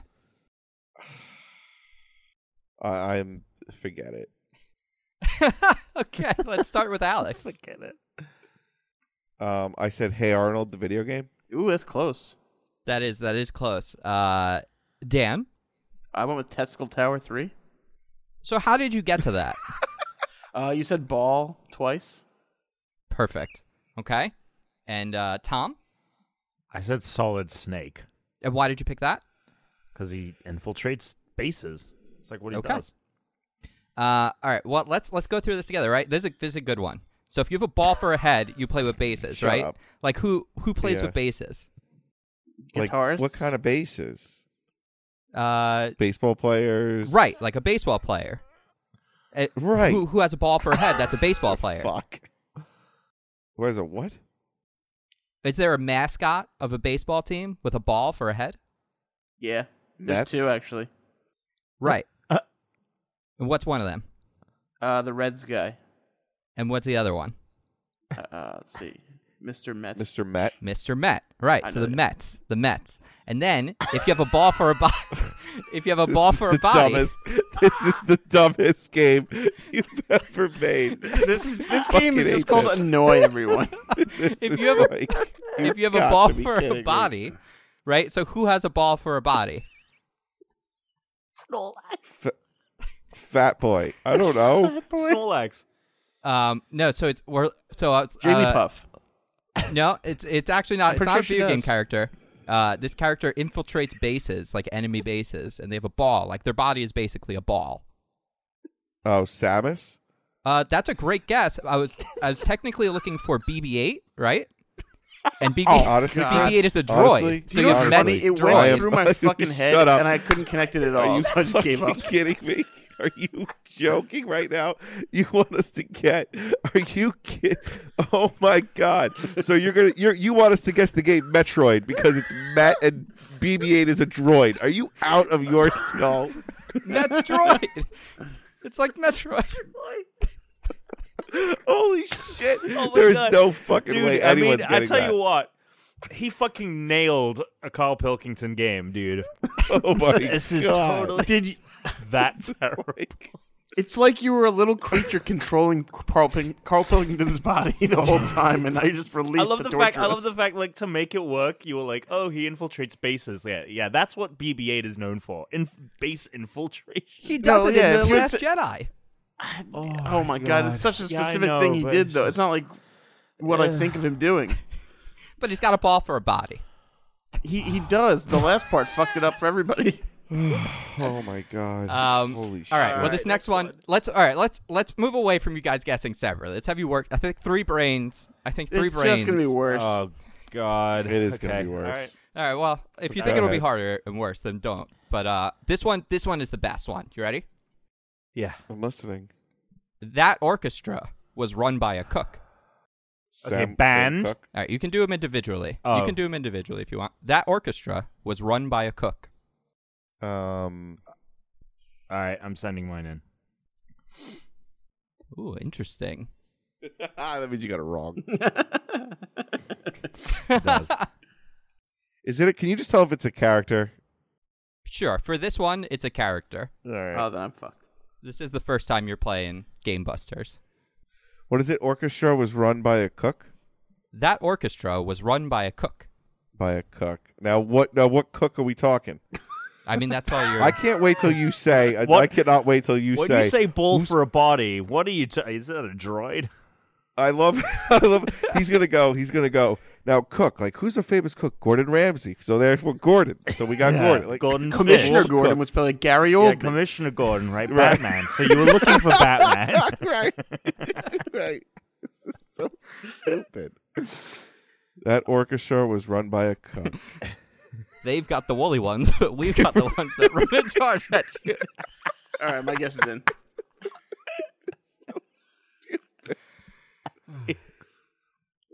D: [laughs]
B: I, I'm. Forget it.
D: okay, let's
A: [laughs]
D: start with Alex.
A: Forget it.
B: Um. I said, "Hey Arnold," the video game.
C: Ooh, that's close.
D: that is that is close. Uh, Dan.
C: I went with Testicle Tower 3.
D: So how did you get
A: [laughs]
D: to that?
C: Uh, you said ball twice.
D: Perfect. Okay. And uh, Tom,
A: I said solid snake
D: and why did you pick that?
A: because he infiltrates bases. It's like what he
D: Okay.
B: [laughs]
A: does.
D: Uh, all right. Well, let's let's go through this together, right? There's a there's a good one. So if you have a ball for a head, you play with bases,
B: Shut
D: right?
B: up.
D: Like who who plays
B: Yeah.
D: with bases?
B: Like, what kind of bases?
D: Uh,
B: Baseball players.
D: right, like a baseball player. Uh,
B: Right.
D: Who, who has a ball for a head? That's a baseball
B: [laughs]
D: player.
B: Fuck. Where's it? What?
D: Is there a mascot of a baseball team with a ball for a
B: Uh,
D: head?
C: Yeah. There's
B: That's-
C: two, actually.
D: Right.
A: Uh.
D: and what's one of them?
C: Uh, the Reds guy.
D: And what's the other one?
C: Uh, let's see. Mr. Met.
B: Mr. Met.
D: Mr. Met. Right.
C: I
D: So
C: know
D: the
C: that.
D: Mets, the Mets. And then if you have a ball for a body, [laughs] if you have
B: [laughs]
D: a ball for a
B: the
D: body.
B: dumbest. This is the dumbest game you've [laughs] ever made.
C: This is this
B: Fucking
C: game is
B: hate
C: just called
B: this.
C: annoy everyone.
B: [laughs] This
D: If
B: is
D: you have a-
B: like,
D: if you have
B: got
D: a
B: to
D: ball
B: be
D: for
B: kidding
D: a
B: me.
D: body, right? So who has a ball for a body?
B: Fat boy. I don't
C: [laughs]
B: know.
A: Snorlax.
D: Um, no, so it's we're so I was,
C: [laughs] Jamie
D: uh,
C: Puff.
D: No, it's it's actually not.
C: I'm
D: It's
C: pretty
D: not
C: sure
D: a
C: she
D: video game
C: does.
D: character. Uh, this character infiltrates bases, like enemy bases, and they have a ball. Like their body is basically a ball.
B: Oh, Samus.
D: Uh, that's a great guess. I was I was technically looking for BB-8, right? And BB,
B: Oh, honestly,
D: BB-8
B: Chris,
D: is a droid.
B: honestly,
D: so
C: Do you
D: you
C: know what's
D: have
C: funny?
B: honestly,
D: many
B: I
C: It
D: droids.
B: am-
C: went through [laughs] my fucking head,
B: Shut up.
C: and I couldn't connect it at
B: Oh, Are [laughs]
C: all.
B: you
C: so I just gave up.
B: fucking kidding me? Are you joking right now? You want us to get? Are you kidding? Oh my god! So you're gonna you are you want us to guess the game Metroid because it's Met and BB-8 is a droid? Are you out of your [laughs] skull?
D: That's droid. [laughs]
C: [laughs]
D: It's like Metroid.
B: Holy shit!
A: Oh my
B: There's
A: God.
B: no fucking
A: Dude,
B: way
A: I
B: anyone's
A: mean, I
B: getting
A: tell
B: that.
A: you what, he fucking nailed a Carl Pilkington game, dude.
B: oh my
A: This is
B: god!
A: totally
C: Did you,
B: [laughs]
A: that terrible.
B: Like,
C: it's like you were a little creature controlling Carl, Pil- Carl Pilkington's body [laughs] the whole time, and now you're just released.
A: I love
C: to
A: the
C: torture
A: fact. I love
C: us.
A: the fact. Like to make it work, you were like, "Oh, he infiltrates bases." Yeah, yeah. That's what BB-8 is known for: in- base infiltration.
D: He does
C: No,
D: it
C: yeah,
D: in
C: if
D: the
C: you
D: Last
C: said-
D: Jedi.
A: Oh,
C: [laughs] Oh my god, it's such a
A: Yeah, I
C: specific
A: know,
C: thing he
A: but
C: did
A: it's
C: though.
A: just-
C: It's not like what I think of him doing.
D: But he's got a ball for a body.
C: He he does. The last part fucked it up for [laughs] everybody.
B: oh my god!
D: Um,
B: Holy shit!
D: all right. Well, this next one. Let's all right. Let's let's move away from you guys guessing separately. Let's have you work. I think three brains. I think three
C: it's
D: brains.
C: just gonna be worse.
A: Oh god,
B: it is gonna
A: Okay,
B: be
A: all
B: worse.
A: right.
D: All right. Well, if you think
B: Go
D: it'll be
B: ahead.
D: harder and worse, then don't. But uh, this one, this one is the best one. You ready?
A: Yeah.
B: I'm listening.
D: That orchestra was run by a cook.
A: Okay,
B: Sam- Sam
A: band.
B: Cooke.
D: All right. You can do them individually. You
A: Oh.
D: can do them individually if you want. That orchestra was run by a cook.
B: Um,
A: All right. I'm sending mine in.
D: Ooh, interesting.
B: Ah, that means you got
A: [laughs]
B: it wrong.
A: does.
B: Is it? A, can you just tell if it's a character?
D: sure. For this one, it's a character.
B: All right.
A: Uh,
C: oh, then I'm fucked.
D: This is the first time you're playing Game Busters.
B: what is it? Orchestra was run by a cook.
D: That orchestra was run by a cook.
B: By a cook. Now what? Now what cook are we
A: [laughs]
B: talking?
D: I mean, that's all you're.
B: I can't wait till you say. I,
A: What-
B: I cannot wait till you
A: When
B: say.
A: you say ball for a body, what are you? T- is that a droid?
B: I love. [laughs] I love. He's gonna go. He's gonna go. Now cook. Like who's a famous cook? Gordon Ramsay. So therefore Gordon. So we got Gordon. Like
A: Gordon
C: Commissioner
A: Smith.
C: Gordon was probably like Gary
A: Yeah,
C: Oldman.
A: Commissioner Gordon, right?
B: Right.
A: Batman. So you were looking [laughs] for Batman.
B: right. [laughs] right. This is so stupid. That orchestra was run by a cook.
D: They've got the woolly ones, [laughs] but we've got the ones that run a charge at you.
C: All right, my guess is in.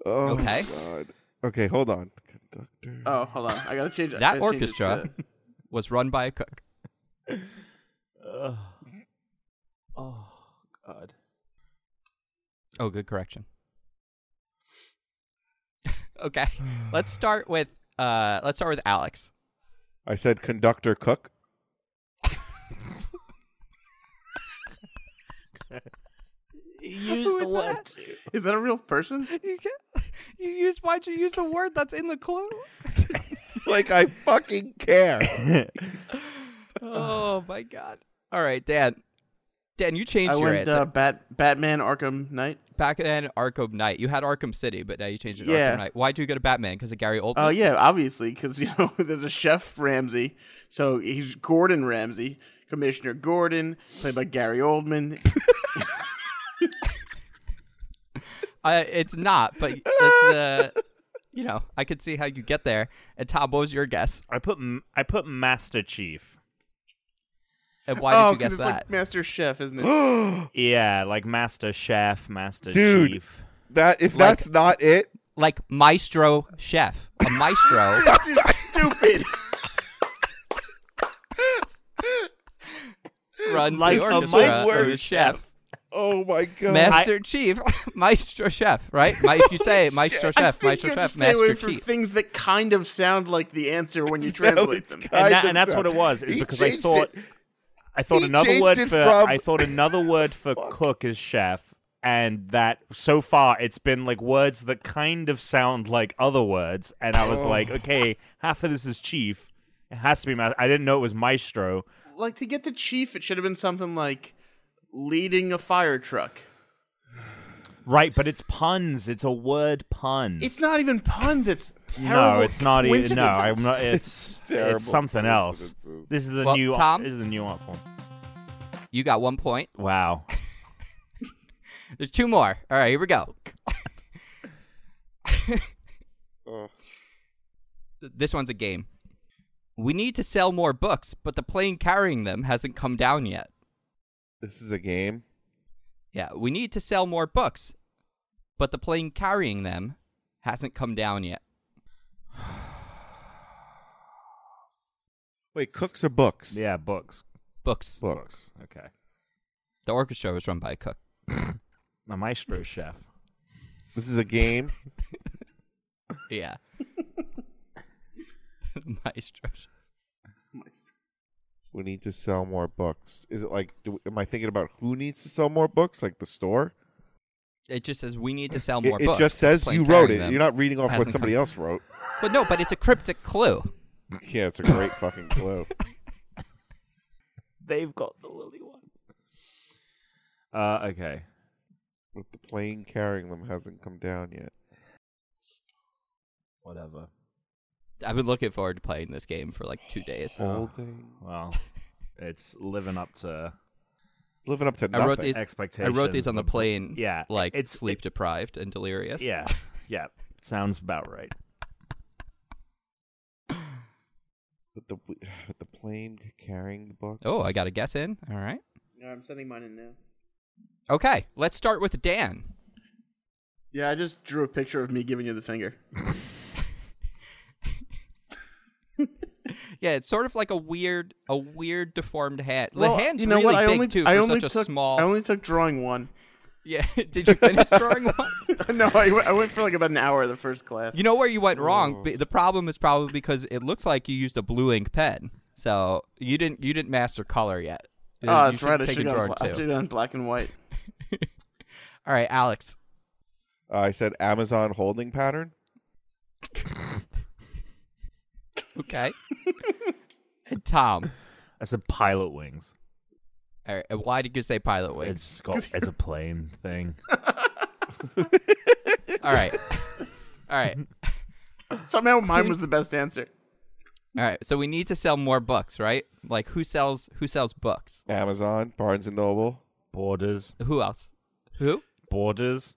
B: Oh,
D: Okay.
B: God. Uh, Okay, hold on. Conductor.
C: Oh, hold on, I gotta change I
D: [laughs] That
C: gotta change it
D: orchestra was run by a cook.
A: Ugh. oh God.
D: Oh, good correction. [laughs] okay, let's start with uh, let's start with Alex.
B: I said conductor cook.
A: Use
D: Who the is word. that?
C: to- Is that a real person?
D: [laughs] You can't, you used why'd you use the word that's in the clue?
B: like [laughs] I fucking care.
D: [laughs] oh my god! All right, Dan. Dan, you changed
C: I
D: your
C: went
D: answer.
C: uh, Bat Batman Arkham Knight.
D: Back then, Arkham Knight. You had Arkham City, but now you changed it to
C: Yeah.
D: Arkham Knight. Why'd you go to Batman? Because of Gary Oldman.
C: Oh yeah, obviously, because [laughs] you know there's a chef Ramsey, so he's Gordon Ramsey, Commissioner Gordon, played by Gary Oldman.
D: Uh, it's not, but it's the.
C: [laughs]
D: You know, I could see how you get there. And Tom, what was your guess?
A: I put m- I put Master Chief.
D: And why
C: oh,
D: did you
C: 'cause
D: guess
C: it's
D: that?
C: like Master Chef, isn't
D: [gasps]
C: it?
A: Yeah, like Master Chef, Master
B: Dude.
A: Chief.
B: That if
D: Like-
B: that's not it,
D: like maestro chef, a maestro,
C: [laughs] That's just stupid.
D: runs
A: Like
D: the
A: a
D: orchestra of
A: maestro
D: the chef.
B: Oh my god.
D: Master Chief, [laughs] Maestro Chef, right? Ma- if
C: [laughs]
D: you say it, Maestro
C: I
D: Chef,
C: think [laughs]
D: Maestro
C: you have
D: Chef,
C: to stay away
D: Master
C: from
D: Chief.
C: things that kind of sound like the answer when
D: [laughs]
C: you translate
B: it's
C: them.
B: kind
A: and, that,
B: of
A: and that's what it
B: sound-
A: was. Is
B: He
A: because I
B: changed
A: thought
B: it.
A: I thought
B: He
A: another
B: changed
A: word
B: it
A: for
B: from-
A: I thought another word for cook is chef, and that so far it's been like words that kind of sound like other words, and I was like,
B: Oh.
A: okay, half of this is chief. It has to be. Ma- I didn't know it was maestro.
C: Like to get to chief, it should have been something like leading a fire truck.
A: Right, but it's puns. It's a word pun.
C: It's not even puns. It's terrible.
A: no, it's
D: e-,
A: not even. No,
C: coincidences.
A: I'm not.
B: [laughs]
A: It's
B: terrible
A: it's something else.
B: coincidences.
A: This is a
D: Well,
A: new.
D: Tom?
A: This is a new art form.
D: You got one point.
A: Wow.
D: There's two more. All right, here we go.
B: Ugh.
D: This one's a game. We need to sell more books, but the plane carrying them hasn't come down yet.
B: This is a game.
D: Yeah, we need to sell more books, but the plane carrying them hasn't come down yet.
B: Wait, cooks or books?
A: Yeah, books.
D: Books.
B: Books.
A: Okay.
D: The orchestra was run by a cook.
A: A maestro chef.
B: This is a game. [laughs]
D: Yeah. [laughs] Maestro.
B: we need to sell more books. Is it like? Do, am I thinking about who needs to sell more books? Like the store?
D: It just says we need to sell
B: It-
D: more
B: it,
D: books.
B: just says
D: Plane
B: you wrote
D: carrying
B: it.
D: them.
B: You're not reading off what
D: hasn't
B: somebody
D: come-
B: else
D: [laughs]
B: wrote.
D: But no, but it's a cryptic clue.
B: Yeah, it's a great fucking clue.
A: They've got the Willy one. Uh, okay.
B: But the plane carrying them hasn't come down yet.
A: Whatever.
D: I've been looking forward to playing this game for like two days.
A: Uh,
B: Holding,
A: [laughs] Well, it's living up to
B: living up to
D: I
B: nothing.
D: wrote these. I
A: expectations.
D: wrote these on the
A: but-
D: plane.
A: Yeah,
D: like
A: it's-
D: sleep deprived and
A: [laughs]
D: delirious.
A: Yeah, yeah. Sounds about right.
B: But the [sighs] but the plane carrying the books.
D: Oh, I got a guess in. All right.
C: Yeah, I'm sending mine in now.
D: Okay, let's start with Dan.
C: Yeah, I just drew a picture of me giving you the finger.
D: Yeah, it's sort of like a weird, a weird deformed hand. The
C: Well,
D: hand's
C: you know
D: really
C: what? I
D: big
C: only
D: too
C: I
D: for
C: only
D: such a
C: took
D: small.
C: I only took drawing one.
D: [laughs]
C: [laughs]
D: Yeah, [laughs] did you finish drawing one?
C: no, I, went- I went for like about an hour of the first class.
D: You know where you went
C: Oh.
D: wrong. B- The problem is probably because it looks like you used a blue ink pen, so you didn't you didn't master color yet. You-
C: oh,
D: you
C: that's
D: should
C: right. I
D: take
C: should
D: a
C: have
D: drawing
C: gone, bla- I
D: too.
C: should've gone black and white.
D: All right, Alex.
B: Uh, I said Amazon holding pattern.
C: [laughs]
D: Okay. and Tom.
A: I said pilot wings.
D: All right, and why did you say pilot wings?
A: It's [laughs] got. It's a plane thing.
D: All right. [laughs] All right.
C: Somehow mine was the best answer.
D: All right. So we need to sell more books, right? Like who sells who sells books?
B: Amazon, Barnes and Noble.
A: Borders.
D: Who else? Who?
A: Borders.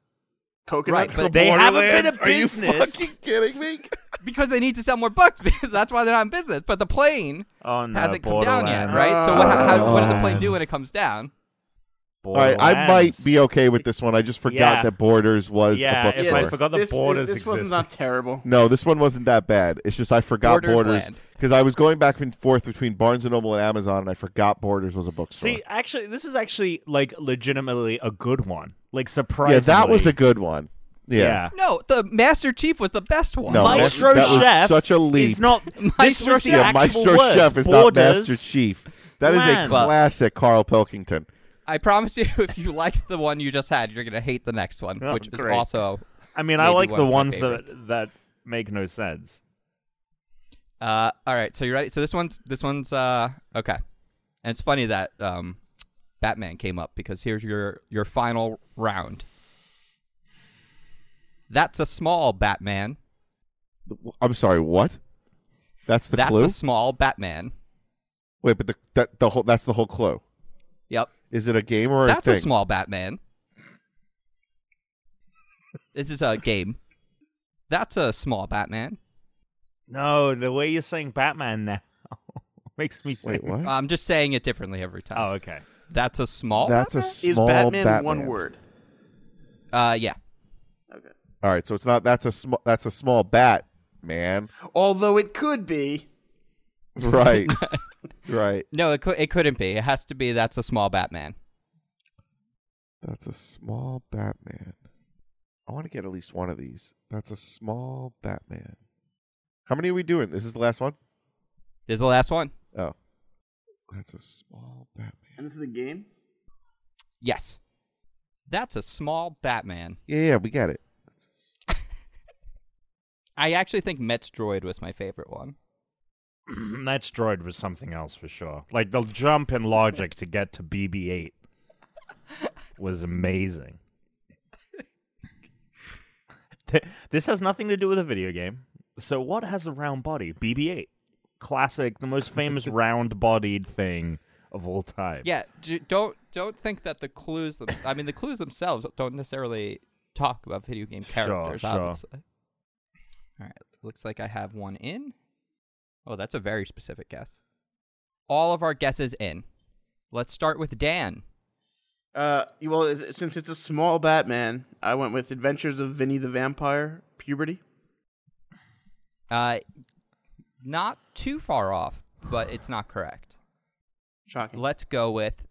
D: Right,
C: Coconuts.
D: but
A: They haven't been a
B: Borderlands? Are you
A: business.
B: fucking kidding me?
D: [laughs] Because they need to sell more books. [laughs] Because that's why they're not in business. But the plane
A: Oh no.
D: hasn't come down yet,
A: Borderlands.
D: right? So
B: Oh,
D: what, how, what does the plane
A: Borderlands.
D: do when it comes down?
B: All right, I might
A: Borderlands.
B: be okay with this one. I just forgot
A: Yeah.
B: that Borders was
A: Yeah,
B: a
A: if
B: bookstore.
A: I forgot the
C: this,
A: borders
C: This one's
A: exist.
C: not terrible.
B: No, this one wasn't that bad. It's just I forgot
D: Borders
B: Borders
D: Land.
B: because I was going back and forth between Barnes and Noble and Amazon, and I forgot Borders was a bookstore.
A: See, actually, this is actually like legitimately a good one. Like surprisingly.
B: yeah, that was a good one. Yeah,
D: No, the Master Chief was the best one.
B: no, that-
A: Maestro
B: that was
A: Chef
B: such a leap.
A: It's
B: [laughs]
A: not. This
D: Maestro
A: was the
D: Chef.
B: yeah,
A: actual
B: Maestro
A: words.
B: Chef is not
A: Borders.
B: Master Chief. That is
A: Land.
B: a classic Carl Pilkington.
D: I promise you, [laughs] if you liked the one you just had, you're gonna hate the next one,
A: Oh,
D: which is
A: great.
D: also
A: I mean, I
D: Maybe
A: like
D: one
A: the
D: of my
A: ones
D: favorites.
A: that that make no sense.
D: Uh, all right, so you ready? So this one's this one's uh okay, and it's funny that um, Batman came up because here's your your final round. That's a small Batman.
B: I'm sorry, what? That's the
D: That's
B: clue.
D: a small Batman.
B: Wait, but the that, the whole that's the whole clue.
D: Yep,
B: Is it a game or
D: that's
B: a
D: a
B: thing?
D: small Batman. this is a game. That's a small Batman.
A: No, the way you're saying Batman now [laughs] makes me think.
B: Wait, what?
D: I'm just saying it differently every time.
A: Oh, okay. [clears throat]
D: That's a small.
B: that's a
C: Is
B: small
C: Batman, one word?
D: uh, yeah.
C: Okay.
B: All right, so it's not. That's a small. That's a small bat, man.
C: Although it could be.
B: Right. right.
D: No, it cou- it couldn't be. It has to be. That's a small Batman.
B: That's a small Batman. I want to get at least one of these. That's a small Batman. How many are we doing? This is the last one?
D: This is the last one.
B: Oh. That's a small Batman.
F: And this is a game?
D: Yes. That's a small Batman.
B: Yeah, yeah, we got it.
D: I actually think Metroid was my favorite one.
A: Metroid was something else for sure. Like the jump in logic to get to BB-8 was amazing. Th- this has nothing to do with a video game. So what has a round body? BB-8, classic, the most
D: [laughs]
A: famous round-bodied thing of all time.
D: Yeah, j- don't don't think that the clues. Them- I mean, the clues themselves don't necessarily talk about video game
A: Sure,
D: characters.
A: sure.
D: Obviously. All right. Looks like I have one in. Oh, that's a very specific guess. All of our guesses in. Let's start with Dan.
C: Uh, well, it- since it's a small Batman, I went with Adventures of Vinny the Vampire, Puberty.
D: Uh, not too far off, but it's not correct.
C: Shocking.
D: Let's go with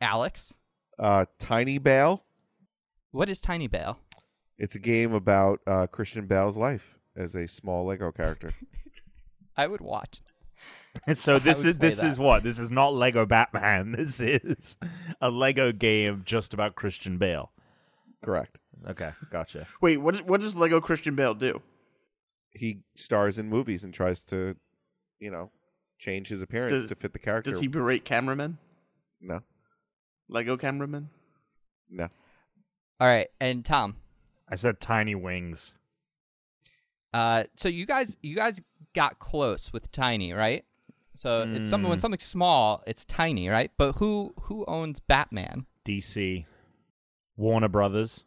D: Alex.
B: Uh, Tiny Bale.
D: What is Tiny Bale?
B: It's a game about uh, Christian Bale's life as a small Lego
D: [laughs]
B: character.
D: I would watch.
A: so this
D: would
A: is
D: play
A: this is
D: that.
A: what this is not Lego Batman. [laughs] This is a Lego game just about Christian Bale.
B: Correct.
A: Okay, gotcha.
C: Wait, what? What does Lego Christian Bale do?
B: He stars in movies and tries to, you know, change his appearance
C: Does-
B: to fit the character.
C: Does he berate cameramen?
B: No,
C: Lego cameramen?
B: no.
D: All right, and Tom.
A: I said tiny wings.
D: Uh, so you guys, you guys got close with tiny, right? So it's something
B: Hmm.
D: when something's small, it's tiny, right? But who who owns Batman?
A: DC, Warner Brothers.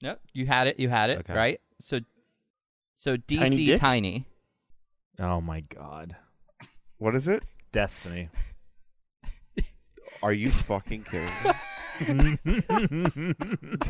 D: Nope, you had it, you had it,
A: Okay.
D: right? So, so DC
C: Tiny
D: tiny,
C: Dick?
A: Oh my god.
B: What is it?
A: Destiny. [laughs]
D: [laughs]
B: Are you fucking kidding me?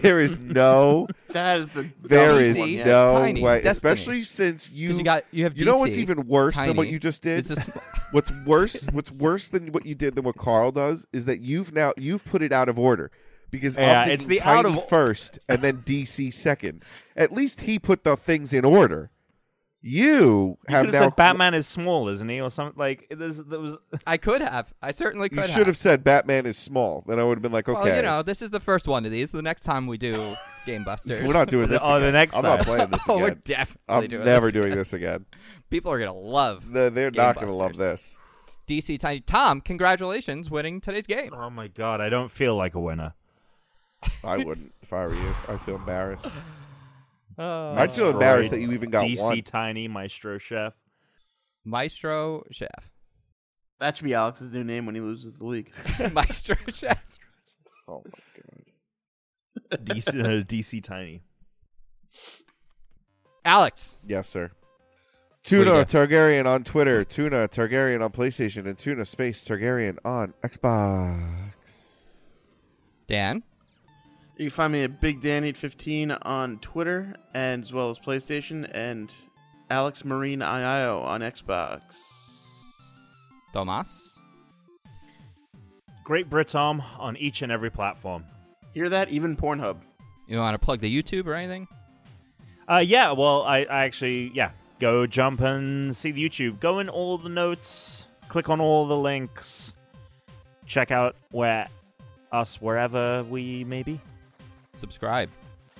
B: there is
D: [laughs]
B: no,
C: That is the
B: [laughs] there
C: dumbest
B: is
D: DC,
C: yeah.
B: no
D: Tiny,
B: way.
D: Destiny.
B: Especially since you,
D: 'Cause you got- you have
B: know what's
D: DC,
B: even worse than what
D: Tiny.
B: you just did.
D: It's a sm- [laughs]
B: What's worse? What's worse than what you did than what Carl does is that you've now you've put it out of order because I'm
A: Yeah, it's
B: thinking
A: the out
B: Tiny
A: of-
B: first
A: [laughs]
B: and then DC second. At least he put the things in order. You have
A: Could
B: now
A: have said Batman is small, isn't he, or something like there's, there was.
D: I could have, I certainly could
B: You should have said Batman is small. Then I would have been like, okay,
D: Well, you know, this is the first one of these. The next time
B: [laughs]
D: we do Game Busters,
B: we're not doing this.
A: Oh, [laughs] the
B: again.
A: next
B: I'm
A: time.
B: not playing this
D: [laughs] oh, we're
B: again.
D: definitely
B: I'm
D: doing
B: never
D: this. [laughs]
B: doing this again.
D: People are gonna love
B: No, they're
D: Game
B: not going to love
D: Busters.
B: this.
D: DC Tiny. Tom, congratulations, winning today's game.
A: Oh my god, I don't feel like a winner.
B: I wouldn't if I were you. I feel
D: [laughs]
B: embarrassed.
D: Uh,
B: I'd feel embarrassed that you even got
A: DC
B: one.
A: Tiny Maestro
B: [laughs]
A: Chef.
D: Maestro Chef. [laughs]
C: That should be Alex's new name when he loses the [laughs] league.
D: Maestro [laughs] Chef.
B: Oh my god.
A: DC, no, DC uh, Tiny.
D: Alex.
B: Yes, sir.
D: you
B: Tuna
D: got?
B: Targaryen on Twitter, Tuna Targaryen on PlayStation, and Tuna Space Targaryen on Xbox.
D: Dan.
C: You can find me at Big Danny 15 on Twitter and as well as PlayStation and Alex Marine IIO on Xbox.
D: Tomas.
A: Great Britom on each and every platform.
C: Hear that? Even [laughs] Pornhub.
D: You want to plug the YouTube or anything?
A: Uh, yeah, well, I, I actually, yeah, go jump and see the YouTube. Go in all the notes, click on all the links, check out where us wherever we may be.
D: Subscribe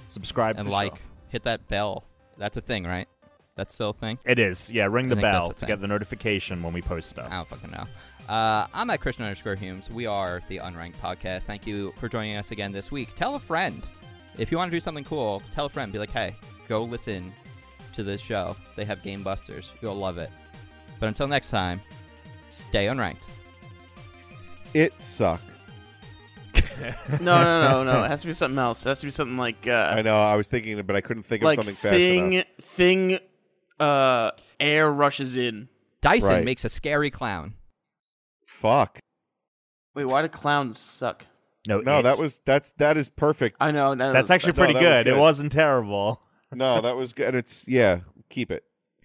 A: Subscribe
D: and
A: for
D: like.
A: sure.
D: Hit that bell. That's a thing, right? That's still a thing.
A: It is, yeah. Ring the
D: think that's
A: bell
D: a
A: to
D: thing.
A: get the notification when we post stuff.
D: I don't fucking know. Uh, I'm at Christian underscore Humes. We are the Unranked Podcast. Thank you for joining us again this week. Tell a friend. If you want to do something cool, tell a friend. Be like, hey, go listen to this show. They have Game Busters. You'll love it. But until next time, stay unranked.
B: It sucked.
C: No, no, no, no. It has to be something else. It has to be something like
B: I
C: uh,
B: know. I was thinking, but I couldn't think of
C: like
B: something fast
C: thing
B: enough.
C: thing uh air rushes in.
D: Dyson
B: Right.
D: makes a scary clown.
B: Fuck.
C: Wait, why do clowns suck?
A: No,
B: No,
A: it.
B: that was that's that is perfect.
C: I know. no, no,
A: that's actually
B: no,
A: pretty
B: that was
A: good. It
B: good.
A: wasn't terrible.
B: No, that was good. And it's yeah. Keep it.